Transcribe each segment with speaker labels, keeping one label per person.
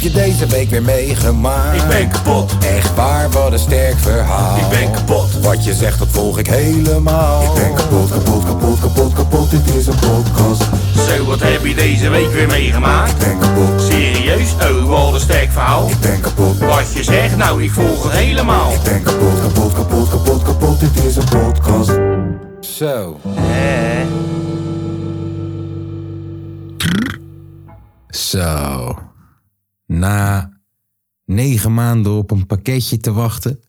Speaker 1: je deze week weer meegemaakt?
Speaker 2: Ik ben kapot.
Speaker 1: Echt waar, wat een sterk verhaal.
Speaker 2: Ik ben kapot.
Speaker 1: Wat je zegt, dat volg ik helemaal.
Speaker 3: Ik ben kapot, kapot, kapot, kapot, kapot, dit is een podcast.
Speaker 2: Zo, wat heb je deze week weer meegemaakt?
Speaker 3: Ik ben kapot,
Speaker 2: Serieus? Oh, wat een sterk verhaal.
Speaker 3: ik ben kapot.
Speaker 2: Wat je zegt, nou, ik volg het helemaal.
Speaker 3: Ik ben kapot, kapot, kapot, kapot, kapot, dit is een podcast.
Speaker 1: Zo. Zo. Na negen maanden op een pakketje te wachten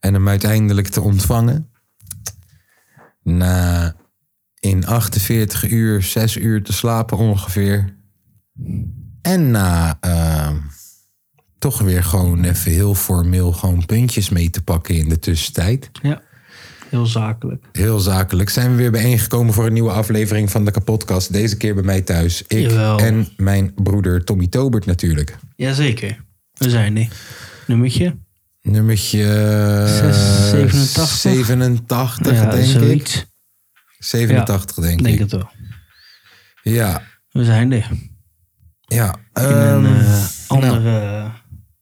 Speaker 1: en hem uiteindelijk te ontvangen. Na in 48 uur, 6 uur te slapen ongeveer. En na eh, toch weer gewoon even heel formeel gewoon puntjes mee te pakken in de tussentijd.
Speaker 4: Ja, heel zakelijk.
Speaker 1: Heel zakelijk zijn we weer bijeengekomen voor een nieuwe aflevering van de kapotkast. Deze keer bij mij thuis. Ik
Speaker 4: Jawel.
Speaker 1: en mijn broeder Tommy Tobert natuurlijk.
Speaker 4: Jazeker, we zijn er. Nummertje?
Speaker 1: Nummertje
Speaker 4: Zes- 87?
Speaker 1: 87, denk ik. 87 denk,
Speaker 4: Denk
Speaker 1: ik.
Speaker 4: het wel.
Speaker 1: Ja,
Speaker 4: We zijn er.
Speaker 1: ja.
Speaker 4: In
Speaker 1: Ehm,
Speaker 4: een eh, andere eh,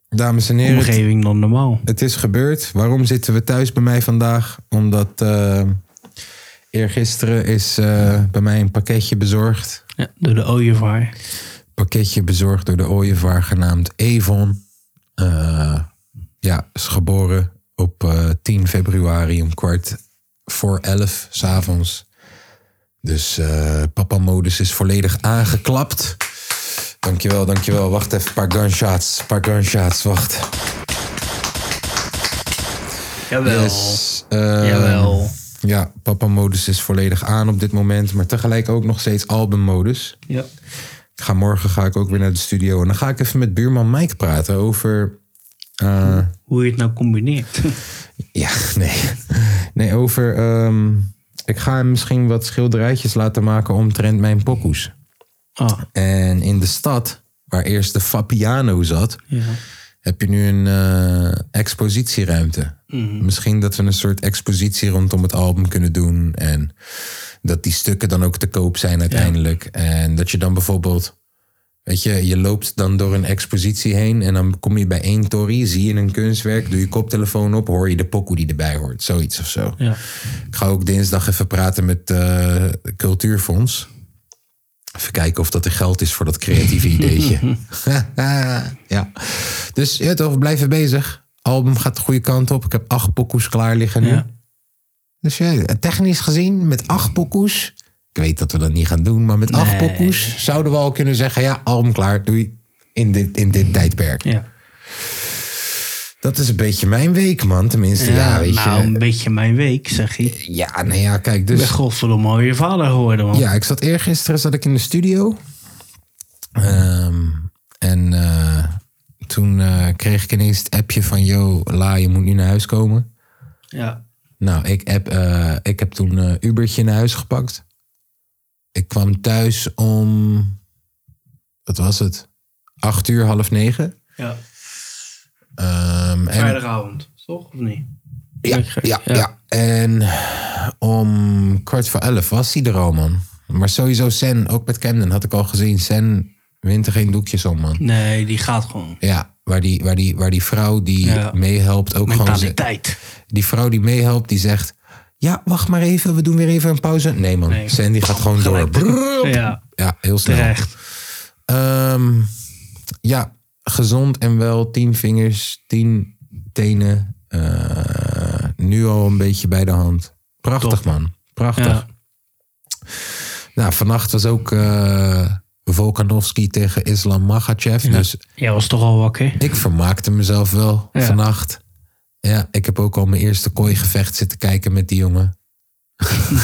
Speaker 1: dames en heren, het,
Speaker 4: omgeving dan normaal.
Speaker 1: het is gebeurd. Waarom zitten we thuis bij mij vandaag? Omdat eh eergisteren is eh, bij mij een pakketje bezorgd.
Speaker 4: Ja, door de ooievaar.
Speaker 1: pakketje bezorgd door de ooievaar genaamd Evon. Eh, ja, is geboren op eh, 10 februari om kwart voor elf s'avonds. Dus eh papa-modus is volledig aangeklapt. Dankjewel, dankjewel. Wacht even, paar gunshots, paar gunshots, wacht.
Speaker 4: Jawel.
Speaker 1: Yes, eh,
Speaker 4: Jawel.
Speaker 1: Ja, papa-modus is volledig aan op dit moment. Maar tegelijk ook nog steeds album-modus.
Speaker 4: Ja.
Speaker 1: Ik ga morgen ga ik ook weer naar de studio. En dan ga ik even met buurman Mike praten over. eh,
Speaker 4: Hoe je het nou combineert.
Speaker 1: ja, nee. Nee, over. ehm, ik ga hem misschien wat schilderijtjes laten maken omtrent mijn pokoes.
Speaker 4: Ah,
Speaker 1: En in de stad, waar eerst de Fapiano zat,
Speaker 4: ja.
Speaker 1: heb je nu een eh, expositieruimte.
Speaker 4: Mhm.
Speaker 1: Misschien dat we een soort expositie rondom het album kunnen doen. En dat die stukken dan ook te koop zijn uiteindelijk. En dat je dan bijvoorbeeld. Weet je, je loopt dan door een expositie heen en dan kom je bij één torrie, zie je een kunstwerk, doe je koptelefoon op, hoor je de pokoe die erbij hoort. Zoiets of zo.
Speaker 4: ja.
Speaker 1: Ik ga ook dinsdag even praten met eh Cultuurfonds. Even kijken of dat er geld is voor dat creatieve ideetje. ja. Dus ja, toch, we blijven bezig. Album gaat de goede kant op. Ik heb acht pokoes klaar liggen nu.
Speaker 4: Ja.
Speaker 1: Dus ja, technisch gezien, met acht pokoes. Ik weet dat we dat niet gaan doen, maar met acht
Speaker 4: Nee.
Speaker 1: pokoes zouden we al kunnen zeggen: ja, album klaar, doei. In dit, in dit tijdperk.
Speaker 4: ja.
Speaker 1: Dat is een beetje mijn week, man. Tenminste, ja,
Speaker 4: Ja,
Speaker 1: weet
Speaker 4: nou,
Speaker 1: je.
Speaker 4: een beetje mijn week, zeg ik. Ik
Speaker 1: Ja, nou ja, kijk,
Speaker 4: ben
Speaker 1: dus.
Speaker 4: godverdomme al je vader geworden, man.
Speaker 1: Ja, ik zat eergisteren zat ik in de studio. Ehm, en eh, toen eh, kreeg ik ineens het appje van... Yo, La, je moet nu naar huis komen.
Speaker 4: ja.
Speaker 1: Nou, ik heb, eh, ik heb toen eh Ubertje naar huis gepakt. Ik kwam thuis om... Wat was het? Acht uur, half negen.
Speaker 4: ja.
Speaker 1: Ehm, en,
Speaker 4: Vrijdagavond, toch? Of niet?
Speaker 1: ja, ja,
Speaker 4: Ja.
Speaker 1: ja. En om kwart voor elf was hij er al, man. Maar sowieso Sen, ook met Camden had ik al gezien. Sen wint er geen doekjes om, man.
Speaker 4: Nee, die gaat gewoon.
Speaker 1: Ja, waar die, waar die, waar die vrouw die
Speaker 4: Ja.
Speaker 1: meehelpt ook gewoon... ze-
Speaker 4: Mentaliteit.
Speaker 1: Die vrouw die meehelpt, die zegt... Ja, wacht maar even, we doen weer even een pauze. Nee, man.
Speaker 4: Nee.
Speaker 1: Sen die gaat gewoon door. Brrr.
Speaker 4: Ja,
Speaker 1: Ja, heel snel.
Speaker 4: terecht.
Speaker 1: Ehm, ja, gezond en wel. Tien vingers, tien tenen. Eh, nu al een beetje bij de hand. Prachtig,
Speaker 4: Top.
Speaker 1: man. Prachtig.
Speaker 4: Ja.
Speaker 1: Nou, vannacht was ook eh Volkanovski tegen Islam Makhachev. Dus
Speaker 4: Jij was toch al wakker?
Speaker 1: ik vermaakte mezelf wel
Speaker 4: Ja.
Speaker 1: vannacht. Ja, ik heb ook al mijn eerste kooigevecht zitten kijken met die jongen.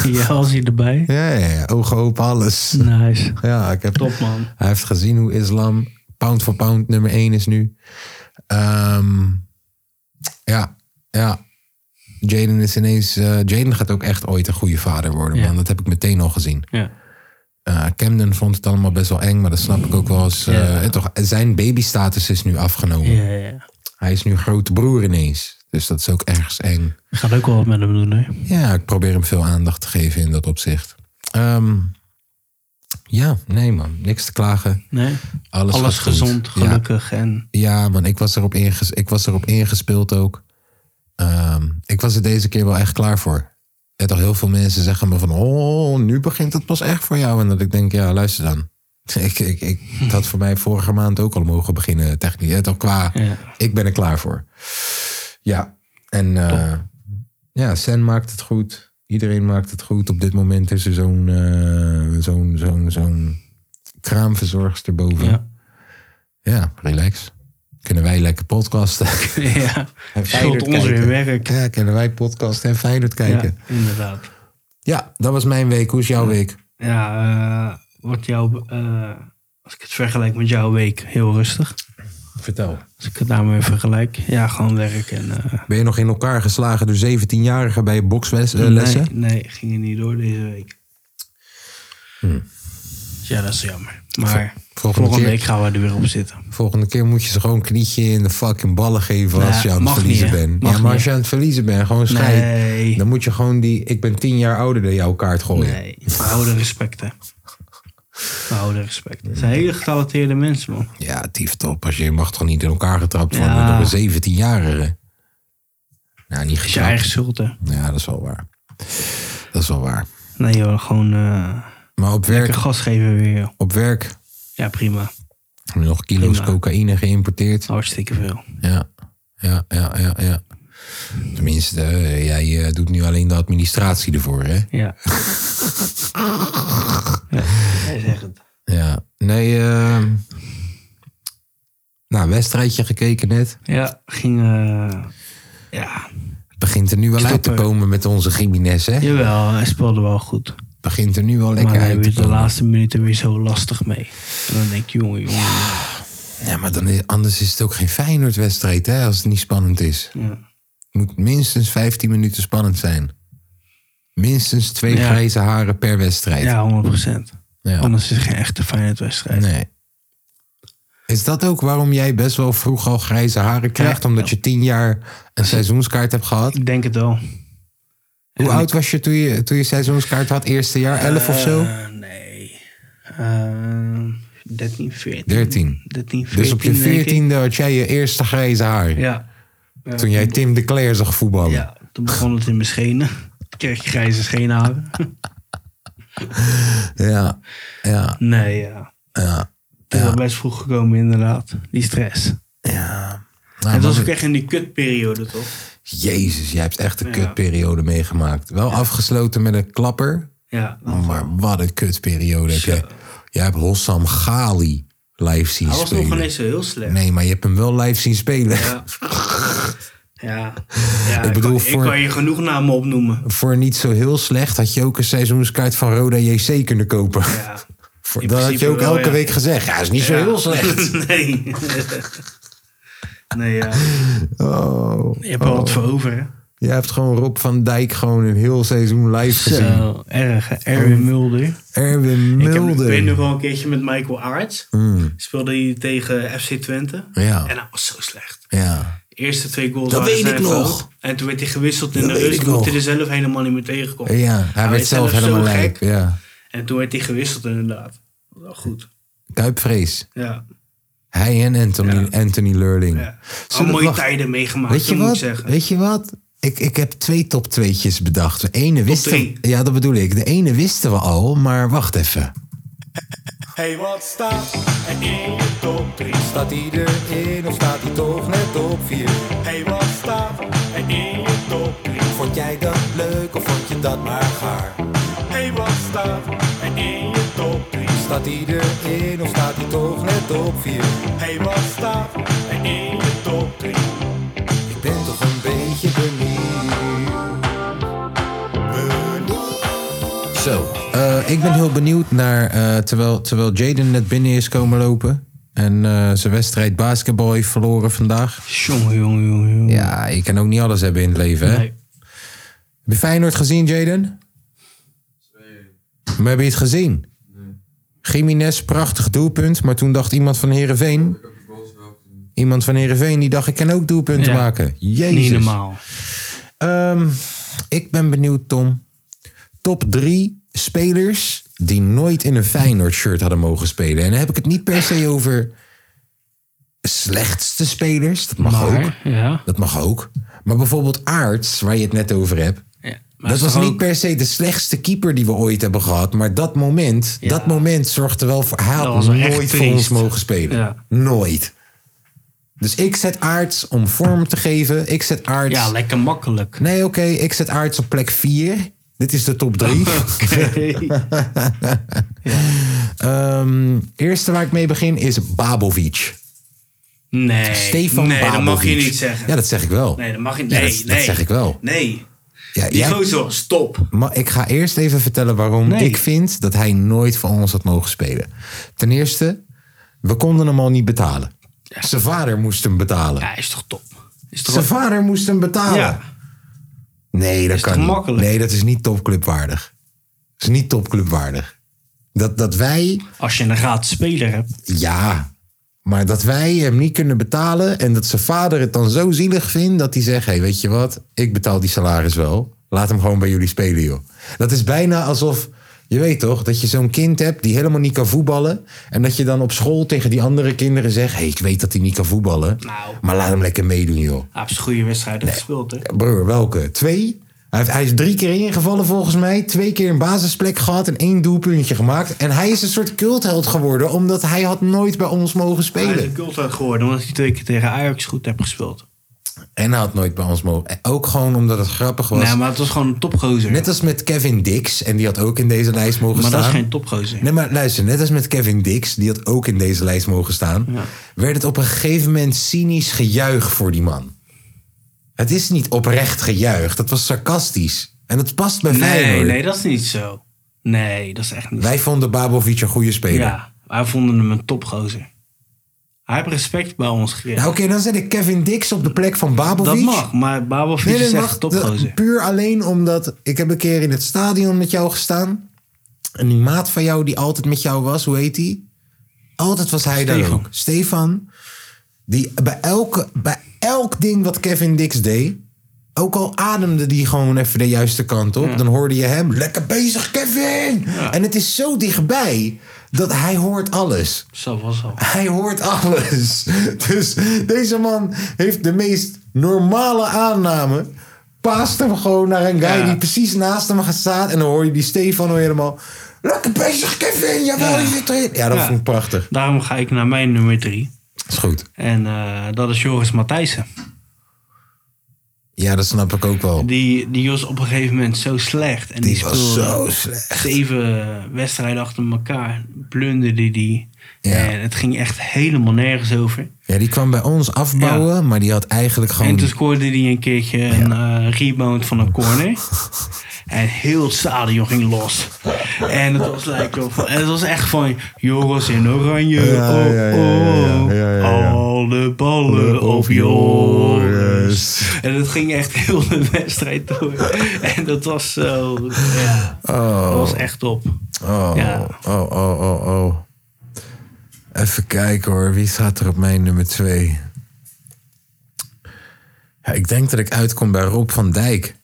Speaker 4: Jij was hier erbij?
Speaker 1: Ja, ja, ja. Ogen open, alles.
Speaker 4: Nice.
Speaker 1: Ja, ik heb
Speaker 4: Top, man.
Speaker 1: Hij heeft gezien hoe islam pound voor pound nummer 1 is nu. Ehm, ja, ja. Jaden is ineens. eh, Jaden gaat ook echt ooit een goede vader worden,
Speaker 4: Ja.
Speaker 1: man. Dat heb ik meteen al gezien.
Speaker 4: Ja.
Speaker 1: Eh, Camden vond het allemaal best wel eng, maar dat snap ik ook wel eens. eh,
Speaker 4: Ja.
Speaker 1: eh, toch, zijn babystatus is nu afgenomen.
Speaker 4: Ja, ja.
Speaker 1: Hij is nu grote broer ineens. Dus dat is ook ergens eng.
Speaker 4: Gaat ook wel wat met hem doen, hè?
Speaker 1: Ja, ik probeer hem veel aandacht te geven in dat opzicht. Ehm, Ja, nee man, niks te klagen.
Speaker 4: Nee?
Speaker 1: Alles,
Speaker 4: Alles
Speaker 1: gaat goed.
Speaker 4: gezond,
Speaker 1: Ja,
Speaker 4: gelukkig en...
Speaker 1: ja man, ik was, erop inges ik was erop ingespeeld ook. Ehm, ik was er deze keer wel echt klaar voor. En toch heel veel mensen zeggen me van, oh, nu begint het pas echt voor jou. En dat ik denk, ja, luister dan. Ik, ik, ik, het had voor mij vorige maand ook al mogen beginnen technisch. En toch qua,
Speaker 4: Ja.
Speaker 1: ik ben er klaar voor. Ja, en eh, ja, Sen maakt het goed. Iedereen maakt het goed. Op dit moment is er zo'n eh zo'n zo'n zo'n kraamverzorgster boven. Ja.
Speaker 4: Ja.
Speaker 1: relax. Kunnen wij lekker podcasten.
Speaker 4: ja.
Speaker 1: En
Speaker 4: Scheelt ons weer
Speaker 1: kijken.
Speaker 4: werk.
Speaker 1: Ja, kunnen wij podcasten en Feyenoord
Speaker 4: Ja,
Speaker 1: kijken. Ja.
Speaker 4: inderdaad.
Speaker 1: dat was mijn week. Hoe is jouw week?
Speaker 4: Ja, eh, wordt jouw... eh, als ik het vergelijk met jouw week, heel rustig.
Speaker 1: Vertel.
Speaker 4: Als ik het daarmee vergelijk. Ja, gewoon werk en... eh,
Speaker 1: Ben je nog in elkaar geslagen door 17-jarigen bij eh, bokslessen?
Speaker 4: Nee, nee, gingen niet door deze week. Dus Ja, dat is jammer. Maar
Speaker 1: Hmm. volgende
Speaker 4: volgende,
Speaker 1: keer-
Speaker 4: week gaan we er weer op zitten.
Speaker 1: Volgende keer moet je ze gewoon knietje in de fucking ballen geven als
Speaker 4: Nee,
Speaker 1: je aan het
Speaker 4: mag
Speaker 1: verliezen
Speaker 4: niet, hè?
Speaker 1: bent.
Speaker 4: Mag
Speaker 1: ja, maar als
Speaker 4: niet.
Speaker 1: je aan het verliezen bent, gewoon scheid.
Speaker 4: Nee.
Speaker 1: Dan moet je gewoon die ik ben tien jaar ouder dan jouw kaart gooien.
Speaker 4: Nee, we houden respect, hè. We houden respect. Het zijn hele getalenteerde mensen, man.
Speaker 1: Ja, tief top. Als je je mag toch niet in elkaar getrapt worden
Speaker 4: Ja.
Speaker 1: door een 17-jarige. Nou, niet
Speaker 4: Het is je
Speaker 1: geslaagd.
Speaker 4: eigen schuld, hè.
Speaker 1: Ja, dat is wel waar. Dat is wel waar.
Speaker 4: Nee, joh, gewoon eh
Speaker 1: Maar op
Speaker 4: lekker
Speaker 1: werk,
Speaker 4: gas geven weer, joh.
Speaker 1: op werk
Speaker 4: Ja, prima.
Speaker 1: hebben we nog kilo's
Speaker 4: Prima.
Speaker 1: cocaïne geïmporteerd.
Speaker 4: Hartstikke veel.
Speaker 1: Ja, ja, ja, ja. ja. Tenminste, eh, jij eh, doet nu alleen de administratie ervoor, hè?
Speaker 4: Ja. ja hij zegt het.
Speaker 1: Ja, nee. ehm nou, wedstrijdje gekeken net.
Speaker 4: Ja, ging... eh, ja,
Speaker 1: Het begint er nu wel uit te
Speaker 4: Stappen.
Speaker 1: komen met onze Jiménez, hè? Het
Speaker 4: jawel, hij speelde wel goed.
Speaker 1: begint er nu wel
Speaker 4: Maar
Speaker 1: lekker
Speaker 4: hij
Speaker 1: uit te
Speaker 4: weer de
Speaker 1: komen.
Speaker 4: laatste minuten weer zo lastig mee. En dan denk je, jongen, jongen.
Speaker 1: Ja, maar dan is, anders is het ook geen Feyenoord-wedstrijd, hè? Als het niet spannend is.
Speaker 4: Ja.
Speaker 1: Het moet minstens 15 minuten spannend zijn. Minstens twee
Speaker 4: Ja.
Speaker 1: grijze haren per wedstrijd.
Speaker 4: Ja, 100
Speaker 1: Ja.
Speaker 4: Anders is het geen echte Feyenoord-wedstrijd.
Speaker 1: Nee. Is dat ook waarom jij best wel vroeg al grijze haren krijgt?
Speaker 4: Ja.
Speaker 1: Omdat je tien jaar een seizoenskaart hebt gehad?
Speaker 4: Ik denk het wel.
Speaker 1: Hoe oud was je toen je, toen je seizoenskaart had? Eerste jaar? Elf of zo?
Speaker 4: Eh, nee. Eh, 13, 14.
Speaker 1: 13.
Speaker 4: 13, 14.
Speaker 1: Dus op je
Speaker 4: denk ik.
Speaker 1: veertiende had jij je eerste grijze haar.
Speaker 4: Ja. Ja,
Speaker 1: Toen jij Tim de Cler zag voetballen.
Speaker 4: Ja, toen begon het in mijn schenen. Toen kreeg je grijze scheenharen.
Speaker 1: ja. ja.
Speaker 4: Nee, ja.
Speaker 1: ja. Ah,
Speaker 4: Toen was best vroeg gekomen inderdaad. Die stress.
Speaker 1: Nou,
Speaker 4: het was
Speaker 1: maar-
Speaker 4: ook echt in die kutperiode, toch?
Speaker 1: Jezus, jij hebt echt een
Speaker 4: Ja.
Speaker 1: kutperiode meegemaakt. Wel afgesloten met een klapper.
Speaker 4: Ja.
Speaker 1: Maar wat een kutperiode heb
Speaker 4: Zo.
Speaker 1: jij. Jij hebt Hossam Ghali live zien
Speaker 4: Hij was nog
Speaker 1: spelen.
Speaker 4: ineens zo heel slecht.
Speaker 1: Nee, maar je hebt hem wel live zien spelen.
Speaker 4: Ja. Ja. ja
Speaker 1: Ik bedoel,
Speaker 4: kan,
Speaker 1: voor-
Speaker 4: ik kan je genoeg namen opnoemen.
Speaker 1: Voor niet zo heel slecht had je ook een seizoenskaart van Roda JC kunnen kopen.
Speaker 4: Ja.
Speaker 1: Voor-
Speaker 4: In
Speaker 1: dat had je
Speaker 4: principe
Speaker 1: ook
Speaker 4: wel,
Speaker 1: elke
Speaker 4: ja.
Speaker 1: week gezegd. Ja, is niet zo
Speaker 4: Ja.
Speaker 1: heel slecht.
Speaker 4: nee. nee, ja.
Speaker 1: Oh.
Speaker 4: Je hebt er wat voor over, hè?
Speaker 1: Jij hebt gewoon Rob van Dijk gewoon een heel seizoen live gezien.
Speaker 4: Zo, erg. hè? Erwin Mulder.
Speaker 1: Erwin
Speaker 4: Ik, heb, ik
Speaker 1: Mulder. Hmm.
Speaker 4: weet nog wel een keertje met Michael Arts. Speelde hij tegen FC Twente.
Speaker 1: Ja.
Speaker 4: En hij was zo slecht.
Speaker 1: Ja.
Speaker 4: De eerste twee goals
Speaker 1: Dat
Speaker 4: waren
Speaker 1: weet
Speaker 4: zijn
Speaker 1: ik nog.
Speaker 4: fout. En toen werd hij gewisseld in
Speaker 1: Dat
Speaker 4: de
Speaker 1: weet
Speaker 4: rust.
Speaker 1: ik
Speaker 4: Omdat
Speaker 1: nog.
Speaker 4: hij er zelf helemaal niet meer tegenkomt.
Speaker 1: ja, hij werd
Speaker 4: werd
Speaker 1: zelf
Speaker 4: zelf
Speaker 1: helemaal
Speaker 4: zo
Speaker 1: lijp.
Speaker 4: gek.
Speaker 1: Ja.
Speaker 4: En toen werd hij gewisseld inderdaad. Wel goed.
Speaker 1: Kuipvrees.
Speaker 4: Ja.
Speaker 1: Hij en Anthony,
Speaker 4: Ja.
Speaker 1: Anthony Lurling.
Speaker 4: ja. Al
Speaker 1: Zullen-
Speaker 4: mooie
Speaker 1: wacht.
Speaker 4: tijden meegemaakt,
Speaker 1: Weet je
Speaker 4: dat moet
Speaker 1: wat?
Speaker 4: ik zeggen.
Speaker 1: Weet je wat? Ik, ik heb twee top tweetjes bedacht. De ene wisten
Speaker 4: drie.
Speaker 1: Ja, dat bedoel ik. De ene wisten we al, maar wacht even.
Speaker 2: Hey, wat staat er in je top 3?
Speaker 3: Staat hij erin of staat hij toch net op 4?
Speaker 2: Hey, wat staat er in je top 3?
Speaker 3: Vond jij dat leuk of vond je dat maar gaar?
Speaker 2: Hey, wat staat er in je top 3?
Speaker 3: Staat hij erin of staat hij toch net op 4?
Speaker 2: Hey, wat staat er in je top 3?
Speaker 3: Ik ben toch een beetje benieuwd.
Speaker 1: Zo, eh, ik ben heel benieuwd naar, eh, terwijl, terwijl Jaden net binnen is komen lopen. En eh, zijn wedstrijd basketbal heeft verloren vandaag.
Speaker 4: Jongen, jongen, jongen. jongen.
Speaker 1: Ja, je kan ook niet alles hebben in het leven, hè?
Speaker 4: Nee.
Speaker 1: Heb je Feyenoord gezien, Jaden? Maar heb je het gezien? Jiménez, prachtig doelpunt. Maar toen dacht iemand van Heerenveen... Iemand van Heerenveen die dacht, ik kan ook doelpunten
Speaker 4: Ja.
Speaker 1: maken.
Speaker 4: Niet
Speaker 1: Jezus.
Speaker 4: normaal.
Speaker 1: Ehm, ik ben benieuwd, Tom. Top drie spelers die nooit in een Feyenoord shirt hadden mogen spelen. En dan heb ik het niet per se over slechtste spelers. Dat mag ook.
Speaker 4: Maar, ja.
Speaker 1: Dat mag ook. Maar bijvoorbeeld Aarts, waar je het net over hebt.
Speaker 4: ja. Maar
Speaker 1: Dat
Speaker 4: is
Speaker 1: was
Speaker 4: toch
Speaker 1: niet
Speaker 4: ook-
Speaker 1: per se de slechtste keeper die we ooit hebben gehad. Maar dat moment,
Speaker 4: Ja.
Speaker 1: dat moment zorgde wel voor... Hij
Speaker 4: Dat
Speaker 1: had
Speaker 4: was wel echt
Speaker 1: nooit voor
Speaker 4: triest.
Speaker 1: ons mogen spelen.
Speaker 4: Ja.
Speaker 1: Nooit. Dus ik zet Aarts om vorm te geven. Ik zet Aarts...
Speaker 4: Ja, lekker makkelijk.
Speaker 1: nee, oké, ik zet Aarts op plek 4. Dit is de top 3. Ehm, eerste waar ik mee begin is Babovic.
Speaker 4: Nee.
Speaker 1: Stefan
Speaker 4: nee,
Speaker 1: Babovic.
Speaker 4: dat mag je niet zeggen.
Speaker 1: Ja, dat zeg ik wel.
Speaker 4: Nee, dat mag je niet.
Speaker 1: Ja,
Speaker 4: Nee,
Speaker 1: dat,
Speaker 4: nee.
Speaker 1: dat zeg ik wel.
Speaker 4: Nee.
Speaker 1: Ja,
Speaker 4: Die
Speaker 1: jij-
Speaker 4: gozer was top.
Speaker 1: Maar ik ga eerst even vertellen waarom
Speaker 4: Nee.
Speaker 1: ik vind dat hij nooit voor ons had mogen spelen. Ten eerste, we konden hem al niet betalen. Zijn vader moest hem betalen.
Speaker 4: Ja, hij is toch top. Is toch
Speaker 1: Zijn vader moest hem betalen.
Speaker 4: Ja.
Speaker 1: Nee, dat
Speaker 4: Is
Speaker 1: kan
Speaker 4: toch
Speaker 1: niet.
Speaker 4: makkelijk?
Speaker 1: Nee, dat is niet topclubwaardig. Dat is niet topclubwaardig. Dat, dat wij,
Speaker 4: Als je een gratis speler hebt.
Speaker 1: ja, maar dat wij hem niet kunnen betalen en dat zijn vader het dan zo zielig vindt dat hij zegt: hé, hey, weet je wat, ik betaal die salaris wel. Laat hem gewoon bij jullie spelen, joh. Dat is bijna alsof, je weet toch, dat je zo'n kind hebt die helemaal niet kan voetballen. En dat je dan op school tegen die andere kinderen zegt: hé, hey, ik weet dat hij niet kan voetballen.
Speaker 4: Nou.
Speaker 1: Maar laat hem lekker meedoen, joh.
Speaker 4: Hij heeft goede wedstrijden gespeeld, hè?
Speaker 1: Broer, welke? Twee? Hij, heeft, hij is drie keer ingevallen volgens mij. Twee keer een basisplek gehad en één doelpuntje gemaakt. En hij is een soort cultheld geworden omdat hij had nooit bij ons mogen
Speaker 4: Hij is een
Speaker 1: spelen.
Speaker 4: cultheld geworden omdat hij twee keer tegen Ajax goed heeft gespeeld.
Speaker 1: En hij had nooit bij ons mogen. en Ook gewoon omdat het grappig was.
Speaker 4: Nee, maar het was gewoon een topgozer.
Speaker 1: Net als met Kevin Dix. En die had ook in deze lijst mogen
Speaker 4: maar
Speaker 1: staan.
Speaker 4: dat is geen topgozer.
Speaker 1: Nee, maar luister, net als met Kevin Dix, die had ook in deze lijst mogen staan, werd het op een gegeven moment cynisch gejuich voor die man. Het is niet oprecht gejuich, dat was sarcastisch. En dat past bij
Speaker 4: Nee,
Speaker 1: Feyenoord.
Speaker 4: nee, dat is niet zo. Nee, dat is echt niet zo.
Speaker 1: Wij vonden Babovic een goede speler.
Speaker 4: Ja, wij vonden hem een topgozer. Hij heeft respect bij ons gekregen.
Speaker 1: Nou, Oké, dan zet ik Kevin Dix op de plek van Babovic.
Speaker 4: dat mag, maar Babovic
Speaker 1: Nee,
Speaker 4: is
Speaker 1: nee,
Speaker 4: echt een
Speaker 1: wacht.
Speaker 4: topgozer.
Speaker 1: Dat- Puur alleen omdat ik heb een keer in het stadion met jou gestaan. En die maat van jou die altijd met jou was, hoe heet die? Altijd was hij daar
Speaker 4: Stefan.
Speaker 1: ook. Stefan. Die bij, elke, bij elk ding wat Kevin Dix deed... ook al ademde die gewoon even de juiste kant op... dan hoorde je hem, lekker bezig Kevin! En het is zo dichtbij dat hij hoort alles.
Speaker 4: Zo was al.
Speaker 1: Hij hoort alles. Dus deze man heeft de meest normale aanname. Paast hem gewoon naar een guy
Speaker 4: Ja.
Speaker 1: die precies naast hem gaat staan. En dan hoor je die Stefan hoor je helemaal... Lekker bezig, Kevin. Jawel,
Speaker 4: Ja.
Speaker 1: je zit erin. Ja, dat
Speaker 4: Ja.
Speaker 1: vond ik prachtig.
Speaker 4: Daarom ga ik naar mijn nummer drie.
Speaker 1: Dat is goed.
Speaker 4: En eh, dat is Joris Matthijssen.
Speaker 1: Ja, dat snap ik ook wel.
Speaker 4: Die, die was op een gegeven moment zo slecht. En die,
Speaker 1: Die was
Speaker 4: speelde
Speaker 1: zo slecht.
Speaker 4: Zeven wedstrijden achter elkaar plunderde die.
Speaker 1: Ja.
Speaker 4: En het ging echt helemaal nergens over.
Speaker 1: Ja, die kwam bij ons afbouwen. Maar die had eigenlijk gewoon...
Speaker 4: En toen scoorde hij een keertje een eh, rebound van een corner. en heel het stadion ging los. En het was, like, of- en het was echt van Joris in oranje.
Speaker 1: Ja,
Speaker 4: oh,
Speaker 1: ja, ja,
Speaker 4: oh.
Speaker 1: ja, ja, ja, ja.
Speaker 4: Alle ballen op Joris.
Speaker 1: Joris.
Speaker 4: En het ging echt heel de wedstrijd door. en dat was zo... Ja, Dat was echt top.
Speaker 1: Oh,
Speaker 4: Ja.
Speaker 1: oh, oh, oh, oh. Even kijken hoor, wie staat er op mijn nummer twee? Ja, ik denk dat ik uitkom bij Rob van Dijk.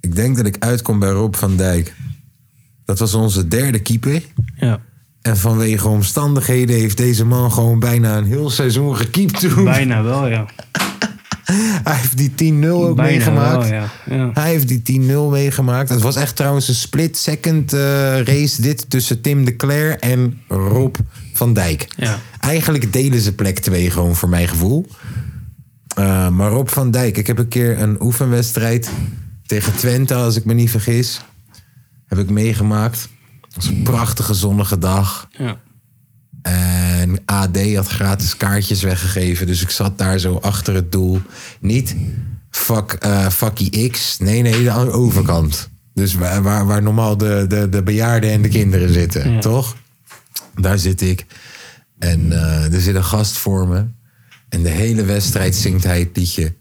Speaker 1: Ik denk dat ik uitkom bij Rob van Dijk. Dat was onze derde keeper.
Speaker 4: Ja.
Speaker 1: En vanwege omstandigheden heeft deze man gewoon bijna een heel seizoen gekiept toen.
Speaker 4: Bijna wel, ja.
Speaker 1: Hij heeft die 10-0 ook
Speaker 4: Bijna
Speaker 1: meegemaakt.
Speaker 4: wel, ja. Ja.
Speaker 1: Hij heeft die 10-0 meegemaakt. Het was echt trouwens een split second eh, race dit tussen Tim de Cler en Rob van Dijk.
Speaker 4: Ja.
Speaker 1: Eigenlijk delen ze plek 2 gewoon voor mijn gevoel. Eh, maar Rob van Dijk, ik heb een keer een oefenwedstrijd tegen Twente, als ik me niet vergis. Heb ik meegemaakt. Het was een prachtige zonnige dag.
Speaker 4: ja.
Speaker 1: En AD had gratis kaartjes weggegeven. Dus ik zat daar zo achter het doel. Niet fuck, eh fuckie X. Nee, nee, de andere overkant. Dus waar, waar, waar normaal de, de, de bejaarden en de kinderen zitten,
Speaker 4: Ja.
Speaker 1: toch? Daar zit ik. En eh, er zit een gast voor me. En de hele wedstrijd zingt hij het liedje.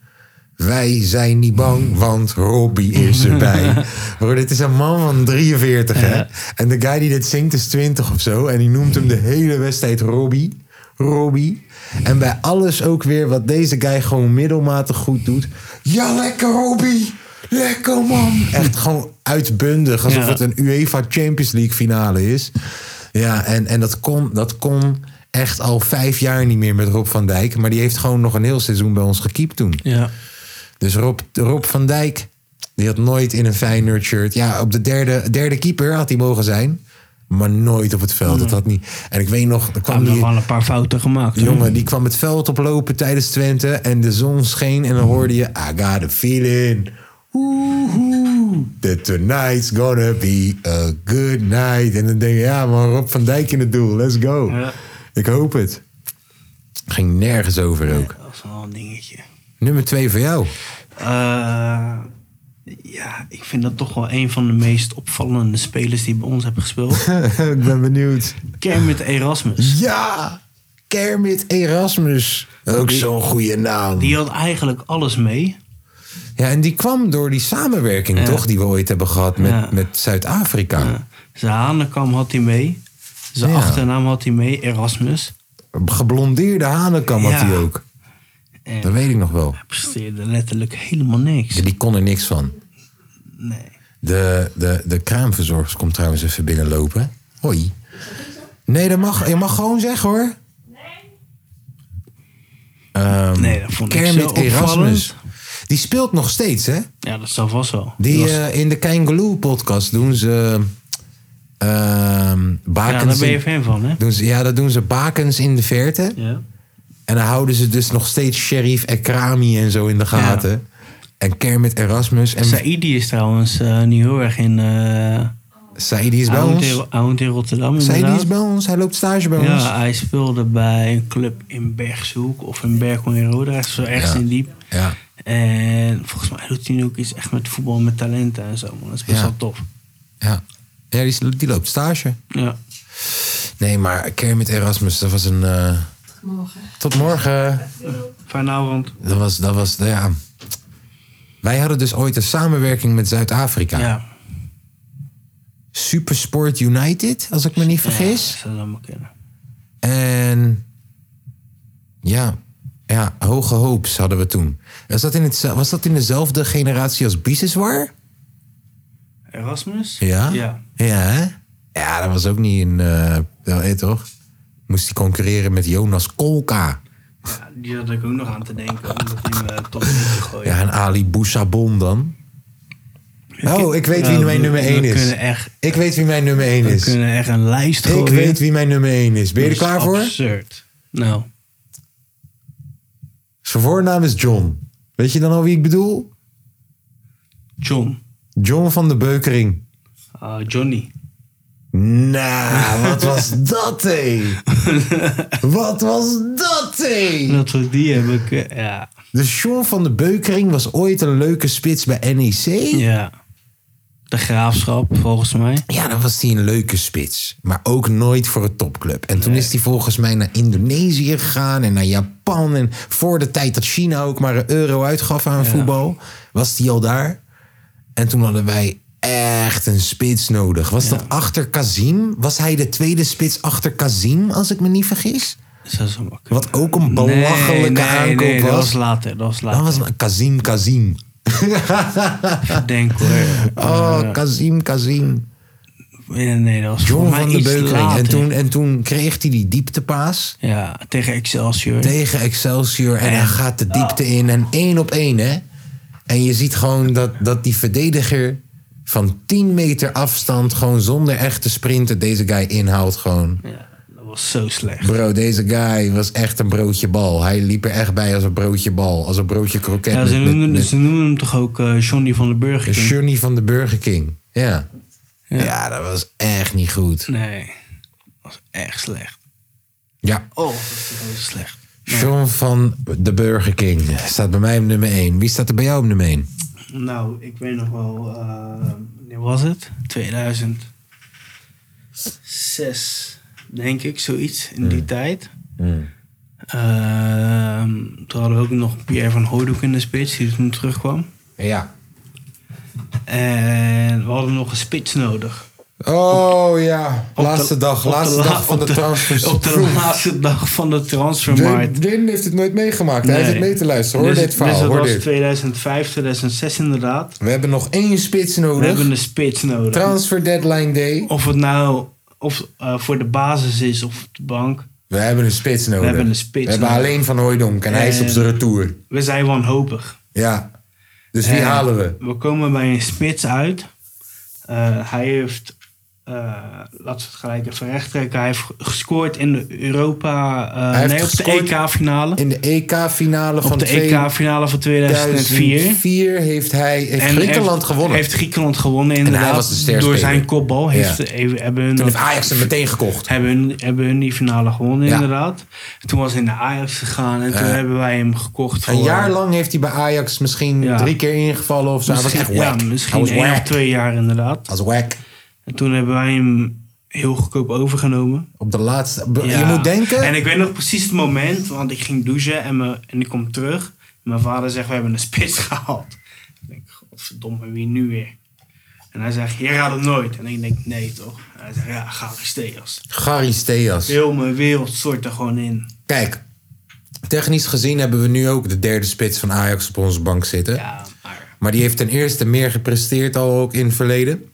Speaker 1: Wij zijn niet bang, want Robbie is erbij. Bro, dit is een man van 43, hè?
Speaker 4: Ja.
Speaker 1: En de guy die dit zingt is 20 of zo. En die noemt hem de hele wedstrijd Robbie. Robbie. En bij alles ook weer wat deze guy gewoon middelmatig goed doet. Ja, lekker Robbie! Lekker man! Echt gewoon uitbundig. Alsof
Speaker 4: Ja.
Speaker 1: het een UEFA Champions League finale is. Ja, en, en dat, kon, dat kon echt al vijf jaar niet meer met Rob van Dijk. Maar die heeft gewoon nog een heel seizoen bij ons gekiept toen.
Speaker 4: Ja.
Speaker 1: Dus Rob, Rob van Dijk, die had nooit in een Feyenoord shirt... Ja, op de derde, derde keeper had hij mogen zijn. Maar nooit op het veld. Dat had niet. En ik weet nog, er
Speaker 4: We
Speaker 1: kwam
Speaker 4: hebben nog
Speaker 1: die,
Speaker 4: wel een paar fouten gemaakt. hoor.
Speaker 1: Jongen, die kwam het veld oplopen tijdens Twente. En de zon scheen en dan hoorde je... I got a feeling. Woehoe. That tonight's gonna be a good night. En dan denk je, ja man, Rob van Dijk in het doel. Let's go.
Speaker 4: Ja.
Speaker 1: Ik hoop het. Ging nergens over ook.
Speaker 4: Dat is wel een dingetje.
Speaker 1: Nummer twee voor jou.
Speaker 4: Eh, ja, ik vind dat toch wel een van de meest opvallende spelers die bij ons hebben gespeeld.
Speaker 1: ik ben benieuwd.
Speaker 4: Kermit Erasmus.
Speaker 1: Ja! Kermit Erasmus. Ook zo'n goede naam.
Speaker 4: Die had eigenlijk alles mee.
Speaker 1: Ja, en die kwam door die samenwerking, toch? Die we ooit hebben gehad met,
Speaker 4: Ja.
Speaker 1: met Zuid-Afrika.
Speaker 4: Zijn hanenkam had hij mee. Zijn
Speaker 1: Ja.
Speaker 4: achternaam had hij mee, Erasmus.
Speaker 1: geblondeerde hanenkam had
Speaker 4: Ja.
Speaker 1: hij ook.
Speaker 4: En
Speaker 1: Dat
Speaker 4: hij
Speaker 1: weet ik nog wel.
Speaker 4: presteerde letterlijk helemaal niks.
Speaker 1: Ja, die kon er niks van.
Speaker 4: Nee.
Speaker 1: De, de, de kraamverzorgers komt trouwens even binnenlopen. Hoi. Nee, dat mag, je mag gewoon zeggen hoor.
Speaker 4: Nee, dat vond ik zo
Speaker 1: Ehm, Kermit
Speaker 4: opvallend.
Speaker 1: Erasmus. Die speelt nog steeds, hè?
Speaker 4: Ja, dat zal vast wel.
Speaker 1: Die
Speaker 4: Dat was-
Speaker 1: eh, in de Kangaloo podcast doen ze. ehm bakens
Speaker 4: ja, daar ben je
Speaker 1: in-
Speaker 4: fan van, hè?
Speaker 1: doen ze, ja, dat doen ze bakens in de verte.
Speaker 4: Ja.
Speaker 1: En dan houden ze dus nog steeds Sheriff Ekrami en zo in de gaten. En Kermit Erasmus. En
Speaker 4: Saidi is trouwens eh, niet heel erg in... eh,
Speaker 1: Saidi is bij
Speaker 4: hij, woont
Speaker 1: ons.
Speaker 4: in, hij woont in Rotterdam,
Speaker 1: Saidi
Speaker 4: inderdaad.
Speaker 1: is bij ons. Hij loopt stage bij ons.
Speaker 4: Ja, hij speelde bij een club in Bergshoek of in Berkel in Roda. Zo ergens
Speaker 1: Ja.
Speaker 4: in diep.
Speaker 1: Ja.
Speaker 4: En volgens mij doet hij nu ook iets echt met voetbal, met talenten en zo. Man. Dat is best
Speaker 1: Ja.
Speaker 4: wel tof.
Speaker 1: Ja, ja die, die loopt stage.
Speaker 4: Ja.
Speaker 1: Nee, maar Kermit Erasmus, dat was een... eh, Tot morgen.
Speaker 4: Fijne avond.
Speaker 1: Dat was, dat was, ja... Wij hadden dus ooit een samenwerking met Zuid-Afrika.
Speaker 4: Ja.
Speaker 1: Supersport United, als ik me niet vergis.
Speaker 4: Ja, dat zou allemaal kunnen.
Speaker 1: En ja, ja, hoge hoops hadden we toen. Was dat in, het, was dat in dezelfde generatie als Biseswar?
Speaker 4: Erasmus?
Speaker 1: Ja?
Speaker 4: Ja.
Speaker 1: Ja, hè? Ja, dat was ook niet een... eh, wel, eh, toch? Moest hij concurreren met Jonas Kolka.
Speaker 4: Ja, Die had ik ook nog aan te denken, omdat hij me toch niet gooien.
Speaker 1: Ja, en Ali Boussabon dan. Oh, ik weet wie
Speaker 4: Ja,
Speaker 1: mijn
Speaker 4: we-
Speaker 1: nummer
Speaker 4: we
Speaker 1: 1 is.
Speaker 4: kunnen echt-
Speaker 1: Ik weet wie mijn nummer 1
Speaker 4: We
Speaker 1: is.
Speaker 4: kunnen echt een lijst gooien.
Speaker 1: Ik weet wie mijn nummer 1 is. Ben je er
Speaker 4: Dat is
Speaker 1: klaar voor?
Speaker 4: Absurd. Nou,
Speaker 1: Zijn voornaam is John. Weet je dan al wie ik bedoel?
Speaker 4: John.
Speaker 1: John van de Beukering.
Speaker 4: Ah, Johnny.
Speaker 1: Nou, wat was dat, hé? Wat was dat, hé?
Speaker 4: Dat soort die heb ik. eh, Ja.
Speaker 1: Dus John van de Beukering was ooit een leuke spits bij E NEC.
Speaker 4: ja. De graafschap, volgens mij.
Speaker 1: Ja, dan was hij een leuke spits. Maar ook nooit voor een topclub. En toen is hij volgens mij naar Indonesië gegaan en naar Japan. En voor de tijd dat China ook maar een euro uitgaf aan voetbal, was hij al daar. En toen hadden wij echt een spits nodig. Was dat achter Kazim? Was hij de tweede spits achter Kazim, als ik me niet vergis?
Speaker 4: Dus dat is allemaal kunnen.
Speaker 1: Wat ook een belachelijke
Speaker 4: Nee, nee,
Speaker 1: aankoop
Speaker 4: nee,
Speaker 1: was.
Speaker 4: Dat was later. Dat was
Speaker 1: Dan
Speaker 4: later.
Speaker 1: was het Kazim Kazim.
Speaker 4: Denk hoor.
Speaker 1: Oh, Kazim Kazim.
Speaker 4: Nee, nee, dat was
Speaker 1: John
Speaker 4: voor mij
Speaker 1: van de
Speaker 4: iets
Speaker 1: Beukering.
Speaker 4: later.
Speaker 1: En toen, en toen kreeg hij die dieptepaas
Speaker 4: Ja, tegen Excelsior.
Speaker 1: tegen Excelsior. En hij gaat de diepte in. En één op één, hè. En je ziet gewoon dat, dat die verdediger van 10 meter afstand... gewoon zonder echt te sprinten deze guy inhaalt gewoon.
Speaker 4: ja, dat was zo slecht.
Speaker 1: Bro, deze guy was echt een broodje bal. Hij liep er echt bij als een broodje bal. Als een broodje kroket.
Speaker 4: Ja,
Speaker 1: met-
Speaker 4: ze,
Speaker 1: met-
Speaker 4: noemen
Speaker 1: met-
Speaker 4: ze noemen hem toch ook eh, Johnny van den Burger.
Speaker 1: De
Speaker 4: King?
Speaker 1: Journey van de Burger King. Ja. ja. dat was echt niet goed.
Speaker 4: Nee, dat was echt slecht.
Speaker 1: Ja.
Speaker 4: Oh, dat was heel slecht.
Speaker 1: John van de Burger King staat bij mij op nummer 1. Wie staat er bij jou op nummer 1?
Speaker 4: Nou, ik weet nog wel, eh, wanneer was het? 2006, denk ik, zoiets in die tijd. Hmm. Ehm, toen hadden we ook nog Pierre van Hooydonk in de spits, die dus toen terugkwam.
Speaker 1: Ja.
Speaker 4: En we hadden nog een spits nodig.
Speaker 1: Oh ja, laatste
Speaker 4: de-
Speaker 1: dag.
Speaker 4: op de
Speaker 1: Laatste
Speaker 4: la-
Speaker 1: dag van
Speaker 4: op
Speaker 1: de, transfers.
Speaker 4: Op de laatste dag van de transfermarkt.
Speaker 1: Jaden Jaden heeft het nooit meegemaakt. Hij heeft het mee te luisteren. Hoor
Speaker 4: Dus-
Speaker 1: dit verhaal.
Speaker 4: Dus dat
Speaker 1: hoor
Speaker 4: was
Speaker 1: dit.
Speaker 4: 2005, 2006 inderdaad.
Speaker 1: We hebben nog één spits
Speaker 4: We
Speaker 1: nodig.
Speaker 4: hebben een spits nodig.
Speaker 1: Transfer deadline day.
Speaker 4: of het nou of, eh, voor de basis is of op de bank.
Speaker 1: We hebben een spits nodig.
Speaker 4: hebben een spits
Speaker 1: We hebben
Speaker 4: nodig.
Speaker 1: alleen Van Hooijdonk en hij is op
Speaker 4: En-
Speaker 1: zijn retour.
Speaker 4: We zijn wanhopig.
Speaker 1: Ja. Dus wie
Speaker 4: En
Speaker 1: halen we?
Speaker 4: We komen bij een spits uit. Eh, hij heeft, eh, laten we het gelijk even rechttrekken, hij heeft gescoord in de Europa, eh,
Speaker 1: heeft
Speaker 4: nee, op de
Speaker 1: gescoord
Speaker 4: EK-finale.
Speaker 1: In de EK-finale
Speaker 4: Op
Speaker 1: van
Speaker 4: de E EK-finale van 2004.
Speaker 1: 2004 heeft hij heeft
Speaker 4: En
Speaker 1: Griekenland
Speaker 4: heeft-
Speaker 1: gewonnen.
Speaker 4: Heeft Griekenland gewonnen, inderdaad.
Speaker 1: was de sterspeler.
Speaker 4: Door zijn kopbal heeft,
Speaker 1: Ja.
Speaker 4: heeft- hebben hun
Speaker 1: Toen
Speaker 4: dat-
Speaker 1: heeft Ajax hem meteen gekocht.
Speaker 4: hebben, hun- hebben hun die finale gewonnen,
Speaker 1: Ja.
Speaker 4: inderdaad. Toen was hij naar Ajax gegaan en toen
Speaker 1: Ja.
Speaker 4: hebben wij hem gekocht voor...
Speaker 1: Een jaar lang heeft hij bij Ajax misschien
Speaker 4: Ja.
Speaker 1: drie keer ingevallen of zo. Hij was echt
Speaker 4: Misschien,
Speaker 1: wack.
Speaker 4: ja,
Speaker 1: Hij
Speaker 4: misschien
Speaker 1: was
Speaker 4: één of
Speaker 1: wack.
Speaker 4: twee jaar, inderdaad.
Speaker 1: Als wack.
Speaker 4: En toen hebben wij hem heel goedkoop overgenomen.
Speaker 1: Op de laatste. Je
Speaker 4: Ja.
Speaker 1: moet denken.
Speaker 4: En ik weet nog precies het moment, want ik ging douchen en, me, en ik kom terug. Mijn vader zegt, we hebben een spits gehaald. Ik denk, godverdomme, wie nu weer? En hij zegt, je raadt het nooit. En ik denk, nee toch? En hij zegt, ja, Gary Steels.
Speaker 1: Gary Steas.
Speaker 4: Heel mijn wereld stort er gewoon in.
Speaker 1: Kijk, technisch gezien hebben we nu ook de derde spits van Ajax op onze bank zitten.
Speaker 4: Ja, maar...
Speaker 1: Maar die heeft ten eerste meer gepresteerd al ook in het verleden.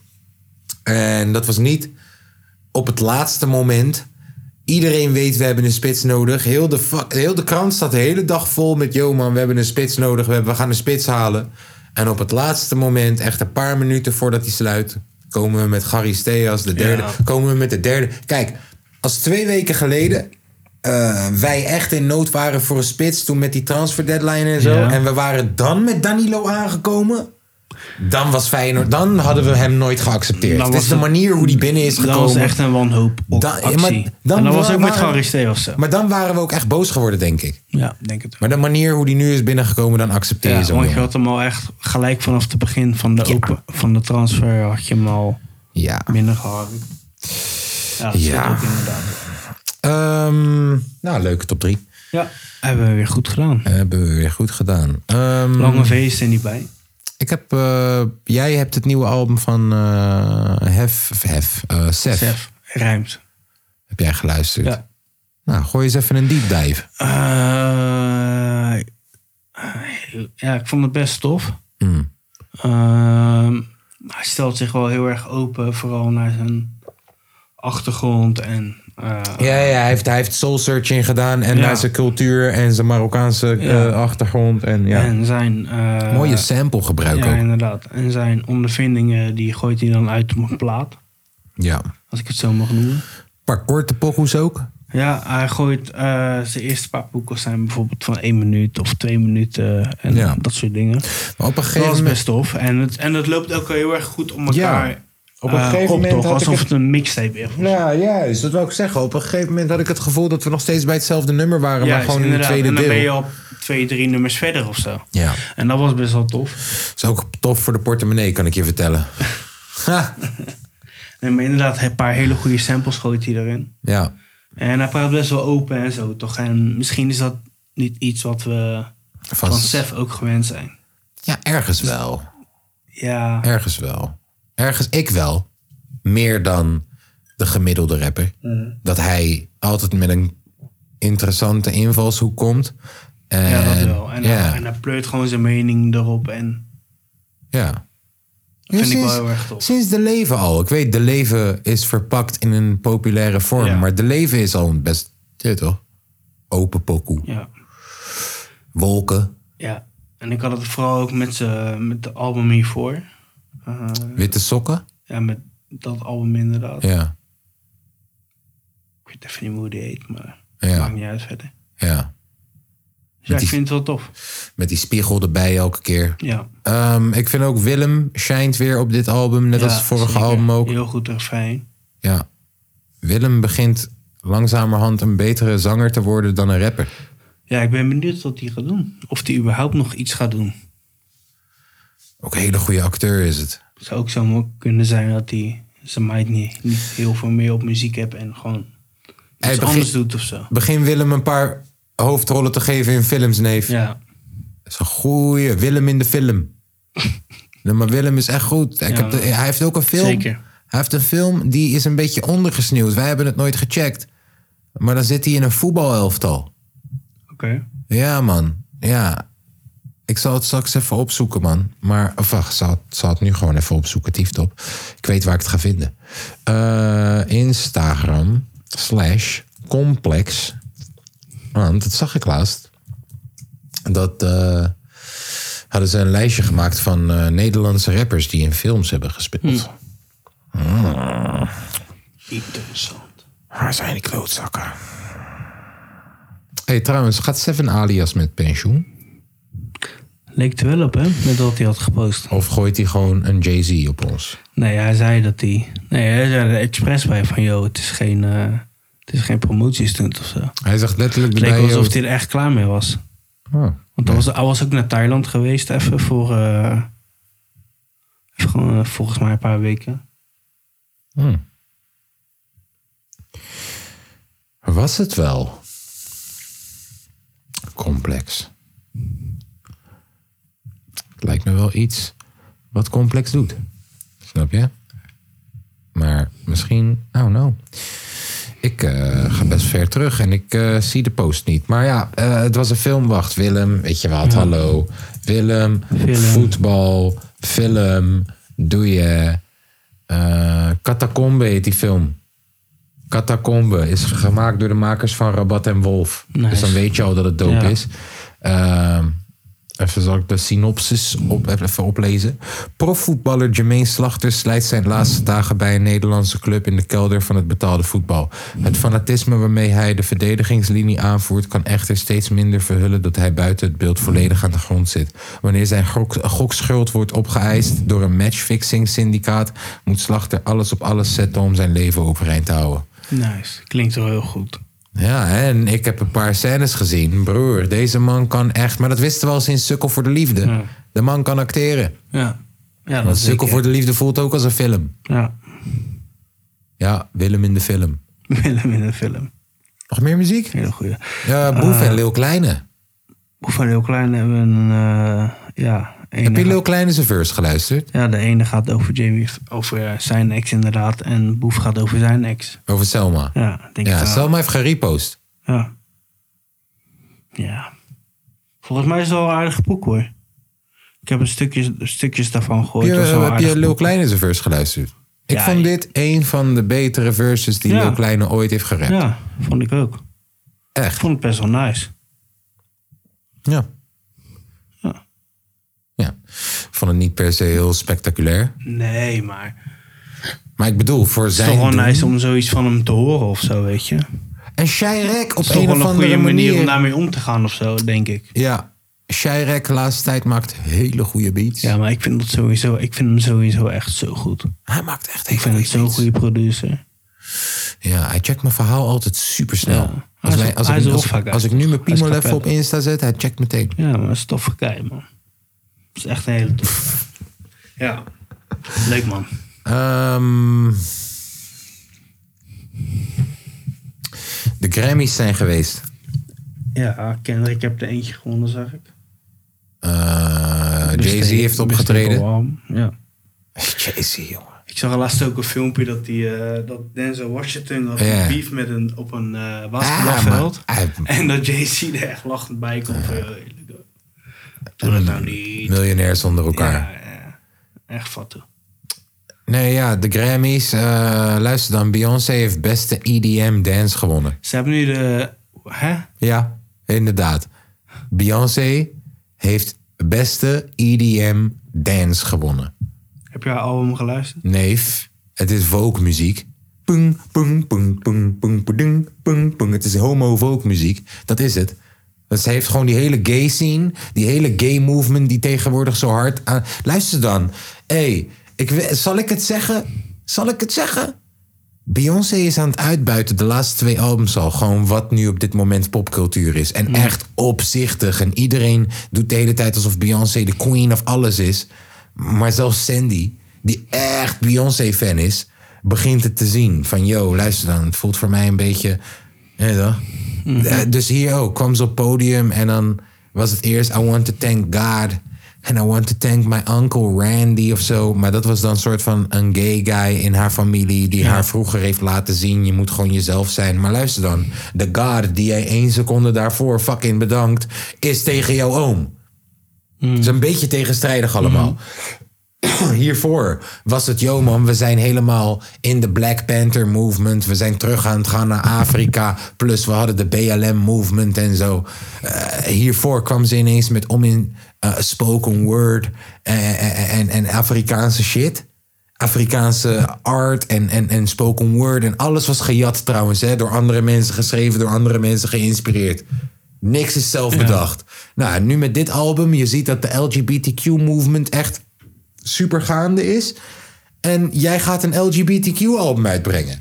Speaker 1: En dat was niet op het laatste moment. Iedereen weet, we hebben een spits nodig. Heel de, fa- heel de krant staat de hele dag vol met... Yo man, we hebben een spits nodig. We, hebben- we gaan een spits halen. En op het laatste moment, echt een paar minuten voordat hij sluit... komen we met Gary Steas, de derde.
Speaker 4: Ja.
Speaker 1: Komen we met de derde. Kijk, als twee weken geleden... eh, wij echt in nood waren voor een spits... toen met die transfer deadline en zo...
Speaker 4: Ja.
Speaker 1: en we waren dan met Danilo aangekomen... Dan, was Feyenoord, dan hadden we hem nooit geaccepteerd.
Speaker 4: Dan
Speaker 1: Het
Speaker 4: was
Speaker 1: is de
Speaker 4: het-
Speaker 1: manier hoe die binnen is
Speaker 4: Dat
Speaker 1: gekomen.
Speaker 4: was echt een wanhoop op
Speaker 1: Da- ja,
Speaker 4: actie.
Speaker 1: maar dan
Speaker 4: en dat was
Speaker 1: wa-
Speaker 4: ook met
Speaker 1: waren-
Speaker 4: Gary Steels zo.
Speaker 1: Maar dan waren we ook echt boos geworden, denk ik.
Speaker 4: Ja, denk het
Speaker 1: Maar de manier hoe die nu is binnengekomen, dan accepteer je
Speaker 4: Ja,
Speaker 1: zo'n
Speaker 4: want je
Speaker 1: jongen.
Speaker 4: had hem al echt gelijk vanaf het begin van de, open, van de transfer had je hem al
Speaker 1: Ja.
Speaker 4: binnen gehouden. Ja, dat
Speaker 1: Ja.
Speaker 4: ja. ook inderdaad.
Speaker 1: Ehm, nou, leuke top 3.
Speaker 4: Ja, hebben we weer goed gedaan.
Speaker 1: Hebben we weer goed gedaan. Ehm,
Speaker 4: Lange V is er niet bij.
Speaker 1: ik heb, eh, jij hebt het nieuwe album van eh, Hef, of Hef, eh, Sef.
Speaker 4: Sef, ruimt.
Speaker 1: Heb jij geluisterd?
Speaker 4: Ja.
Speaker 1: Nou, gooi eens even een deep dive.
Speaker 4: Eh, ja, ik vond het best tof.
Speaker 1: Hmm.
Speaker 4: Ehm, hij stelt zich wel heel erg open, vooral naar zijn achtergrond en... eh,
Speaker 1: Ja, ja hij, heeft, hij heeft soul searching gedaan en
Speaker 4: Ja.
Speaker 1: naar zijn cultuur en zijn Marokkaanse
Speaker 4: Ja.
Speaker 1: eh, achtergrond. En, ja.
Speaker 4: En zijn... eh,
Speaker 1: Mooie sample gebruik
Speaker 4: Ja,
Speaker 1: ook.
Speaker 4: inderdaad. En zijn ondervindingen, die gooit hij dan uit op een plaat.
Speaker 1: Ja.
Speaker 4: Als ik het zo mag noemen.
Speaker 1: Paar korte pokoes ook.
Speaker 4: Ja, hij gooit eh, zijn eerste paar boeken zijn bijvoorbeeld van één minuut of twee minuten. eh, En
Speaker 1: Ja.
Speaker 4: dat soort dingen.
Speaker 1: Maar op een
Speaker 4: Dat
Speaker 1: gegeven
Speaker 4: was
Speaker 1: moment...
Speaker 4: best tof. En het, en het loopt ook heel erg goed om elkaar
Speaker 1: Ja.
Speaker 4: ja.
Speaker 1: Op een gegeven moment
Speaker 4: eh, Toch,
Speaker 1: had ik
Speaker 4: alsof
Speaker 1: het-
Speaker 4: het een mixtape is.
Speaker 1: Nou, juist. Dat wil ik zeggen. Op een gegeven moment had ik het gevoel dat we nog steeds bij hetzelfde nummer waren, maar
Speaker 4: Juist,
Speaker 1: gewoon in het
Speaker 4: inderdaad.
Speaker 1: tweede
Speaker 4: en dan
Speaker 1: deel.
Speaker 4: ben je al twee, drie nummers verder of zo.
Speaker 1: Ja,
Speaker 4: En dat was best wel tof.
Speaker 1: is ook tof voor de portemonnee, kan ik je vertellen. Ha,
Speaker 4: Nee, maar inderdaad, een paar hele goede samples gooit hij erin.
Speaker 1: ja.
Speaker 4: En hij praat best wel open en zo, toch? En misschien is dat niet iets wat we
Speaker 1: Van-
Speaker 4: van, Sef ook gewend zijn.
Speaker 1: ja, ergens wel.
Speaker 4: Ja,
Speaker 1: Ergens wel. Ergens ik wel. Meer dan de gemiddelde rapper.
Speaker 4: Mhm.
Speaker 1: Dat hij altijd met een interessante invalshoek komt. En,
Speaker 4: ja dat wel. En,
Speaker 1: ja,
Speaker 4: hij, en hij pleurt gewoon zijn mening erop. En
Speaker 1: ja.
Speaker 4: dat vind ik
Speaker 1: Sinds-
Speaker 4: wel heel erg tof.
Speaker 1: Sinds de leven al. Ik weet, de leven is verpakt in een populaire vorm.
Speaker 4: Ja.
Speaker 1: Maar de leven is al een best, je weet toch? Open pokoe.
Speaker 4: Ja,
Speaker 1: Wolken,
Speaker 4: ja. En ik had het vooral ook met, z'n- met de album hiervoor. Eh,
Speaker 1: witte sokken.
Speaker 4: ja, met dat album inderdaad.
Speaker 1: Ja,
Speaker 4: Ik weet even niet hoe die heet, maar
Speaker 1: Ja.
Speaker 4: maakt niet uit verder.
Speaker 1: ja.
Speaker 4: Dus ja,
Speaker 1: die-
Speaker 4: ik vind het wel tof.
Speaker 1: Met die spiegel erbij elke keer.
Speaker 4: Ja.
Speaker 1: Ehm, ik vind ook Willem schijnt weer op dit album. Net
Speaker 4: ja,
Speaker 1: als het vorige
Speaker 4: zeker.
Speaker 1: album ook.
Speaker 4: Heel goed refrein.
Speaker 1: Ja. Willem begint langzamerhand een betere zanger te worden dan een rapper.
Speaker 4: Ja, ik ben benieuwd wat hij gaat doen. Of hij überhaupt nog iets gaat doen.
Speaker 1: Ook een hele goede acteur is het.
Speaker 4: Het zou ook zo mo- kunnen zijn dat hij zijn meid niet, niet heel veel meer op muziek hebt en gewoon
Speaker 1: Hij
Speaker 4: iets
Speaker 1: begint-
Speaker 4: anders doet of zo.
Speaker 1: Begin Willem een paar hoofdrollen te geven in films, neef.
Speaker 4: Ja,
Speaker 1: Dat is een goeie. Willem in de film. nee, maar Willem is echt goed. Ik
Speaker 4: Ja.
Speaker 1: heb de- hij heeft ook een film.
Speaker 4: Zeker.
Speaker 1: Hij Hij heeft een film die is een beetje ondergesneeuwd. Wij hebben het nooit gecheckt. Maar dan zit hij in een voetbalelftal.
Speaker 4: Oké.
Speaker 1: Ja, man. Ja. Ik zal het straks even opzoeken, man. Maar, of wacht, ik zal, het- zal het nu gewoon even opzoeken, tieftop. Ik weet waar ik het ga vinden. Eh, Instagram slash complex. Want dat zag ik laatst. Dat eh, hadden ze een lijstje gemaakt van eh, Nederlandse rappers die in films hebben gespeeld.
Speaker 4: Interessant.
Speaker 1: Waar zijn die klootzakken? hey, trouwens, gaat Seven Alias met pensioen?
Speaker 4: Leek er wel op, hè? Met wat hij had gepost.
Speaker 1: Of gooit hij gewoon een Jay-Z op ons?
Speaker 4: Nee, hij zei dat hij... Nee, hij zei er expres bij van... Yo, het is geen, eh, het is geen promotiestunt of zo.
Speaker 1: Hij zegt letterlijk
Speaker 4: Het leek
Speaker 1: erbij...
Speaker 4: wel
Speaker 1: joh.
Speaker 4: alsof hij er echt klaar mee was.
Speaker 1: Oh,
Speaker 4: Want hij was, hij was ook naar Thailand geweest even voor... eh, even gewoon, eh, volgens mij een paar weken.
Speaker 1: hmm. Was het wel? Complex. Het lijkt me wel iets wat complex doet. Snap je? Maar misschien, oh no. Ik eh, ga best ver terug en ik eh, zie de post niet. Maar ja, eh, het was een filmwacht. Willem, weet je wat, hallo. Willem,
Speaker 4: Film.
Speaker 1: voetbal, film, doe je. eh Catacombe heet die film. Catacombe is gemaakt door de makers van Rabat en Wolf.
Speaker 4: Nice.
Speaker 1: Dus dan weet je al dat het dope
Speaker 4: Ja.
Speaker 1: is. Ehm, even zal ik de synopsis op, even oplezen. Profvoetballer Jermaine Slachter slijt zijn laatste dagen bij een Nederlandse club in de kelder van het betaalde voetbal. Het fanatisme waarmee hij de verdedigingslinie aanvoert kan echter steeds minder verhullen dat hij buiten het beeld volledig aan de grond zit. Wanneer zijn gok- gokschuld wordt opgeëist door een matchfixing syndicaat, moet Slachter alles op alles zetten om zijn leven overeind te houden.
Speaker 4: Nice. Klinkt wel heel goed.
Speaker 1: Ja, en ik heb een paar scènes gezien. Broer, deze man kan echt... Maar dat wisten we al sinds Sukkel voor de Liefde.
Speaker 4: Ja.
Speaker 1: De man kan acteren.
Speaker 4: Ja. Ja,
Speaker 1: Want
Speaker 4: dat is
Speaker 1: Sukkel
Speaker 4: zeker.
Speaker 1: voor de Liefde voelt ook als een film.
Speaker 4: Ja.
Speaker 1: Ja, Willem in de film.
Speaker 4: Willem in een film.
Speaker 1: Nog meer muziek?
Speaker 4: Hele goeie.
Speaker 1: Ja, Boef
Speaker 4: Eh,
Speaker 1: en Lil Kleine.
Speaker 4: Van Heel Klein hebben we een... eh, ja, ene
Speaker 1: Heb je
Speaker 4: gaat-
Speaker 1: Lil Kleine zijn verse geluisterd?
Speaker 4: Ja, de ene gaat over Jamie, over eh, zijn ex inderdaad. En Boef gaat over zijn ex.
Speaker 1: Over Selma. Ja,
Speaker 4: Ja, denk ik eh, wel.
Speaker 1: Selma heeft gerepost.
Speaker 4: Ja. ja. Volgens mij is het wel een aardige boek hoor. Ik heb een stukje, stukjes daarvan gehoord.
Speaker 1: Heb je,
Speaker 4: Dat is wel een
Speaker 1: heb je
Speaker 4: aardig
Speaker 1: Lil
Speaker 4: boek.
Speaker 1: Kleine zijn verse geluisterd? Ik
Speaker 4: Ja,
Speaker 1: vond
Speaker 4: ik-
Speaker 1: dit een van de betere verses die
Speaker 4: Ja.
Speaker 1: Lil Kleine ooit heeft gerapt.
Speaker 4: Ja, vond ik ook. Ik
Speaker 1: Echt.
Speaker 4: vond het best wel nice.
Speaker 1: Ja.
Speaker 4: Ja.
Speaker 1: Ja. Ik vond het niet per se heel spectaculair.
Speaker 4: Nee, maar het
Speaker 1: Maar ik bedoel, voor
Speaker 4: is toch
Speaker 1: zijn
Speaker 4: wel
Speaker 1: doen.
Speaker 4: nice om zoiets van hem te horen of zo, weet je. Het
Speaker 1: En Shirek op
Speaker 4: is toch
Speaker 1: een
Speaker 4: wel
Speaker 1: of
Speaker 4: een goede
Speaker 1: andere
Speaker 4: manier,
Speaker 1: manier.
Speaker 4: om daarmee om te gaan of zo, denk ik.
Speaker 1: Ja, Shirek de laatste tijd maakt hele goede beats.
Speaker 4: Ja, maar ik vind, dat sowieso, ik vind hem sowieso echt zo goed.
Speaker 1: Hij maakt echt hele
Speaker 4: Ik vind
Speaker 1: goede
Speaker 4: het zo'n
Speaker 1: beats.
Speaker 4: goede producer.
Speaker 1: Ja, hij checkt mijn verhaal altijd super snel.
Speaker 4: Ja. Hij
Speaker 1: Als,
Speaker 4: is-
Speaker 1: wij, als,
Speaker 4: hij
Speaker 1: ik,
Speaker 4: is een
Speaker 1: als, ik,
Speaker 4: hofvakker.
Speaker 1: als ik nu mijn
Speaker 4: Hij is
Speaker 1: piemel even
Speaker 4: kapelle.
Speaker 1: op Insta zet, hij checkt meteen.
Speaker 4: Ja, maar dat is een toffe kei, man. Dat is echt een hele toffe guy. Ja. Leuk, man.
Speaker 1: Ehm, de Grammys zijn geweest.
Speaker 4: Ja, Kendrick heb er eentje gewonnen, zag ik.
Speaker 1: Eh, Jay-Z
Speaker 4: Mistake-
Speaker 1: heeft
Speaker 4: Mistake
Speaker 1: opgetreden.
Speaker 4: of Harm, Ja.
Speaker 1: Jay-Z, jongen.
Speaker 4: Ik zag laatst ook een filmpje dat, die, eh, dat Denzel Washington had
Speaker 1: Ja.
Speaker 4: een beef met een, op een eh
Speaker 1: man.
Speaker 4: basketbalveld.
Speaker 1: Hij-
Speaker 4: en dat Jay-Z er echt lachend bij komt. van, "Yo, Doe dat nou niet.
Speaker 1: Miljonairs onder elkaar.
Speaker 4: Ja, ja. Echt fatten.
Speaker 1: Nee, ja, de Grammys. eh, luister dan, Beyoncé heeft beste EDM dance gewonnen.
Speaker 4: Ze hebben nu de... Hè?
Speaker 1: Ja, inderdaad. Beyoncé heeft beste EDM dance gewonnen.
Speaker 4: Heb je haar album geluisterd?
Speaker 1: Neef, het is folkmuziek. Pung, pung, pung, pung, pung, pung, pung, pung. Het is homo-folkmuziek. Dat is het. Want ze heeft gewoon die hele gay scene, die hele gay movement die tegenwoordig zo hard aan. Luister dan. Hé, ik, we- zal ik het zeggen? Zal ik het zeggen? Beyoncé is aan het uitbuiten de laatste twee albums al. Gewoon wat nu op dit moment popcultuur is. En echt opzichtig. En iedereen doet de hele tijd alsof Beyoncé de queen of alles is. Maar zelfs Sandy, die echt Beyoncé-fan is, begint het te zien. Van yo, luister dan, het voelt voor mij een beetje... je weet toch? Eh, Dus hier ook, kwam ze op podium en dan was het eerst... I want to thank God And I want to thank my uncle Randy of zo. Maar dat was dan een soort van een gay guy in haar familie. die haar vroeger heeft laten zien. Je moet gewoon jezelf zijn. Maar luister dan. De guard die jij één seconde daarvoor fucking bedankt. is tegen jouw oom. Het is een beetje tegenstrijdig allemaal hiervoor was het, yo man, we zijn helemaal in de Black Panther movement. We zijn terug aan het gaan naar Afrika. Plus we hadden de BLM movement en zo. Eh, hiervoor kwam ze ineens met om in eh, spoken word eh, en, en, en Afrikaanse shit. Afrikaanse art en, en, en spoken word. En alles was gejat trouwens, hè, door andere mensen geschreven, door andere mensen geïnspireerd. Niks is zelf bedacht. Nou, nu met dit album, je ziet dat de LGBTQ-movement echt super gaande is. En jij gaat een LGBTQ-album uitbrengen.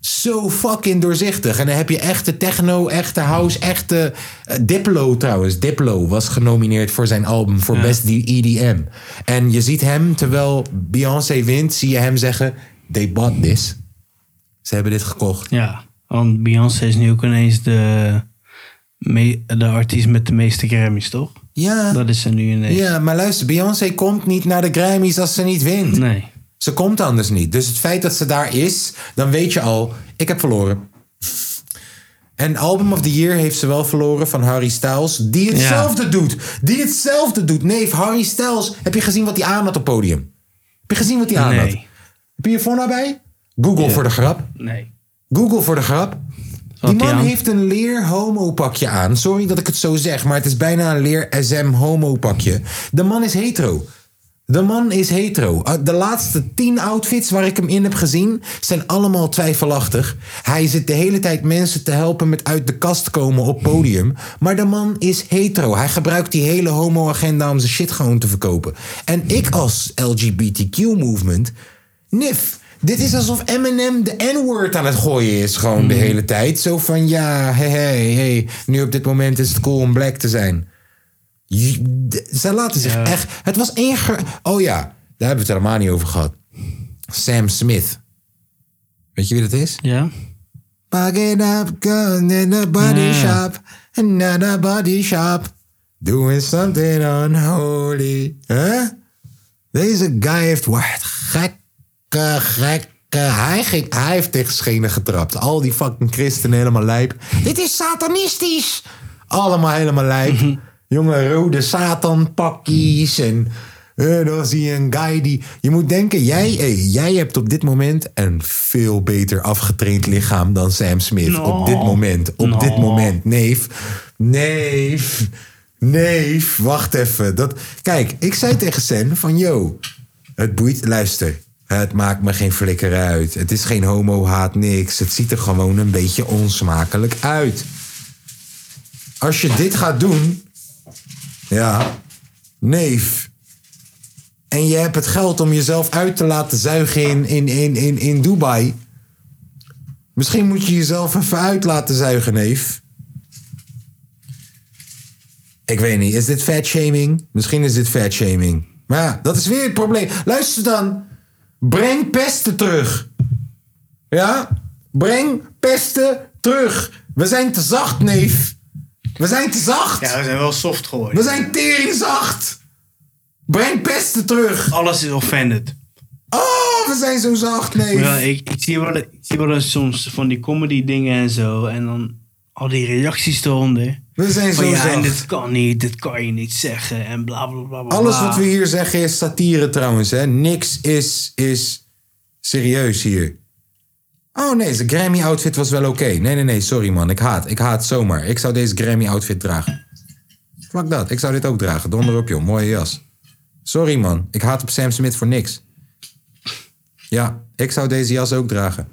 Speaker 1: Zo fucking doorzichtig. En dan heb je echte techno, echte house, echte... eh, Diplo trouwens. Diplo was genomineerd voor zijn album voor Best EDM. En je ziet hem, terwijl Beyoncé wint, zie je hem zeggen... They bought this. Ze hebben dit gekocht.
Speaker 4: Ja, want Beyoncé is nu ook ineens de, me- de artiest met de meeste Grammys, toch?
Speaker 1: Ja,
Speaker 4: Dat is ze nu ineens.
Speaker 1: ja maar luister, Beyoncé komt niet naar de Grammys als ze niet wint.
Speaker 4: Nee.
Speaker 1: Ze komt anders niet. Dus het feit dat ze daar is, dan weet je al, ik heb verloren. En Album of the Year heeft ze wel verloren van Harry Styles. Die hetzelfde doet. Die hetzelfde doet. Neef, Harry Styles. Heb je gezien wat hij aan had op podium? Heb je gezien wat hij aan had?
Speaker 4: Nee.
Speaker 1: Heb je je phone bij? Google voor de grap.
Speaker 4: Nee.
Speaker 1: Google voor de grap. Die
Speaker 4: Wat had hij
Speaker 1: man
Speaker 4: aan?
Speaker 1: heeft een leer homo pakje aan. Sorry dat ik het zo zeg, maar het is bijna een leer SM homo pakje. De man is hetero. De man is hetero. Uh, De laatste tien outfits waar ik hem in heb gezien zijn allemaal twijfelachtig. Hij zit de hele tijd mensen te helpen met uit de kast komen op podium. Maar de man is hetero. Hij gebruikt die hele homo-agenda om zijn shit gewoon te verkopen. En ik als LGBTQ-movement. Nif, dit is alsof Eminem de N-word aan het gooien is gewoon de hele tijd. Zo van ja, hey, hey, hey. Nu op dit moment is het cool om black te zijn. Je- d- Ze laten zich echt. Het was één. ge- Oh ja, daar hebben we het helemaal niet over gehad. Sam Smith. Weet je wie dat is?
Speaker 4: Ja?
Speaker 1: Pack it up, go in the body shop. Another body shop. Doing something unholy. Huh? Deze guy heeft wat gekke, gekke... Hij, ging, hij heeft tegen schenen getrapt. Al die fucking christenen helemaal lijp. Dit is satanistisch! Allemaal helemaal lijp. Jongen, rode satanpakkies en... eh, dan zie je een guy die... Je moet denken, jij, hey, jij hebt op dit moment een veel beter afgetraind lichaam dan Sam Smith. Op dit moment. Op dit moment. Neef. Neef. Neef. Wacht even. Dat, kijk, ik zei tegen Sam van, yo, het boeit, luister. Het maakt me geen flikker uit. Het is geen homo-haat, niks. Het ziet er gewoon een beetje onsmakelijk uit. Als je dit gaat doen. Ja. Neef. En je hebt het geld om jezelf uit te laten zuigen in, in, in, in, in Dubai. Misschien moet je jezelf even uit laten zuigen, neef. Ik weet niet, is dit fat shaming? Misschien is dit fat shaming. Maar ja, dat is weer het probleem. Luister dan. Breng pesten terug. Ja? Breng pesten terug. We zijn te zacht, neef. We zijn te zacht.
Speaker 4: Ja, we zijn wel soft geworden.
Speaker 1: We zijn teringzacht. Breng pesten terug.
Speaker 4: Alles is offended.
Speaker 1: Oh, we zijn zo zacht, neef.
Speaker 4: Ja, ik, ik, zie wel, ik zie wel eens soms van die comedy dingen en zo. En dan al die reacties eronder.
Speaker 1: We zijn
Speaker 4: Van
Speaker 1: zo
Speaker 4: Oh ja, en
Speaker 1: zacht.
Speaker 4: dit kan niet, dit kan je niet zeggen. En bla bla bla bla.
Speaker 1: Alles
Speaker 4: bla.
Speaker 1: wat we hier zeggen is satire trouwens. Hè? Niks is, is serieus hier. Oh nee, zijn Grammy-outfit was wel oké. Nee, nee, nee, sorry man. Ik haat. Ik haat zomaar. Ik zou deze Grammy-outfit dragen. Fuck dat. Ik zou dit ook dragen. Donder op joh. Mooie jas. Sorry man. Ik haat op Sam Smith voor niks. Ja, ik zou deze jas ook dragen.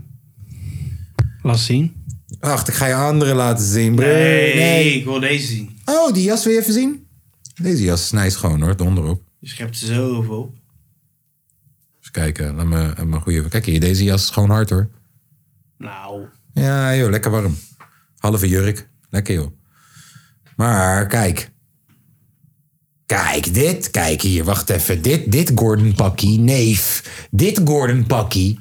Speaker 4: Laat zien.
Speaker 1: Wacht, ik ga je anderen laten zien. bro.
Speaker 4: ik wil deze zien.
Speaker 1: Oh, die jas wil je even zien? Deze jas is nice gewoon hoor, donderop.
Speaker 4: Je schept er zo over op.
Speaker 1: Eens kijken, laat me, laat me een goede... Kijk hier, deze jas is gewoon hard hoor.
Speaker 4: Nou.
Speaker 1: Ja joh, lekker warm. Halve jurk, lekker joh. Maar kijk. Kijk dit, kijk hier, wacht even. Dit, dit Gordon pakkie, neef. Dit Gordon pakkie.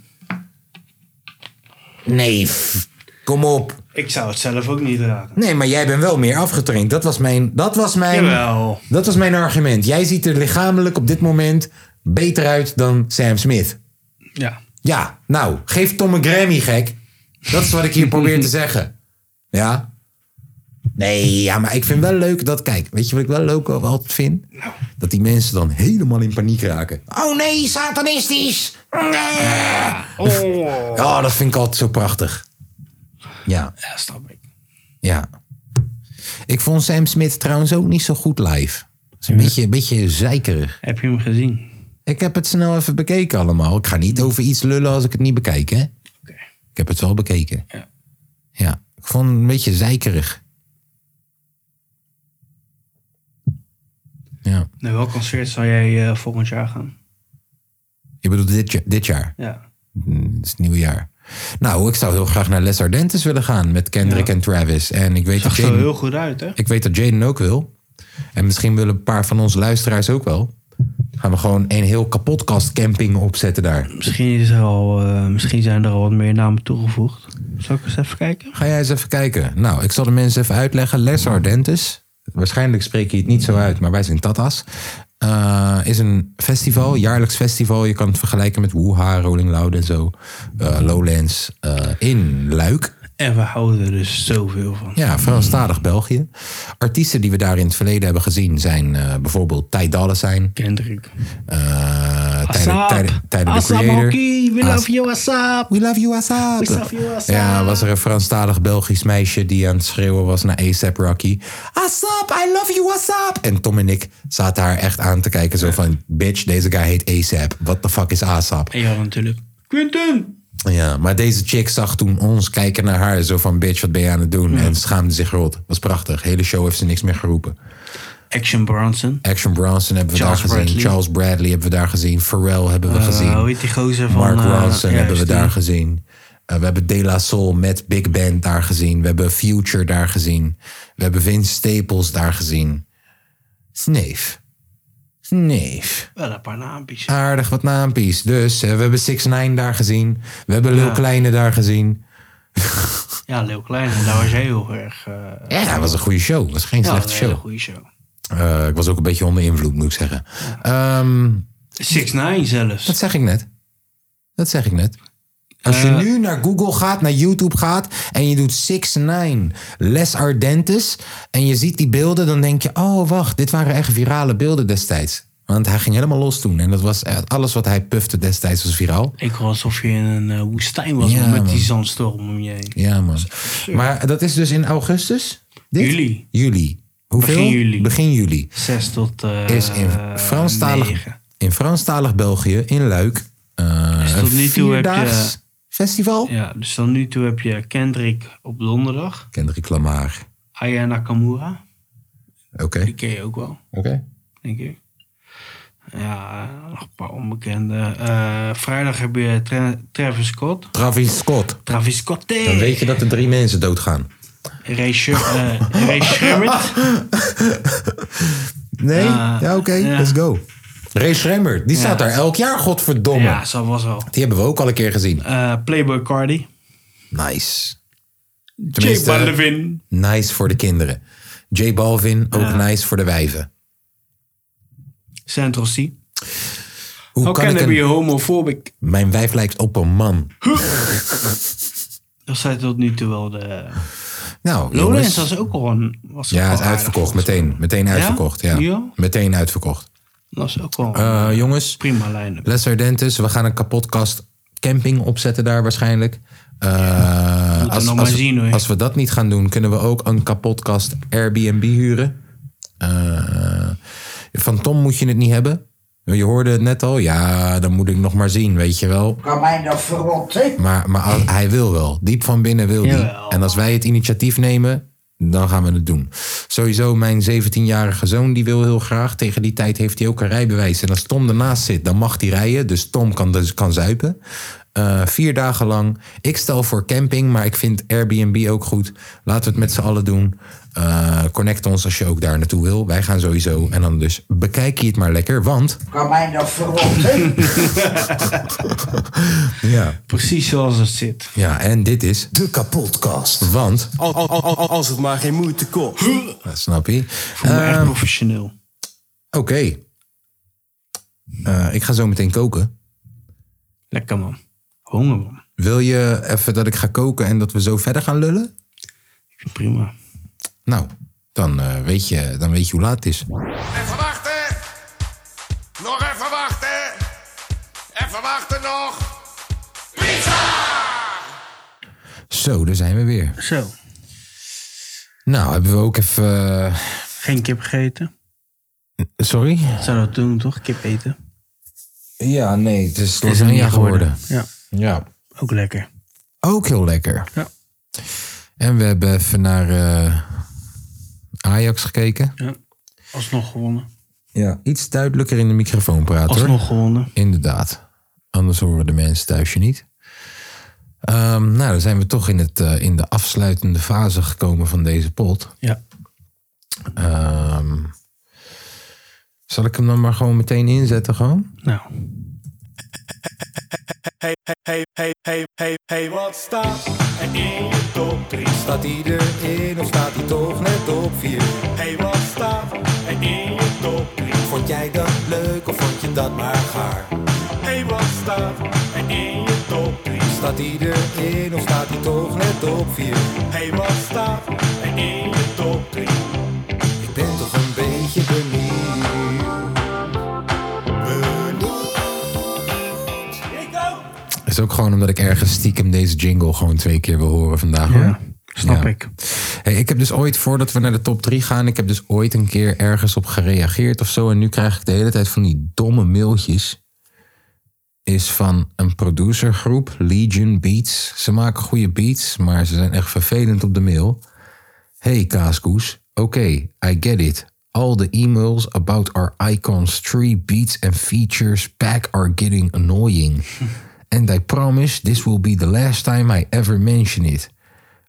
Speaker 1: Neef, kom op.
Speaker 4: Ik zou het zelf ook niet raden.
Speaker 1: Nee, maar jij bent wel meer afgetraind. Dat was mijn, dat was mijn,
Speaker 4: Jawel.
Speaker 1: dat was mijn argument. Jij ziet er lichamelijk op dit moment beter uit dan Sam Smith.
Speaker 4: Ja.
Speaker 1: Ja, nou, geef Tom een Grammy, gek. Dat is wat ik hier probeer te zeggen. Ja? Nee, ja, maar ik vind wel leuk dat... Kijk, weet je wat ik wel leuk over altijd vind? Dat die mensen dan helemaal in paniek raken. Oh nee, satanistisch!
Speaker 4: Oh.
Speaker 1: Oh, dat vind ik altijd zo prachtig. Ja,
Speaker 4: Ja, snap ik.
Speaker 1: ja. Ik vond Sam Smith trouwens ook niet zo goed live. Dat is een beetje, een beetje zeikerig.
Speaker 4: Heb je hem gezien?
Speaker 1: Ik heb het snel even bekeken allemaal. Ik ga niet over iets lullen als ik het niet bekijk, hè?
Speaker 4: Oké.
Speaker 1: Ik heb het wel bekeken.
Speaker 4: Ja.
Speaker 1: Ja, ik vond het een beetje zeikerig. Ja,
Speaker 4: Naar welk concert zou jij eh, volgend jaar gaan?
Speaker 1: je bedoelt dit, ja- dit jaar.
Speaker 4: Ja.
Speaker 1: Mm, Het is het nieuwe jaar. Nou, ik zou heel graag naar Les Ardentes willen gaan met Kendrick
Speaker 4: Ja.
Speaker 1: en Travis. En ik weet, dat
Speaker 4: Zag er wel
Speaker 1: Jaden,
Speaker 4: heel goed uit, hè?
Speaker 1: ik weet dat Jaden ook wil. En misschien willen een paar van onze luisteraars ook wel. Gaan we gewoon een heel kapotkast camping opzetten daar.
Speaker 4: Misschien, is er al, eh, misschien zijn er al wat meer namen toegevoegd. Zal ik eens even kijken?
Speaker 1: Ga jij eens even kijken. Nou, ik zal de mensen even uitleggen. Les Ardentes, waarschijnlijk spreek je het niet zo uit, maar wij zijn Tatas. eh, is een festival, jaarlijks festival. Je kan het vergelijken met Wuha, Rolling Loud en zo. eh, Lowlands eh, in Luik.
Speaker 4: En we houden er dus zoveel van.
Speaker 1: Ja, Franstalig België. Artiesten die we daar in het verleden hebben gezien zijn eh, bijvoorbeeld Ty Dolla Sign.
Speaker 4: Kendrick.
Speaker 1: eh Tyler,
Speaker 4: Asap.
Speaker 1: Tyler, Tyler, the
Speaker 4: Asap,
Speaker 1: Creator.
Speaker 4: Monkey. We
Speaker 1: As-
Speaker 4: love you, Asap.
Speaker 1: We love you, Asap.
Speaker 4: We love you, Asap.
Speaker 1: Ja, was er een Franstalig Belgisch meisje die aan het schreeuwen was naar ASAP Rocky. Asap, I love you, Asap. En Tom en ik zaten haar echt aan te kijken. Zo van, bitch, deze guy heet ASAP. What the fuck is ASAP?
Speaker 4: En ja, natuurlijk. Quinten!
Speaker 1: Ja, maar deze chick zag toen ons kijken naar haar. Zo van, bitch, wat ben je aan het doen? En schaamde zich rot. Was prachtig. Hele show heeft ze niks meer geroepen.
Speaker 4: Action Bronson.
Speaker 1: Action Bronson hebben we
Speaker 4: Charles
Speaker 1: daar gezien.
Speaker 4: Bradley.
Speaker 1: Charles Bradley hebben we daar gezien. Pharrell hebben we gezien.
Speaker 4: Eh, hoe heet die gozer van...
Speaker 1: Mark
Speaker 4: eh,
Speaker 1: Ronson
Speaker 4: juist,
Speaker 1: hebben we
Speaker 4: die-
Speaker 1: daar gezien. Eh, we hebben De La Soul met Big Band daar gezien. We hebben Future daar gezien. We hebben Vince Staples daar gezien. Sneef. Sneef.
Speaker 4: Wel een paar naampjes.
Speaker 1: Aardig wat naampies. Dus eh, we hebben 6 9 daar gezien. We hebben Lil Kleine daar gezien.
Speaker 4: Ja, Leeuw Klein. En daar was jij heel erg... eh,
Speaker 1: Ja, dat was een goede show. Dat was geen
Speaker 4: ja,
Speaker 1: slechte
Speaker 4: een hele
Speaker 1: show.
Speaker 4: goede show.
Speaker 1: Eh, ik was ook een beetje onder invloed, moet ik zeggen. Ehm,
Speaker 4: 6 9 zelfs.
Speaker 1: dat zeg ik net. Dat zeg ik net. Als je
Speaker 4: Eh.
Speaker 1: nu naar Google gaat, naar YouTube gaat en je doet 6 9 Les Ardentes en je ziet die beelden, dan denk je, oh wacht, dit waren echt virale beelden destijds. Want hij ging helemaal los toen en dat was eh, alles wat hij pufte destijds was viraal.
Speaker 4: Ik was alsof je in een eh, woestijn was
Speaker 1: Ja,
Speaker 4: met
Speaker 1: man.
Speaker 4: die zandstorm om je heen.
Speaker 1: Ja man. Maar dat is dus in augustus? Dit?
Speaker 4: Juli.
Speaker 1: Juli. Hoeveel?
Speaker 4: Begin juli.
Speaker 1: Begin juli.
Speaker 4: 6 tot eh
Speaker 1: Is in Franstalig,
Speaker 4: negen.
Speaker 1: in Franstalig België, in Luik, eh,
Speaker 4: tot
Speaker 1: een
Speaker 4: nu toe heb je-
Speaker 1: vierdaags festival.
Speaker 4: Ja, dus tot nu toe heb je Kendrick op donderdag.
Speaker 1: Kendrick Lamar.
Speaker 4: Aya Nakamura.
Speaker 1: Oké.
Speaker 4: Die ken je ook wel,
Speaker 1: Oké.
Speaker 4: denk ik. Ja, eh, nog een paar onbekende. Eh, vrijdag heb je Tra- Travis Scott.
Speaker 1: Travis Scott.
Speaker 4: Travis Scott.
Speaker 1: Dan weet je dat er drie mensen doodgaan.
Speaker 4: Ray, Sher- eh, Ray Sherwood.
Speaker 1: Nee?
Speaker 4: Ah,
Speaker 1: ja, oké.
Speaker 4: ja.
Speaker 1: Let's go. Ray Schremmer, die staat daar elk jaar, godverdomme.
Speaker 4: Ja, zo was wel.
Speaker 1: Die hebben we ook al een keer gezien.
Speaker 4: Eh, Playboy Cardi.
Speaker 1: Nice.
Speaker 4: Jay
Speaker 1: Tenminste,
Speaker 4: Balvin.
Speaker 1: Nice voor de kinderen. J Balvin, ook nice voor de wijven.
Speaker 4: Central C.
Speaker 1: Hoe
Speaker 4: How
Speaker 1: kan
Speaker 4: can
Speaker 1: ik
Speaker 4: I
Speaker 1: een...
Speaker 4: be homophobic?
Speaker 1: Mijn wijf lijkt op een man.
Speaker 4: Dat zijn tot nu toe wel de...
Speaker 1: Nou,
Speaker 4: Lowlands
Speaker 1: jongens.
Speaker 4: was ook al een... Was ook
Speaker 1: Ja,
Speaker 4: al
Speaker 1: het is
Speaker 4: aardig.
Speaker 1: uitverkocht. Meteen. Meteen uitverkocht. Ja?
Speaker 4: Ja?
Speaker 1: Meteen uitverkocht.
Speaker 4: Dat was ook wel een
Speaker 1: Eh, jongens,
Speaker 4: prima line-up.
Speaker 1: Les Ardentes. We gaan een kapotkast camping opzetten daar waarschijnlijk. Eh, als,
Speaker 4: nog
Speaker 1: als,
Speaker 4: maar zien, hoor.
Speaker 1: als we dat niet gaan doen, kunnen we ook een kapotkast Airbnb huren. Eh, van Tom moet je het niet hebben. Je hoorde het net al. Ja, dan moet ik nog maar zien, weet je wel.
Speaker 5: Kan mij dat verrotten?
Speaker 1: Maar, maar al- hij wil wel. Diep van binnen wil hij.
Speaker 4: Jawel.
Speaker 1: En als wij het initiatief nemen, dan gaan we het doen. Sowieso, mijn 17-jarige zoon die wil heel graag. Tegen die tijd heeft hij ook een rijbewijs. En als Tom ernaast zit, dan mag hij rijden. Dus Tom kan, dus, kan zuipen. Eh, Eh, vier dagen lang. Ik stel voor camping, maar ik vind Airbnb ook goed. Laten we het met z'n allen doen. Eh, connect ons als je ook daar naartoe wil. Wij gaan sowieso. En dan dus bekijk je het maar lekker, want...
Speaker 5: Kan mij nou dat verrotten?
Speaker 1: Ja,
Speaker 4: Precies zoals het zit.
Speaker 1: ja en dit is...
Speaker 3: De kapotkast.
Speaker 1: Want,
Speaker 2: Al, al, al, al- als het maar geen moeite kost.
Speaker 1: dat snap je.
Speaker 4: Voel me
Speaker 1: Ehm.
Speaker 4: echt professioneel.
Speaker 1: Oké. Eh, ik ga zo meteen koken.
Speaker 4: Lekker man. Honger man.
Speaker 1: Wil je even dat ik ga koken en dat we zo verder gaan lullen?
Speaker 4: Ik vind Prima.
Speaker 1: Nou, dan, eh, weet, je, dan weet je hoe laat het is.
Speaker 6: Even wachten. Nog even wachten. Even wachten nog. Pizza!
Speaker 1: Zo, daar zijn we weer.
Speaker 4: Zo.
Speaker 1: Nou, hebben we ook even... eh,
Speaker 4: Geen kip gegeten.
Speaker 1: sorry?
Speaker 4: Zou dat doen toch? Kip eten.
Speaker 1: Ja, nee, het is
Speaker 4: er
Speaker 1: lasagne
Speaker 4: niet
Speaker 1: geworden.
Speaker 4: Ja.
Speaker 1: Ja.
Speaker 4: Ook lekker.
Speaker 1: Ook heel lekker.
Speaker 4: Ja.
Speaker 1: En we hebben even naar eh, Ajax gekeken.
Speaker 4: Ja. Alsnog gewonnen.
Speaker 1: Ja. Iets duidelijker in de microfoon praten. hoor.
Speaker 4: Alsnog gewonnen.
Speaker 1: Inderdaad. Anders horen de mensen thuis je niet. Ehm, nou, dan zijn we toch in, het, eh, in de afsluitende fase gekomen van deze pot.
Speaker 4: Ja.
Speaker 1: Ehm, zal ik hem dan maar gewoon meteen inzetten? Gewoon?
Speaker 4: Nou.
Speaker 2: Hey, hey, hey, hey, hey, hey, wat staat er in je top 3?
Speaker 3: Staat hij erin of staat hij toch net op vier?
Speaker 2: Hey, wat staat er in je top 3?
Speaker 3: Vond jij dat leuk of vond je dat maar gaar?
Speaker 2: Hey, wat staat er in je top 3?
Speaker 3: Staat hij erin of staat hij toch net op vier?
Speaker 2: Hey, wat staat er in je top 3?
Speaker 3: Ik ben toch een beetje benieuwd.
Speaker 1: Is ook gewoon omdat ik ergens stiekem deze jingle gewoon twee keer wil horen vandaag. hoor.
Speaker 4: Ja. Snap
Speaker 1: Ja.
Speaker 4: ik.
Speaker 1: Hey, ik heb dus ooit, voordat we naar de top 3 gaan, ik heb dus ooit een keer ergens op gereageerd of zo. En nu krijg ik de hele tijd van die domme mailtjes. Is van een producergroep, Legion Beats. Ze maken goede beats, maar ze zijn echt vervelend op de mail. Hey Kaaskoes, oké, I get it. All the emails about our icons, tree beats and features pack are getting annoying. And I promise this will be the last time I ever mention it.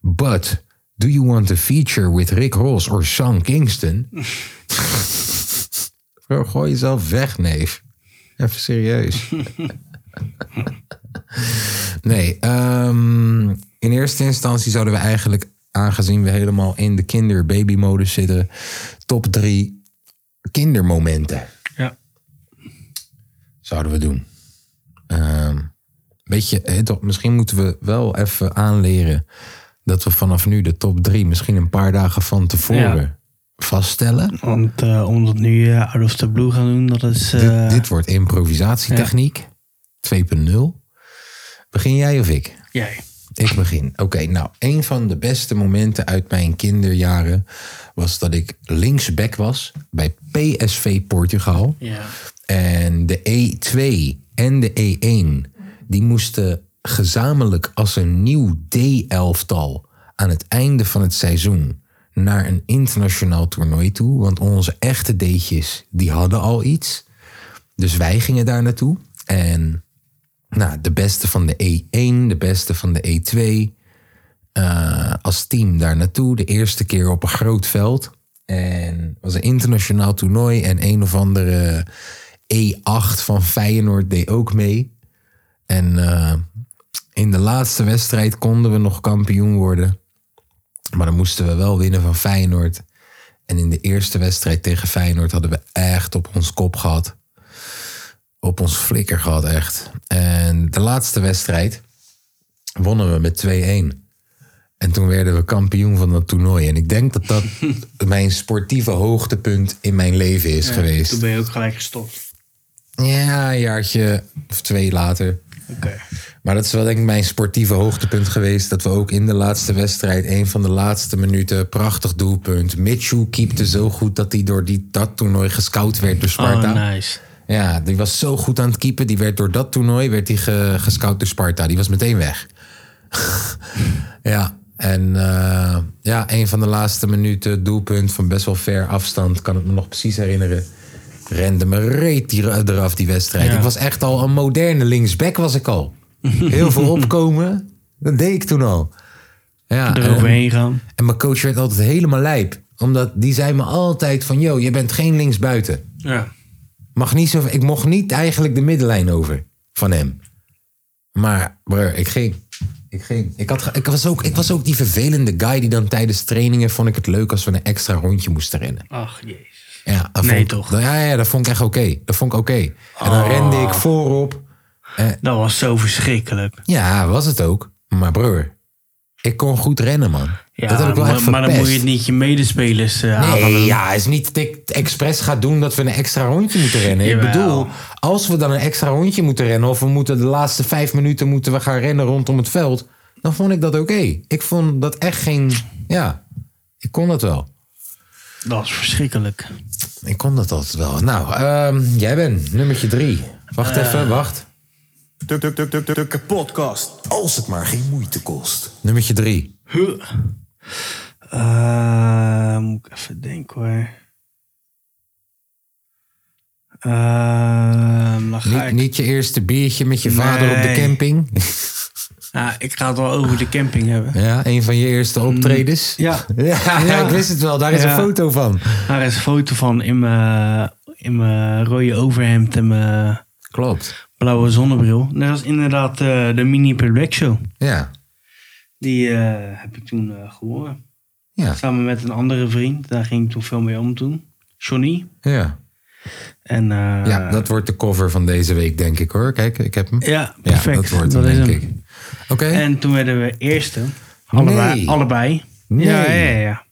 Speaker 1: But do you want a feature with Rick Ross or Sean Kingston? Bro, gooi jezelf weg, neef. Even serieus. nee, ehm, in eerste instantie zouden we eigenlijk, aangezien we helemaal in de kinder-baby-modus zitten, top drie kindermomenten
Speaker 4: Ja.
Speaker 1: zouden we doen. Ehm, weet je, hè, toch, misschien moeten we wel even aanleren dat we vanaf nu de top drie misschien een paar dagen van tevoren vaststellen.
Speaker 4: Want eh, om dat nu eh, out of the blue gaan doen, dat is... eh,
Speaker 1: dit, dit wordt improvisatietechniek 2.0. Begin jij of ik?
Speaker 4: Jij.
Speaker 1: Ik begin. Oké, nou, een van de beste momenten uit mijn kinderjaren was dat ik linksback was bij PSV Portugal.
Speaker 4: Ja.
Speaker 1: En de E2 en de E1, die moesten gezamenlijk als een nieuw D-elftal aan het einde van het seizoen naar een internationaal toernooi toe. Want onze echte D'tjes, die hadden al iets. Dus wij gingen daar naartoe. En nou, de beste van de E1, de beste van de E2, eh, als team daar naartoe. De eerste keer op een groot veld. En het was een internationaal toernooi. En een of andere E8 van Feyenoord deed ook mee. En eh, in de laatste wedstrijd konden we nog kampioen worden. Maar dan moesten we wel winnen van Feyenoord. En in de eerste wedstrijd tegen Feyenoord hadden we echt op ons kop gehad. Op ons flikker gehad, echt. En de laatste wedstrijd wonnen we met 2-1. En toen werden we kampioen van dat toernooi. En ik denk dat dat mijn sportieve hoogtepunt in mijn leven is geweest.
Speaker 4: Toen ben je ook gelijk gestopt.
Speaker 1: Ja, een jaartje of twee later.
Speaker 4: Oké.
Speaker 1: Maar dat is wel denk ik mijn sportieve hoogtepunt geweest. Dat we ook in de laatste wedstrijd, een van de laatste minuten, prachtig doelpunt. Mitchu keepte zo goed dat hij door die, dat toernooi gescout werd door Sparta.
Speaker 4: Oh, nice.
Speaker 1: Ja, die was zo goed aan het keepen. Die werd door dat toernooi werd die ge, gescout door Sparta. Die was meteen weg. ja, en eh, ja, een van de laatste minuten, doelpunt van best wel ver afstand. Kan ik me nog precies herinneren. Rende me reet die- eraf die wedstrijd.
Speaker 4: Ja.
Speaker 1: Ik was echt al een moderne linksback was ik al. Heel veel opkomen. Dat deed ik toen al. Ja, en,
Speaker 4: Eroverheen gaan.
Speaker 1: en mijn coach werd altijd helemaal lijp. Omdat die zei me altijd van... Yo, je bent geen linksbuiten.
Speaker 4: Ja.
Speaker 1: Mag niet zo, ik mocht niet eigenlijk de middenlijn over van hem. Maar broer, ik ging. Ik ging. Ik, had, ge- ik, was ook, ik was ook die vervelende guy die dan tijdens trainingen vond ik het leuk als we een extra rondje moesten rennen.
Speaker 4: Ach, jezus.
Speaker 1: Ja, dat
Speaker 4: Nee,
Speaker 1: vond,
Speaker 4: toch? Ah.
Speaker 1: dat- ja, ja, dat vond ik echt oké. Dat vond ik oké. En dan rende ik voorop. Eh.
Speaker 4: Dat was zo verschrikkelijk.
Speaker 1: Ja, was het ook. Maar broer, ik kon goed rennen, man.
Speaker 4: Ja,
Speaker 1: dat heb ik wel
Speaker 4: maar,
Speaker 1: echt
Speaker 4: maar dan moet je
Speaker 1: verpest.
Speaker 4: het niet je medespelers eh aanvallen.
Speaker 1: Nee, ja, het is niet dat ik expres ga doen dat we een extra rondje moeten rennen. Ik
Speaker 4: Jawel.
Speaker 1: bedoel, als we dan een extra rondje moeten rennen... of we moeten de laatste vijf minuten moeten we gaan rennen rondom het veld... dan vond ik dat oké. Ik vond dat echt geen... Ja, ik kon dat wel.
Speaker 4: Dat is verschrikkelijk.
Speaker 1: Ik kon dat altijd wel. Nou, ehm, jij bent nummertje drie. Wacht
Speaker 4: Eh.
Speaker 1: even, wacht.
Speaker 2: Tuk tuk tuk tuk tuk tuk podcast.
Speaker 3: Als het maar geen moeite kost.
Speaker 1: Nummertje drie.
Speaker 4: Huh. Eh, moet ik even denken hoor. Ehm, dan ga
Speaker 1: Niet,
Speaker 4: ik.
Speaker 1: niet je eerste biertje met je vader op de
Speaker 4: Nee.
Speaker 1: camping.
Speaker 4: Ja, Ah, ik ga het wel over de camping hebben.
Speaker 1: Ja, een van je eerste optredens.
Speaker 4: Ja.
Speaker 1: Ja,
Speaker 4: Ja.
Speaker 1: ik wist het wel. Daar is
Speaker 4: Ja.
Speaker 1: een foto van.
Speaker 4: Daar is een foto van in mijn, in mijn rode overhemd en mijn
Speaker 1: Klopt.
Speaker 4: blauwe zonnebril. Dat was inderdaad eh, de mini Black Show.
Speaker 1: Ja.
Speaker 4: Die eh, heb ik toen eh gehoord.
Speaker 1: Ja.
Speaker 4: Samen met een andere vriend. Daar ging ik toen veel mee om toen. Johnny.
Speaker 1: Ja.
Speaker 4: En, eh,
Speaker 1: ja, dat wordt de cover van deze week, denk ik hoor. Kijk, ik heb hem.
Speaker 4: ja, perfect.
Speaker 1: dat wordt hem,
Speaker 4: is
Speaker 1: denk
Speaker 4: hem.
Speaker 1: ik. Oké.
Speaker 4: En toen werden we eerste. Allebei.
Speaker 1: Nee.
Speaker 4: allebei.
Speaker 1: Nee.
Speaker 4: Ja, ja, ja, ja.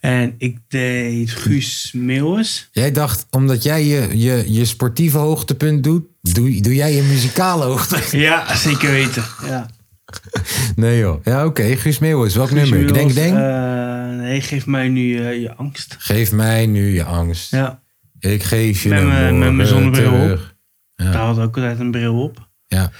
Speaker 4: En ik deed Guus Meeuwis.
Speaker 1: Jij dacht, omdat jij je, je, je sportieve hoogtepunt doet, doe, doe jij je muzikale hoogte.
Speaker 4: Ja, zeker weten. Ja.
Speaker 1: Nee joh. Ja, oké. Guus Meeuwis, welk
Speaker 4: Guus
Speaker 1: nummer? Ik denk,
Speaker 4: Meeuwis,
Speaker 1: denk.
Speaker 4: eh, nee, geef mij nu eh, je angst.
Speaker 1: Geef mij nu je angst.
Speaker 4: Ja,
Speaker 1: Ik geef je
Speaker 4: Met
Speaker 1: de
Speaker 4: mijn- met mijn
Speaker 1: morgen
Speaker 4: zonnebril op.
Speaker 1: terug.
Speaker 4: daar had ook altijd een bril op.
Speaker 1: Ja.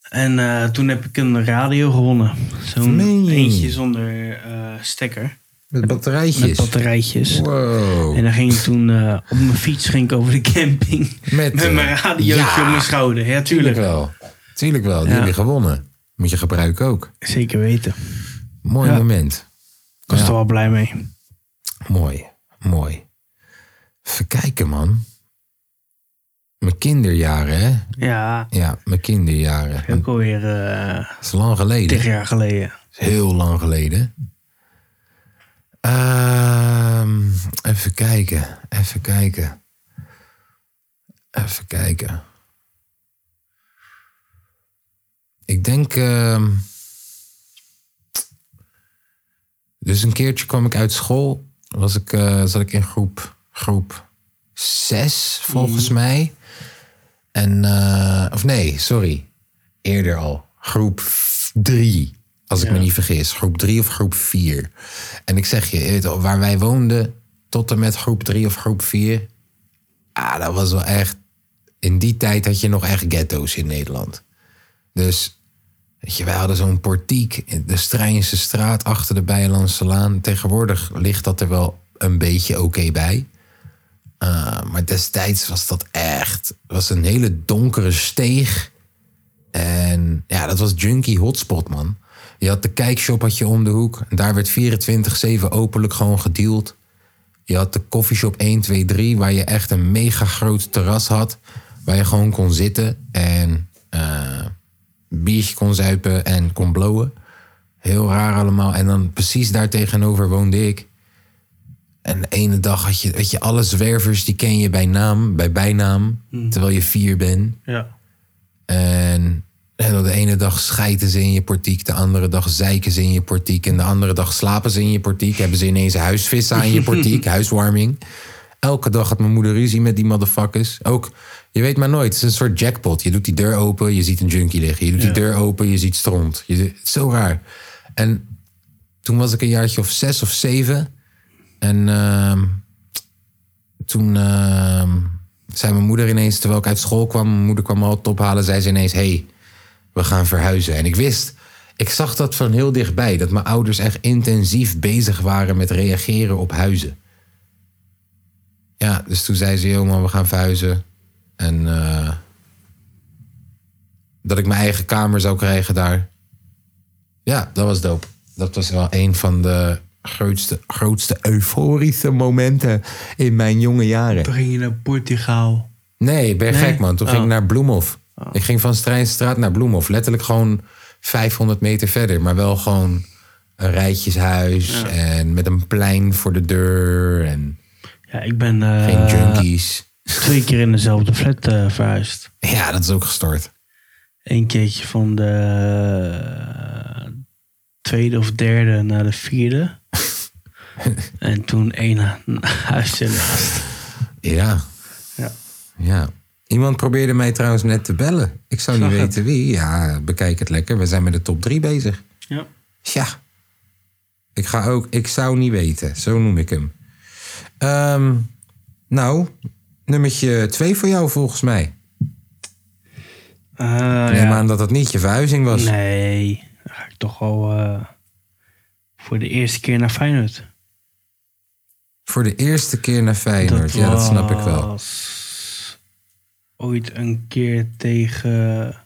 Speaker 4: En eh, toen heb ik een radio gewonnen. Zo'n
Speaker 1: Nee.
Speaker 4: eentje zonder eh, stekker.
Speaker 1: Met batterijtjes.
Speaker 4: Met batterijtjes.
Speaker 1: wow.
Speaker 4: En dan ging ik toen eh, op mijn fiets ging ik over de camping.
Speaker 1: Met,
Speaker 4: Met mijn
Speaker 1: eh,
Speaker 4: radiootje
Speaker 1: ja.
Speaker 4: op mijn schouder. Ja,
Speaker 1: Tuurlijk
Speaker 4: tuurlijk.
Speaker 1: wel. Tuurlijk wel. Die
Speaker 4: Ja.
Speaker 1: heb je gewonnen. Moet je gebruiken ook.
Speaker 4: Zeker weten.
Speaker 1: Mooi
Speaker 4: Ja.
Speaker 1: moment.
Speaker 4: Ik was
Speaker 1: Ja.
Speaker 4: er wel blij mee.
Speaker 1: Mooi, mooi. Even kijken, man. Mijn kinderjaren, hè?
Speaker 4: Ja,
Speaker 1: Ja, mijn kinderjaren.
Speaker 4: ook alweer eh
Speaker 1: Dat is lang geleden.
Speaker 4: tig
Speaker 1: Dat
Speaker 4: jaar geleden.
Speaker 1: is heel lang geleden. Ehm, even kijken, even kijken. Even kijken. Ik denk... ehm, Dus een keertje kwam ik uit school. Was ik, eh, zat ik in groep, groep zes, volgens mij. En, eh, of nee, sorry. Eerder al. Groep v- drie, als ik me niet vergis. Groep drie of groep vier. En ik zeg je, je weet wel, waar wij woonden tot en met groep drie of groep vier. Ah, dat was wel echt... In die tijd had je nog echt ghetto's in Nederland. Dus Weet je, wij hadden zo'n portiek in de Strijnse straat achter de Bijlandse Laan. Tegenwoordig ligt dat er wel een beetje oké bij. Uh, maar destijds was dat echt... was een hele donkere steeg. En ja, dat was junkie hotspot, man. Je had de kijkshop had je om de hoek. En daar werd 24-7 openlijk gewoon gedeeld. Je had de koffieshop 1, 2, 3, waar je echt een mega groot terras had. Waar je gewoon kon zitten en eh, biertje kon zuipen en kon blowen. Heel raar allemaal. En dan precies daar tegenover woonde ik. En de ene dag had je, weet je, alle zwervers die ken je bij naam, bij bijnaam. Terwijl je vier bent.
Speaker 4: Ja.
Speaker 1: En, en de ene dag schijten ze in je portiek, de andere dag zeiken ze in je portiek. En de andere dag slapen ze in je portiek. Hebben ze ineens huisvissen aan je portiek, huiswarming. Elke dag had mijn moeder ruzie met die motherfuckers. Ook, je weet maar nooit, het is een soort jackpot. Je doet die deur open, je ziet een junkie liggen. Je doet die deur open, je ziet stront. Je, het is zo raar. En toen was ik een jaartje of zes of zeven. En ehm, toen ehm, zei mijn moeder ineens, terwijl ik uit school kwam, mijn moeder kwam me altijd ophalen, zei ze ineens: hey, we gaan verhuizen. En ik wist, ik zag dat van heel dichtbij, dat mijn ouders echt intensief bezig waren met reageren op huizen. Ja, dus toen zei ze: Joh, man, we gaan verhuizen. En eh, Dat ik mijn eigen kamer zou krijgen daar. Ja, dat was dope. Dat was wel een van de grootste, grootste euforische momenten in mijn jonge jaren.
Speaker 4: Toen ging je naar Portugal.
Speaker 1: Nee, ik ben
Speaker 4: Nee?
Speaker 1: gek man. Toen ging
Speaker 4: Oh.
Speaker 1: ik naar Bloemhof. Ik ging van Strijnstraat naar Bloemhof. Letterlijk gewoon 500 meter verder. Maar wel gewoon een rijtjeshuis. En met een plein voor de deur. En
Speaker 4: Ja, ik ben eh,
Speaker 1: geen junkies.
Speaker 4: twee keer in dezelfde flat eh, verhuisd.
Speaker 1: Ja, dat is ook gestort.
Speaker 4: Eén keertje van de eh, tweede of derde naar de vierde. en toen één na- huis ernaast.
Speaker 1: Ja.
Speaker 4: Ja.
Speaker 1: ja. Iemand probeerde mij trouwens net te bellen. Ik zou niet
Speaker 4: Zag het.
Speaker 1: weten wie. Ja, bekijk het lekker. We zijn met de top 3 bezig.
Speaker 4: Ja.
Speaker 1: Ja. Ik ga ook, ik zou niet weten. Zo noem ik hem. Ehm, nou, nummertje 2 voor jou volgens mij.
Speaker 4: Eh,
Speaker 1: Neem
Speaker 4: ja.
Speaker 1: aan dat dat niet je verhuizing was.
Speaker 4: Nee, dan ga ik toch al eh, voor de eerste keer naar Feyenoord.
Speaker 1: Voor de eerste keer naar Feyenoord. ja, dat snap ik wel.
Speaker 4: was Ooit een keer tegen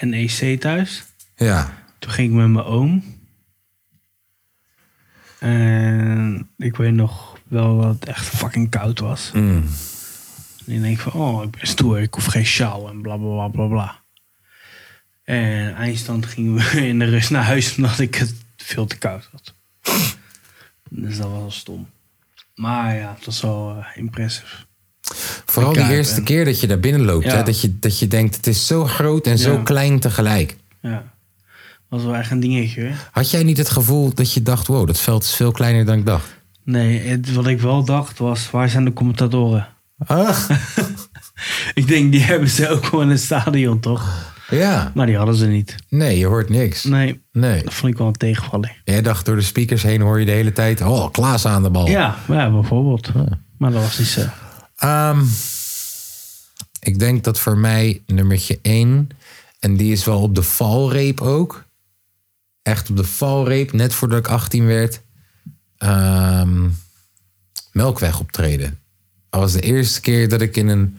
Speaker 4: NEC thuis.
Speaker 1: Ja.
Speaker 4: Toen ging ik met mijn oom. En ik weet nog wel dat het echt fucking koud was.
Speaker 1: Mm.
Speaker 4: En ik denk van, oh, ik ben stoer, ik hoef geen sjaal en bla bla bla bla bla. En eindstand gingen we in de rust naar huis omdat ik het veel te koud had. Dus dat was wel stom. Maar ja, het was wel eh, impressive.
Speaker 1: Vooral die
Speaker 4: Kuip
Speaker 1: eerste
Speaker 4: en-
Speaker 1: keer dat je daar binnen loopt.
Speaker 4: Ja.
Speaker 1: Hè? Dat, je, dat je denkt, het is zo groot en zo
Speaker 4: Ja.
Speaker 1: klein tegelijk.
Speaker 4: Ja, was wel echt een dingetje. Hè?
Speaker 1: Had jij niet het gevoel dat je dacht, wow, dat veld is veel kleiner dan ik dacht?
Speaker 4: Nee, het- wat ik wel dacht was, waar zijn de commentatoren? ik denk, die hebben ze ook gewoon in het stadion, toch?
Speaker 1: Ja.
Speaker 4: Maar die hadden ze niet.
Speaker 1: Nee, je hoort niks.
Speaker 4: Nee,
Speaker 1: Nee.
Speaker 4: dat vond ik wel een tegenvaller.
Speaker 1: Jij dacht door de speakers heen hoor je de hele tijd, oh, Klaas aan de bal.
Speaker 4: Ja, ja, bijvoorbeeld. Maar dat was niet zo.
Speaker 1: Ehm, ik denk dat voor mij nummertje 1, en die is wel op de valreep ook. Echt op de valreep, net voordat ik 18 werd. Ehm, melkweg optreden. Dat was de eerste keer dat ik in een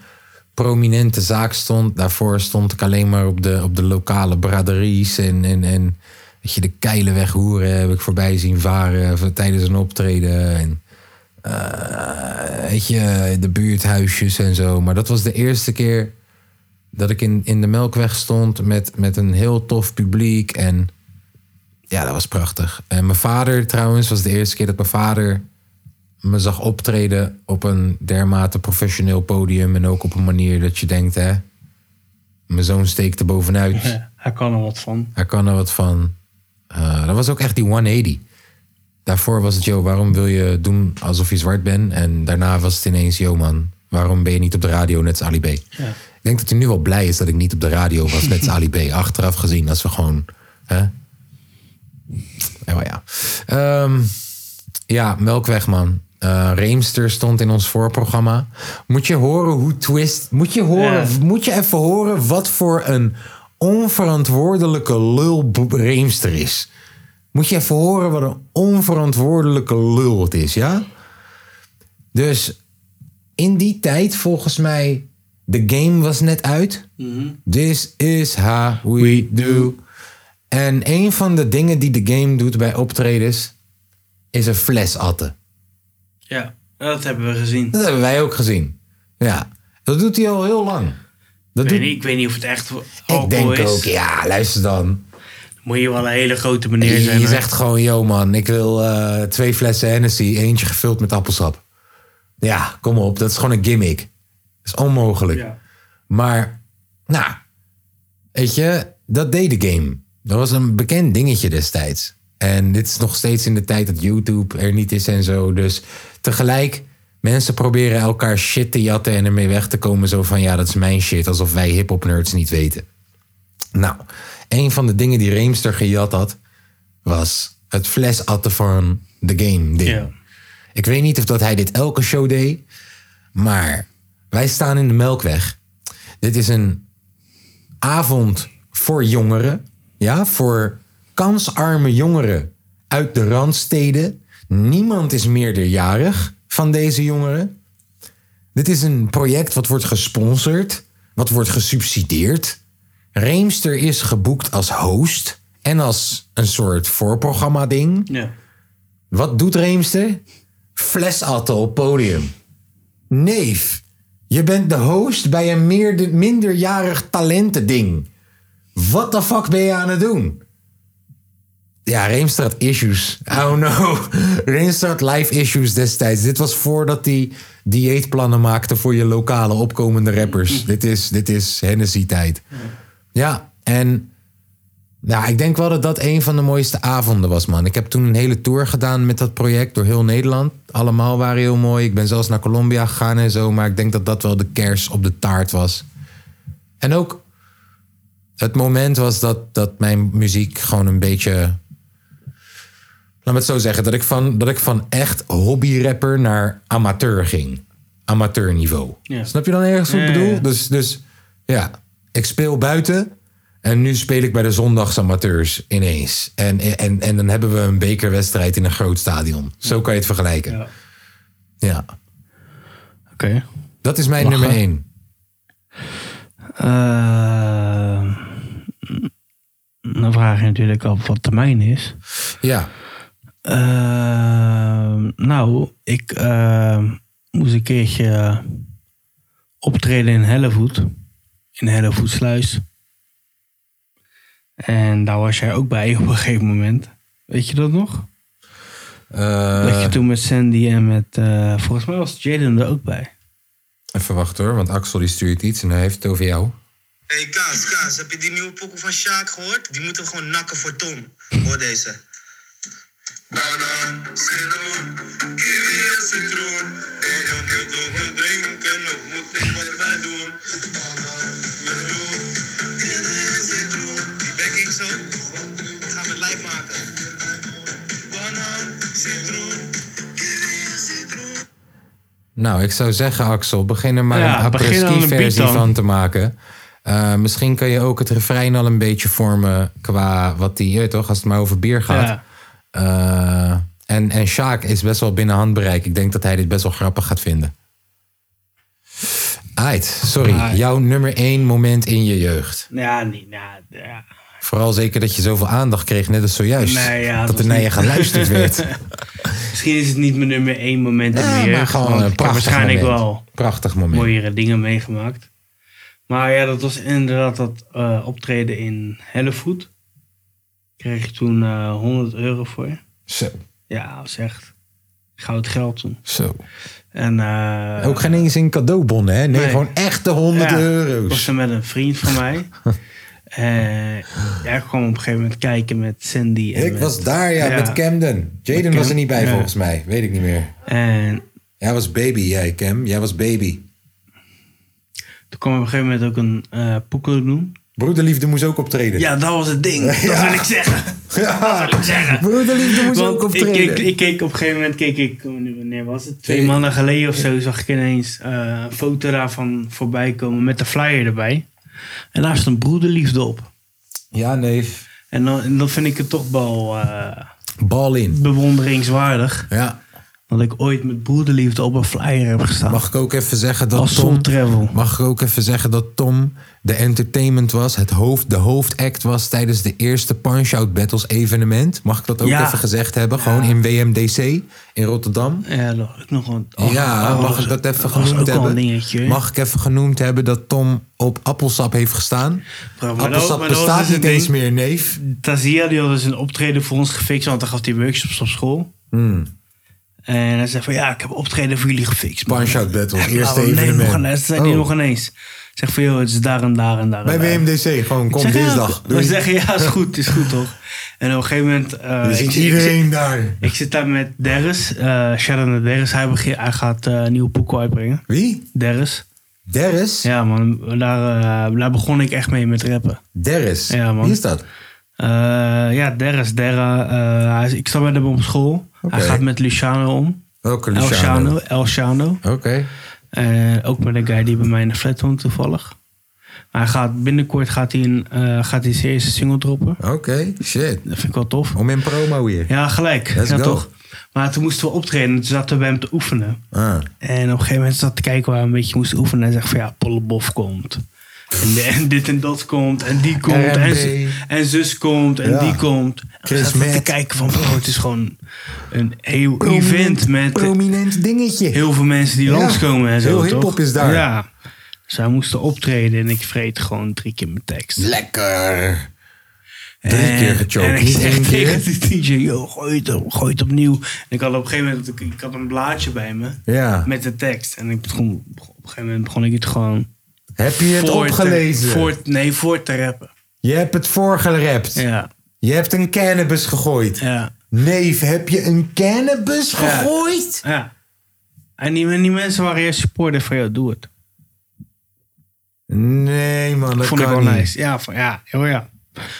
Speaker 1: prominente zaak stond. Daarvoor stond ik alleen maar op de, op de lokale braderies. En, en, en weet je, de keilen weghoeren heb ik voorbij zien varen v- tijdens een optreden. En, eh, weet je, de buurthuisjes en zo. Maar dat was de eerste keer dat ik in, in de Melkweg stond met, met een heel tof publiek. En ja, dat was prachtig. En mijn vader trouwens was de eerste keer dat mijn vader me zag optreden op een dermate professioneel podium. En ook op een manier dat je denkt, hè, mijn zoon steekt er bovenuit.
Speaker 4: Ja, hij kan er wat van.
Speaker 1: Hij kan er wat van. Eh, dat was ook echt die 180. Daarvoor was het, joh, waarom wil je doen alsof je zwart bent? En daarna was het ineens, joh man, waarom ben je niet op de radio net als Ali B? Ik denk dat hij nu wel blij is dat ik niet op de radio was net als Ali B. Achteraf gezien, als we gewoon... Hè? Ja, maar Oh ja. Ehm, ja, Melkweg man. Eh, Reemster stond in ons voorprogramma. Moet je horen hoe Twist... Moet je, horen,
Speaker 4: Ja.
Speaker 1: moet je even horen wat voor een onverantwoordelijke lul Bo- Reemster is. Moet je even horen wat een onverantwoordelijke lul het is, ja? Dus in die tijd, volgens mij, de game was net uit. This is how Mhm. we, do. En een van de dingen die de game doet bij optredens, is een fles atten.
Speaker 4: Ja, dat hebben we gezien.
Speaker 1: Dat hebben wij ook gezien. Ja, dat doet hij al heel lang. Dat
Speaker 4: Ik
Speaker 1: doet,
Speaker 4: weet, niet, ik weet niet of het echt alcohol
Speaker 1: ik denk
Speaker 4: is.
Speaker 1: ook, ja, luister dan.
Speaker 4: Moet je wel een hele grote meneer
Speaker 1: Je,
Speaker 4: zijn.
Speaker 1: je
Speaker 4: hoor.
Speaker 1: zegt gewoon, yo man, ik wil eh, twee flessen Hennessy, eentje gevuld met appelsap. Ja, kom op, dat is gewoon een gimmick. Dat is onmogelijk.
Speaker 4: Ja.
Speaker 1: Maar, nou, weet je, dat deed de game. Dat was een bekend dingetje destijds. En dit is nog steeds in de tijd dat YouTube er niet is en zo. Dus tegelijk, mensen proberen elkaar shit te jatten en ermee weg te komen. Zo van, ja, dat is mijn shit. Alsof wij hip-hop nerds niet weten. Nou, een van de dingen die Reemster gejat had, was het flesatten van de game ding.
Speaker 4: Ja.
Speaker 1: Ik weet niet of dat hij dit elke show deed, maar wij staan in de Melkweg. Dit is een avond voor jongeren, ja, voor kansarme jongeren uit de randsteden. Niemand is meerderjarig van deze jongeren. Dit is een project wat wordt gesponsord, wat wordt gesubsidieerd. Reemster is geboekt als host en als een soort voorprogramma ding.
Speaker 4: Ja.
Speaker 1: Wat doet Reemster? Flesatten op podium. Neef, je bent de host bij een meer, minderjarig talenten ding. What the fuck ben je aan het doen? Ja, Reemster had issues. Oh no. Reemster had live issues destijds. Dit was voordat hij dieetplannen maakte voor je lokale opkomende rappers. dit is, dit is Hennessy-tijd. Ja, en nou, ik denk wel dat dat een van de mooiste avonden was, man. Ik heb toen een hele tour gedaan met dat project door heel Nederland. Allemaal waren heel mooi. Ik ben zelfs naar Colombia gegaan en zo. Maar ik denk dat dat wel de kers op de taart was. En ook het moment was dat, dat mijn muziek gewoon een beetje... Laat me het zo zeggen. Dat ik van, dat ik van echt hobbyrapper naar amateur ging. Amateurniveau.
Speaker 4: Ja.
Speaker 1: Snap je dan ergens wat ik
Speaker 4: Ja, ja,
Speaker 1: bedoel?
Speaker 4: ja.
Speaker 1: Dus, dus ja, ik speel buiten. En nu speel ik bij de zondagsamateurs ineens. En, en, en dan hebben we een bekerwedstrijd in een groot stadion. Zo kan je het vergelijken. Ja.
Speaker 4: Ja. Oké.
Speaker 1: Dat is mijn
Speaker 4: Lachen.
Speaker 1: nummer één.
Speaker 4: Eh, dan vraag je natuurlijk al wat termijn is.
Speaker 1: Ja.
Speaker 4: Eh, nou, ik eh, moest een keertje eh, optreden in Hellevoet. In Hellevoetsluis. En daar was jij ook bij op een gegeven moment. Weet je dat nog?
Speaker 1: Eh.
Speaker 4: dat je toen met Sandy en met... eh, volgens mij was Jaden er ook bij.
Speaker 1: Even wachten hoor, want Axel die stuurt iets en hij heeft het over jou.
Speaker 7: Hey Kaas, Kaas, heb je die nieuwe pokoe van Sjaak gehoord? Die moeten we gewoon nakken voor Tom. Hoor deze. Banaan, citroen, kiwi en citroen. En dan kun je nog drinken, nog moet ik wat bij doen. Banaan, meloen, kiwi en citroen. Die backing zo, gaan we het live maken. Banaan, citroen, kiwi en citroen.
Speaker 1: Nou, ik zou zeggen, Axel, begin er maar
Speaker 4: Ja,
Speaker 1: een
Speaker 4: begin aan een beat
Speaker 1: apres-ski-versie
Speaker 4: dan.
Speaker 1: van te maken. Eh, misschien kan je ook het refrein al een beetje vormen qua wat die, je weet toch, als het maar over bier gaat.
Speaker 4: Ja.
Speaker 1: Eh, en, en Sjaak is best wel binnen handbereik. Ik denk dat hij dit best wel grappig gaat vinden. Ait, sorry. Jouw nummer één moment in je jeugd.
Speaker 4: Ja, niet. Nou, ja.
Speaker 1: Vooral zeker dat je zoveel aandacht kreeg, net als zojuist.
Speaker 4: Nee, ja, het
Speaker 1: dat er
Speaker 4: was
Speaker 1: naar
Speaker 4: niet-
Speaker 1: je geluisterd werd.
Speaker 4: Misschien is het niet mijn nummer één moment in
Speaker 1: Ja,
Speaker 4: de
Speaker 1: maar
Speaker 4: jeugd.
Speaker 1: gewoon
Speaker 4: want
Speaker 1: een
Speaker 4: ik heb
Speaker 1: prachtig
Speaker 4: waarschijnlijk
Speaker 1: moment.
Speaker 4: wel
Speaker 1: Prachtig moment.
Speaker 4: mooiere dingen meegemaakt. Maar ja, dat was inderdaad dat eh, optreden in Hellevoet. Kreeg ik toen eh 100 euro voor.
Speaker 1: Zo,
Speaker 4: Ja, dat is echt goud geld toen.
Speaker 1: zo.
Speaker 4: En, eh,
Speaker 1: Ook geen eens in cadeaubonnen, hè? Nee,
Speaker 4: Nee.
Speaker 1: gewoon echte 100
Speaker 4: ja, was
Speaker 1: euro's.
Speaker 4: er met een vriend van mij. Eh ja, ik kwam op een gegeven moment kijken met Sandy. En
Speaker 1: Ik
Speaker 4: met-
Speaker 1: was daar, ja,
Speaker 4: Ja.
Speaker 1: met Camden. Jaden
Speaker 4: Cam-
Speaker 1: was er niet bij,
Speaker 4: Ja.
Speaker 1: volgens mij. Weet ik niet meer.
Speaker 4: En
Speaker 1: Jij was baby, jij, Cam. Jij was baby.
Speaker 4: toen kwam op een gegeven moment ook een eh poekel doen.
Speaker 1: Broederliefde moest ook optreden.
Speaker 4: Ja, dat was het ding. Dat wil ik zeggen.
Speaker 1: Ja.
Speaker 4: wil ik zeggen.
Speaker 1: Broederliefde moest ook
Speaker 4: Want ik
Speaker 1: optreden.
Speaker 4: keek, ik keek op een gegeven moment, keek ik, wanneer was het? Twee
Speaker 1: Twee-
Speaker 4: maanden geleden of zo, zag ik ineens eh, een foto daarvan voorbij komen met de flyer erbij. En daar stond broederliefde op.
Speaker 1: Ja, neef.
Speaker 4: En dan, en dan vind ik het toch wel eh,
Speaker 1: Bal in.
Speaker 4: bewonderingswaardig.
Speaker 1: Ja.
Speaker 4: Dat ik ooit met broederliefde op een flyer heb gestaan.
Speaker 1: Mag ik ook even zeggen dat
Speaker 4: Als
Speaker 1: Tom...
Speaker 4: Soul Travel.
Speaker 1: Mag ik ook even zeggen dat Tom de entertainment was, het hoofd, de hoofdact was tijdens de eerste Punch-Out Battles evenement. Mag ik dat ook
Speaker 4: Ja.
Speaker 1: even gezegd hebben? Gewoon in WMDC in Rotterdam.
Speaker 4: Ja, dat was nog een,
Speaker 1: ja, mag ik dat even
Speaker 4: oh, was ook
Speaker 1: genoemd
Speaker 4: al
Speaker 1: hebben?
Speaker 4: een dingetje.
Speaker 1: Mag ik even genoemd hebben dat Tom op appelsap heeft gestaan?
Speaker 4: Bro, maar dat-
Speaker 1: appelsap
Speaker 4: maar dat was
Speaker 1: bestaat
Speaker 4: dus
Speaker 1: niet
Speaker 4: een
Speaker 1: eens
Speaker 4: ding.
Speaker 1: meer, neef.
Speaker 4: Tazia die had dus een optreden voor ons gefixt, want dan gaf hij workshops op school.
Speaker 1: Hmm.
Speaker 4: En hij zei van ja, ik heb optreden voor jullie gefixt. man.
Speaker 1: Punch-Out Battles, eerste
Speaker 4: Ah, nee, nog
Speaker 1: evenement.
Speaker 4: een, zei hij
Speaker 1: Oh.
Speaker 4: nog ineens. Ik Zeg van joh, het is daar en daar en daar.
Speaker 1: Bij
Speaker 4: en daar.
Speaker 1: WMDC, gewoon
Speaker 4: Ik
Speaker 1: kom
Speaker 4: zeg, ja,
Speaker 1: dinsdag.
Speaker 4: we
Speaker 1: Doei.
Speaker 4: zeggen ja, is goed, is goed toch? En op een gegeven moment. eh,
Speaker 1: Je
Speaker 4: ik-
Speaker 1: ziet
Speaker 4: ik-
Speaker 1: iedereen daar.
Speaker 4: Ik zit daar met Derris, eh Sharon de Derris. Hij, begint, hij gaat eh, een nieuwe poeko uitbrengen.
Speaker 1: Wie?
Speaker 4: Derris.
Speaker 1: Derris?
Speaker 4: Ja man, daar, eh, daar begon ik echt mee met rappen.
Speaker 1: Derris?
Speaker 4: Ja, man.
Speaker 1: Wie is dat?
Speaker 4: Eh, ja, Derris, Derra. eh, hij is- ik sta met hem op school.
Speaker 1: Oké.
Speaker 4: Hij gaat met Luciano om.
Speaker 1: Welke
Speaker 4: El
Speaker 1: Luciano?
Speaker 4: Shano.
Speaker 1: Oké.
Speaker 4: El Shano. Eh, ook met een guy die bij mij in de flat woont toevallig. Hij gaat, binnenkort gaat hij, een, eh, gaat hij zijn eerste single droppen.
Speaker 1: Oké, shit.
Speaker 4: Dat vind ik wel tof.
Speaker 1: Om in promo hier.
Speaker 4: Ja, gelijk.
Speaker 1: Let's
Speaker 4: ja,
Speaker 1: go.
Speaker 4: toch? Maar toen moesten we optreden. Toen zaten we bij hem te oefenen.
Speaker 1: Ah.
Speaker 4: En op een gegeven moment zat te kijken waar we een beetje moesten oefenen. En hij zegt van ja, Pollebof komt. En, de- en dit en dat komt, en die komt, en,
Speaker 1: R&B.
Speaker 4: z- en zus komt, en
Speaker 1: Ja.
Speaker 4: die komt. En we
Speaker 1: Chris
Speaker 4: zaten te
Speaker 1: Matt.
Speaker 4: kijken van, bro, het is gewoon een heel event met
Speaker 1: prominent dingetje.
Speaker 4: heel veel mensen die
Speaker 1: Ja,
Speaker 4: langskomen en zo,
Speaker 1: heel
Speaker 4: toch?
Speaker 1: hiphop is daar.
Speaker 4: Ja. Zij moesten optreden en ik vreet gewoon drie keer mijn tekst.
Speaker 1: lekker. Drie keer
Speaker 4: En
Speaker 1: gechoked.
Speaker 4: ik
Speaker 1: Niet
Speaker 4: zeg
Speaker 1: één keer.
Speaker 4: tegen die DJ, yo, gooi het, op- gooi het opnieuw. En ik had op een gegeven moment, ik, ik had een blaadje bij me.
Speaker 1: Ja.
Speaker 4: Met de tekst. En ik begon, op een gegeven moment begon ik het gewoon...
Speaker 1: Heb je het
Speaker 4: voor te-
Speaker 1: opgelezen?
Speaker 4: voor, nee, voor te rappen.
Speaker 1: Je hebt het voorgerapt.
Speaker 4: Ja,
Speaker 1: Je hebt een cannabis gegooid.
Speaker 4: ja,
Speaker 1: Neef, heb je een cannabis gegooid?
Speaker 4: ja. En die, en die mensen waren eerst supporter van, jou doe het.
Speaker 1: Nee, man, dat
Speaker 4: Vond ik
Speaker 1: kan
Speaker 4: wel
Speaker 1: niet.
Speaker 4: nice. Ja, van, ja, heel ja.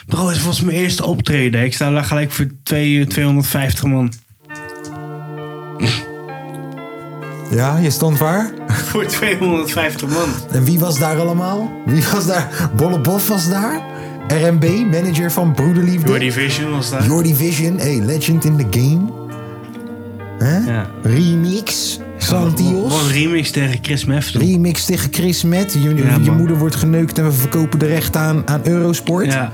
Speaker 4: Bro, het was mijn eerste optreden. Ik sta daar gelijk voor twee, 250 man.
Speaker 1: Ja, je stond waar?
Speaker 4: Voor 250 man.
Speaker 1: En wie was daar allemaal? Wie was daar? Bolle Bof was daar. RMB, manager van Broederliefde.
Speaker 4: Jordi Vision was daar.
Speaker 1: Jordi Vision, hey, legend in the game. Hè?
Speaker 4: Ja.
Speaker 1: Remix,
Speaker 4: Wat een
Speaker 1: Santios.
Speaker 4: remix tegen Chris Mefton.
Speaker 1: Remix tegen Chris Met. Je, je
Speaker 4: man.
Speaker 1: moeder wordt geneukt en we verkopen de rechten aan, aan Eurosport.
Speaker 4: Ja.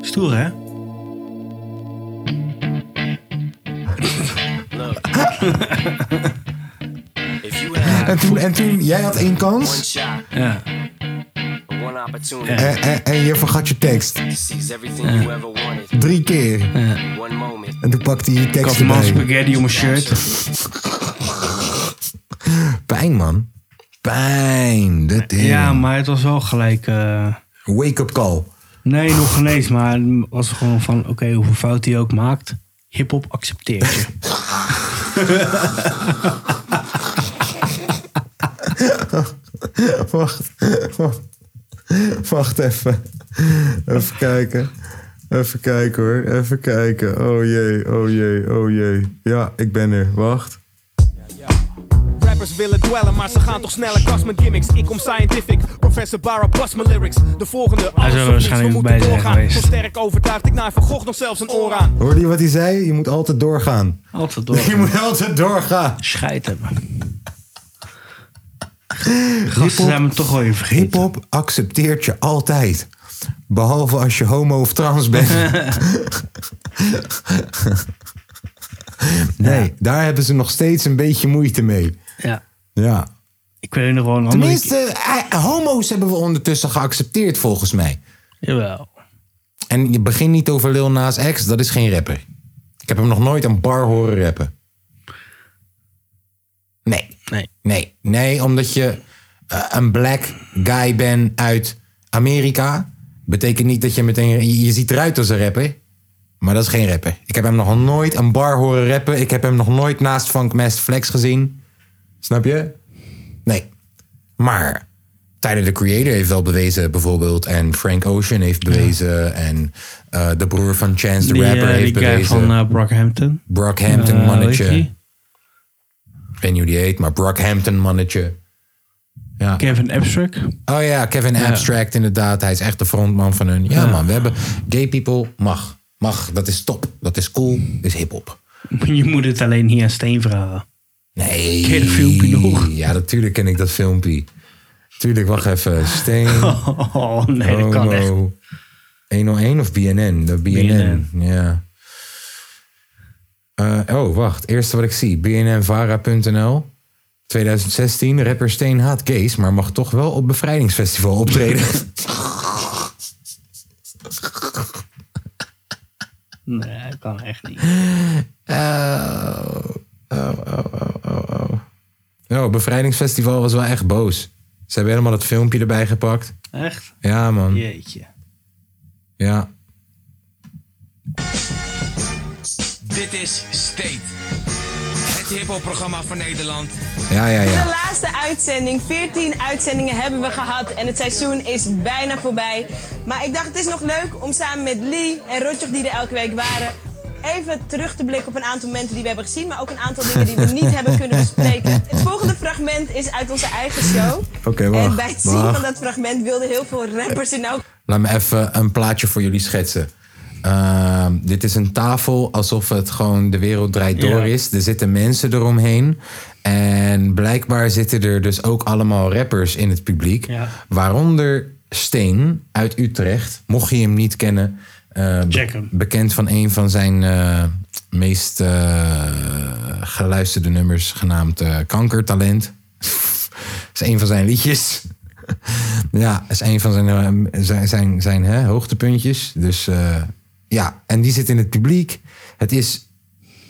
Speaker 4: Stoer, hè?
Speaker 1: En, toen, en toen, jij had één kans.
Speaker 8: shot,
Speaker 4: Ja.
Speaker 8: one opportunity.
Speaker 1: En, en, en je vergat je tekst.
Speaker 8: Seize everything you ever wanted.
Speaker 1: Drie keer.
Speaker 8: in One moment.
Speaker 1: En toen pakte hij je
Speaker 4: Ik had
Speaker 1: tekst
Speaker 4: man
Speaker 1: erbij.
Speaker 4: spaghetti op mijn shirt.
Speaker 1: Pijn, man. Pijn. Dat is...
Speaker 4: Ja, maar het was wel gelijk... eh,
Speaker 1: Wake-up call.
Speaker 4: Nee, nog geen eens. Maar het was gewoon van, oké, hoeveel fout hij ook maakt, hip-hop accepteert je.
Speaker 1: Wacht. Wacht. Wacht even. Even kijken. Even kijken hoor. Even kijken. Oh jee, oh jee, oh jee. Ja, ik ben er. Wacht.
Speaker 9: Rappers willen dwellen, maar ze gaan toch sneller kast met gimmicks. Ik kom scientific, professor Barra bas mijn lyrics. De volgende, alles of
Speaker 4: zou er
Speaker 9: niks, we
Speaker 4: waarschijnlijk
Speaker 9: moeten
Speaker 4: bij zijn
Speaker 9: doorgaan.
Speaker 4: geweest.
Speaker 9: Zo sterk overtuigd, ik naar Van Gogh nog zelfs een oor aan.
Speaker 1: Hoorde je wat hij zei? Je moet altijd doorgaan.
Speaker 4: Altijd
Speaker 1: Je
Speaker 4: door.
Speaker 1: moet altijd doorgaan.
Speaker 4: Scheid hebben. Gasten zijn me toch wel even vergeten.
Speaker 1: Hip-hop accepteert je altijd. Behalve als je homo of trans bent. nee, daar hebben ze nog steeds een beetje moeite mee.
Speaker 4: Ja.
Speaker 1: Ja.
Speaker 4: Ik weet nog wel een andere
Speaker 1: Tenminste, eh, homo's hebben we ondertussen geaccepteerd volgens mij.
Speaker 4: keer- Jawel.
Speaker 1: En je begint niet over Lil Nas X, dat is geen rapper. Ik heb hem nog nooit een bar horen rappen. Nee.
Speaker 4: Nee.
Speaker 1: Nee, nee omdat je eh, een black guy bent uit Amerika. Betekent niet dat je meteen... Je, je ziet eruit als een rapper, maar dat is geen rapper. Ik heb hem nog nooit een bar horen rappen. Ik heb hem nog nooit naast Funk Mast Flex gezien. Snap je? Nee. Maar Tyler, de Creator heeft wel bewezen bijvoorbeeld. En Frank Ocean heeft bewezen. En eh, de broer van Chance the
Speaker 4: Die, eh,
Speaker 1: Rapper heeft
Speaker 4: die guy
Speaker 1: bewezen.
Speaker 4: van eh, Brockhampton.
Speaker 1: Brockhampton
Speaker 4: Eh,
Speaker 1: mannetje.
Speaker 4: weet je?
Speaker 1: Ik weet niet hoe die heet, maar Brockhampton mannetje. Ja.
Speaker 4: Kevin Abstract.
Speaker 1: Oh ja, Kevin Abstract inderdaad. Hij is echt de frontman van hun. Ja, man, we hebben gay people mag. Mag, dat is top. Dat is cool. Dat is hip-hop.
Speaker 4: Je moet het alleen hier aan Steen vragen.
Speaker 1: Nee.
Speaker 4: Ken je dat filmpje nog?
Speaker 1: Ja, natuurlijk ken ik dat filmpje. Tuurlijk, wacht even. Steen.
Speaker 4: Oh nee, dat kan echt.
Speaker 1: Homo. 101 of BNN? De BNN, ja. Eh, oh, wacht. Eerste wat ik zie. BNNVara.nl. 2016. Rapper Steen haat gays, maar mag toch wel op bevrijdingsfestival optreden.
Speaker 4: Nee, dat kan echt niet.
Speaker 1: oh, bevrijdingsfestival was wel echt boos. Ze hebben helemaal dat filmpje erbij gepakt.
Speaker 4: Echt?
Speaker 1: Ja, man.
Speaker 4: Jeetje.
Speaker 1: Ja.
Speaker 9: Dit is State, het hiphopprogramma van Nederland.
Speaker 1: Ja, ja, ja.
Speaker 10: laatste uitzending. 14 uitzendingen hebben we gehad en het seizoen is bijna voorbij. Maar ik dacht het is nog leuk om samen met Lee en Rotjoch die er elke week waren... even terug te blikken op een aantal momenten die we hebben gezien... maar ook een aantal dingen die we niet hebben kunnen bespreken. Het volgende fragment is uit onze eigen show.
Speaker 1: Oké, wacht,
Speaker 10: En bij het zien
Speaker 1: wacht.
Speaker 10: van dat fragment wilden heel veel rappers in elk
Speaker 1: Laat me even een plaatje voor jullie schetsen. Ehm, dit is een tafel alsof het gewoon de wereld draait door
Speaker 11: Ja.
Speaker 1: is. Er zitten mensen eromheen. En blijkbaar zitten er dus ook allemaal rappers in het publiek.
Speaker 11: Ja.
Speaker 1: Waaronder Steen uit Utrecht. Mocht je hem niet kennen, eh, be- bekend van een van zijn eh, meest eh, geluisterde nummers, genaamd eh, Kankertalent. is een van zijn liedjes. ja, is een van zijn, eh, zijn, zijn, zijn hè, hoogtepuntjes. Dus eh, ja, en die zit in het publiek. Het is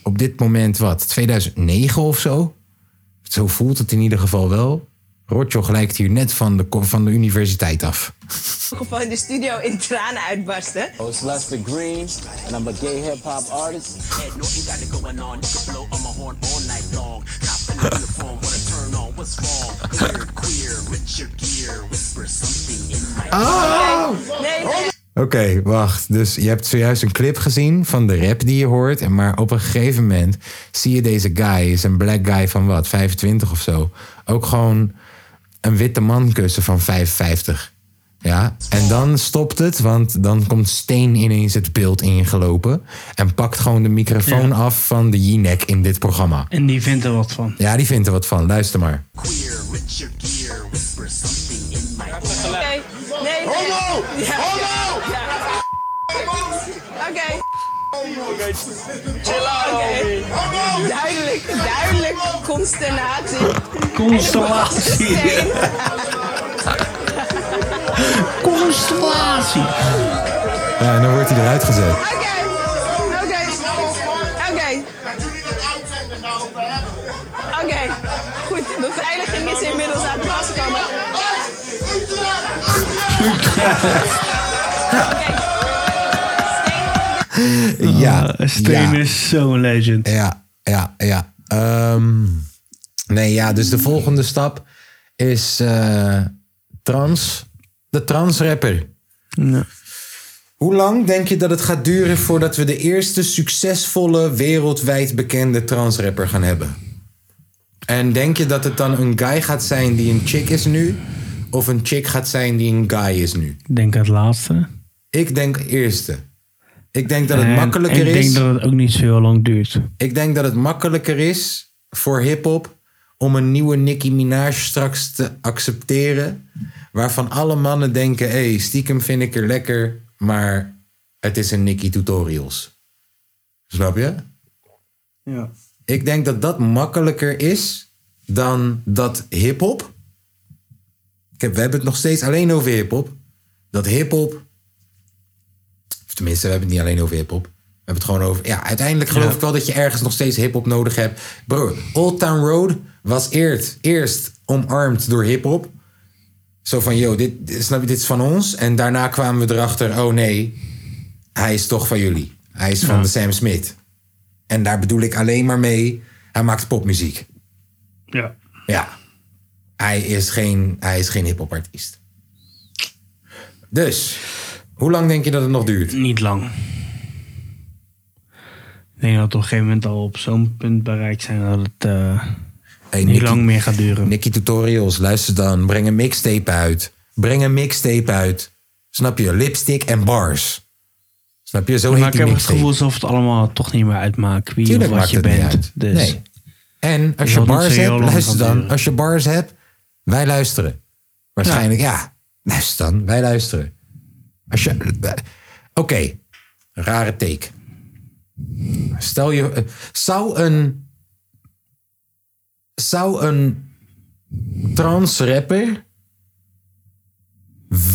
Speaker 1: op dit moment wat, 2009 of zo? Zo voelt het in ieder geval wel. Rotjoch lijkt hier net van de, ko- van de universiteit af.
Speaker 10: geval in de studio in tranen uitbarsten.
Speaker 12: Oh, it's Lester Green, and I'm a gay hip hop artist.
Speaker 1: Oh!
Speaker 10: Nee, nee.
Speaker 1: Oké, wacht. Dus je hebt zojuist een clip gezien van de rap die je hoort. en Maar op een gegeven moment zie je deze guy, is een black guy van wat, 25 of zo. Ook gewoon een witte man kussen van 55. Ja, en dan stopt het, want dan komt Steen ineens het beeld ingelopen. En pakt gewoon de microfoon
Speaker 11: Ja.
Speaker 1: af van de Jinek in dit programma.
Speaker 11: En die vindt er wat van.
Speaker 1: Ja, die vindt er wat van. Luister maar.
Speaker 10: Nee, nee.
Speaker 7: Homo!
Speaker 10: Ja,
Speaker 7: Homo!
Speaker 10: ja, ja. Oké.
Speaker 7: Chill out,
Speaker 10: Oké. Duidelijk, duidelijk consternatie.
Speaker 11: Constellatie. Constellatie.
Speaker 1: Ja, Eh, en dan wordt hij eruit gezet.
Speaker 10: Oké. Oké. Oké. Goed, beveiliging is inmiddels aan het pas komen.
Speaker 1: ja.
Speaker 11: Oh,
Speaker 4: eh,
Speaker 11: Steen
Speaker 1: ja.
Speaker 11: is zo'n legend.
Speaker 1: Ja, ja, ja. Ehm, nee, ja, dus de volgende stap is eh, trans. De transrapper. Hoe lang denk je dat het gaat duren voordat we de eerste succesvolle, wereldwijd bekende transrapper gaan hebben? En denk je dat het dan een guy gaat zijn die een chick is nu? Of een chick gaat zijn die een guy is nu?
Speaker 11: Ik denk het laatste.
Speaker 1: Ik denk eerste. Ik denk dat het
Speaker 11: En
Speaker 1: makkelijker
Speaker 11: ik
Speaker 1: is.
Speaker 11: denk dat het ook niet zo heel lang duurt.
Speaker 1: Ik denk dat het makkelijker is voor hip-hop om een nieuwe Nicki Minaj straks te accepteren. Waarvan alle mannen denken: hé, hey, stiekem vind ik er lekker, maar het is een Nicki Tutorials. Snap je?
Speaker 4: Ja.
Speaker 1: Ik denk dat dat makkelijker is dan dat hip-hop. Ik heb- We hebben het nog steeds alleen over hip-hop. Dat hip-hop. Of tenminste, we hebben het niet alleen over hip-hop. We hebben het gewoon over. Ja, uiteindelijk geloof
Speaker 11: Ja.
Speaker 1: ik wel dat je ergens nog steeds hip-hop nodig hebt. Bro, Old Town Road was eerst, eerst omarmd door hip-hop. Zo van, yo, dit, dit- snap je, dit is van ons. En daarna kwamen we erachter, oh nee, hij is toch van jullie. Hij is van
Speaker 11: Ja.
Speaker 1: de Sam Smith. En daar bedoel ik alleen maar mee, hij maakt popmuziek.
Speaker 11: Ja.
Speaker 1: Ja. Hij is geen, hij is geen hip-hop artiest. Dus, hoe lang denk je dat het nog duurt?
Speaker 11: Niet lang. Ik denk dat we op een gegeven moment al op zo'n punt bereikt zijn dat het eh, niet
Speaker 1: Nicky-
Speaker 11: lang meer gaat duren.
Speaker 1: Nicky Tutorials, luister dan. Breng een mixtape uit. Breng een mixtape uit. Snap je? Lipstick en bars. Snap je? Zo
Speaker 11: maar
Speaker 1: heet
Speaker 11: ik
Speaker 1: die
Speaker 11: heb het
Speaker 1: mixtape.
Speaker 11: gevoel alsof het allemaal toch niet meer uitmaakt wie
Speaker 1: Tuurlijk
Speaker 11: of wat
Speaker 1: maakt
Speaker 11: je
Speaker 1: het niet
Speaker 11: bent.
Speaker 1: uit.
Speaker 11: Dus
Speaker 1: Nee. En als je
Speaker 11: zal niet
Speaker 1: bars
Speaker 11: zo heel
Speaker 1: hebt,
Speaker 11: lang
Speaker 1: luister
Speaker 11: gaan
Speaker 1: dan.
Speaker 11: duren.
Speaker 1: Als je bars hebt, wij luisteren. Waarschijnlijk, ja. Luister dan, wij luisteren. Als je... Oké, rare take. Stel je... eh, Zou een... Zou een trans rapper...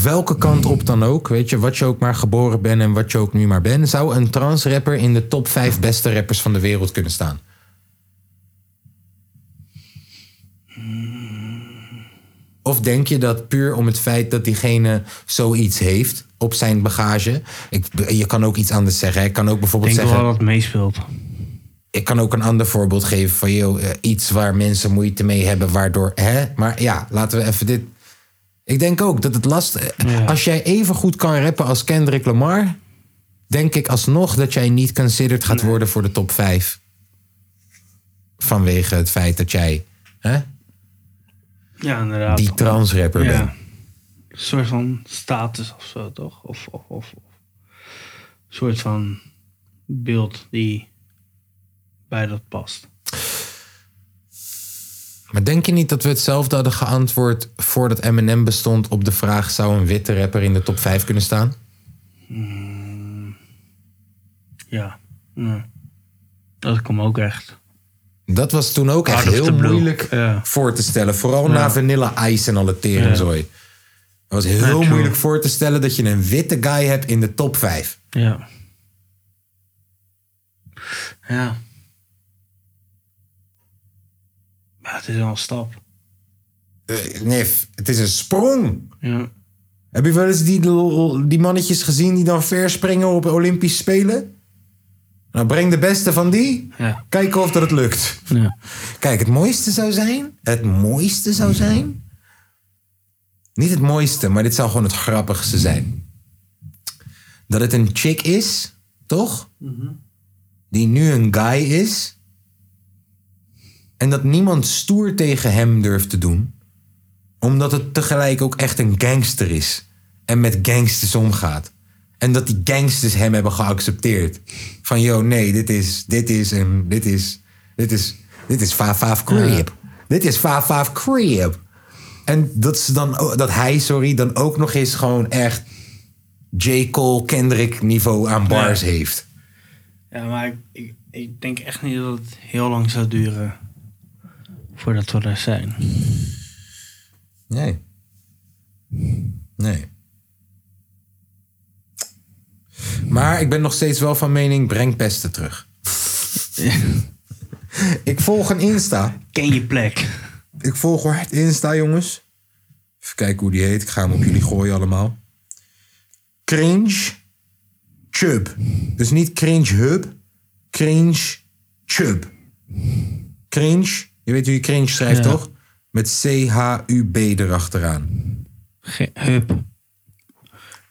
Speaker 1: Welke kant op dan ook, weet je, wat je ook maar geboren bent en wat je ook nu maar bent, zou een trans rapper in de top 5 beste rappers van de wereld kunnen staan? Of denk je dat puur om het feit dat diegene zoiets heeft op zijn bagage? Ik, je kan ook iets anders zeggen. hè. Ik kan ook
Speaker 11: ik
Speaker 1: bijvoorbeeld
Speaker 11: denk
Speaker 1: zeggen
Speaker 11: wel dat het meespeelt.
Speaker 1: ik kan ook een ander voorbeeld geven van joh, eh, iets waar mensen moeite mee hebben, waardoor. Hè? Maar ja, laten we even dit. Ik denk ook dat het lastig Als jij even goed kan rappen als Kendrick Lamar, denk ik alsnog dat jij niet considered gaat worden voor de top 5. Vanwege het feit dat jij hè,
Speaker 11: Ja, inderdaad.
Speaker 1: die transrapper
Speaker 11: Ja.
Speaker 1: bent.
Speaker 11: Een soort van status of zo, toch? Of, of, of, of. soort van beeld die bij dat past.
Speaker 1: Maar denk je niet dat we hetzelfde hadden geantwoord voordat Eminem bestond op de vraag: zou een witte rapper in de top 5 kunnen staan?
Speaker 11: Ja. ja. Dat komt ook echt.
Speaker 1: Dat was toen ook echt
Speaker 11: Out of the
Speaker 1: heel
Speaker 11: blue.
Speaker 1: moeilijk voor te stellen. Vooral na Vanilla Ice en alle teringzooi. Het was
Speaker 11: Ja,
Speaker 1: heel
Speaker 11: true.
Speaker 1: moeilijk voor te stellen dat je een witte guy hebt in de top 5.
Speaker 11: Ja. Ja. Maar het is wel een stap.
Speaker 1: Nif, Eh, het is een sprong.
Speaker 11: Ja.
Speaker 1: Heb je wel eens die, die mannetjes gezien die dan verspringen op Olympisch Spelen? Nou, breng de beste van die.
Speaker 11: Ja.
Speaker 1: Kijken of dat het lukt.
Speaker 11: Ja.
Speaker 1: Kijk, het mooiste zou zijn. Het mooiste zou zijn. Niet het mooiste, maar dit zou gewoon het grappigste zijn. Dat het een chick is, toch? Die nu een guy is. En dat niemand stoer tegen hem durft te doen. Omdat het tegelijk ook echt een gangster is. En met gangsters omgaat. En dat die gangsters hem hebben geaccepteerd. Van, yo, nee, dit is, dit is een, dit is, dit is, dit is 5-5 crib. Dit is 5-5 crib. En dat, ze dan, o- dat hij, sorry, dan ook nog eens gewoon echt J. Cole, Kendrick niveau aan bars
Speaker 11: Ja.
Speaker 1: heeft.
Speaker 11: Ja, maar ik, ik, ik denk echt niet dat het heel lang zou duren voordat we daar zijn.
Speaker 1: Nee. Nee. Maar ik ben nog steeds wel van mening, breng pesten terug. ik volg een Insta.
Speaker 11: Ken je plek.
Speaker 1: Ik volg hard Insta, jongens. Even kijken hoe die heet. Ik ga hem op jullie gooien allemaal. Cringe Chub. Dus niet Cringe Hub. Cringe Chub. Cringe. Je weet hoe je cringe schrijft,
Speaker 11: Ja.
Speaker 1: toch? Met C-H-U-B erachteraan.
Speaker 11: Ge- hub.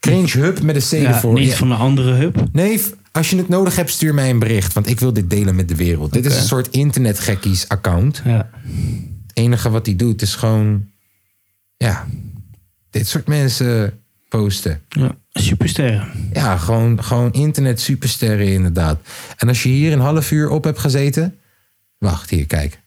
Speaker 1: Cringe Hub met een C
Speaker 11: Ja,
Speaker 1: ervoor.
Speaker 11: niet
Speaker 1: Ja.
Speaker 11: van de andere hub.
Speaker 1: Nee, f- als je het nodig hebt, stuur mij een bericht. Want ik wil dit delen met de wereld. Dit is
Speaker 11: Oké.
Speaker 1: een soort internetgekkies account.
Speaker 11: Ja.
Speaker 1: Het enige wat hij doet is gewoon... Ja, dit soort mensen posten.
Speaker 11: Ja, supersterren.
Speaker 1: Ja, gewoon, gewoon internet supersterren inderdaad. En als je hier een half uur op hebt gezeten... Wacht, hier, kijk.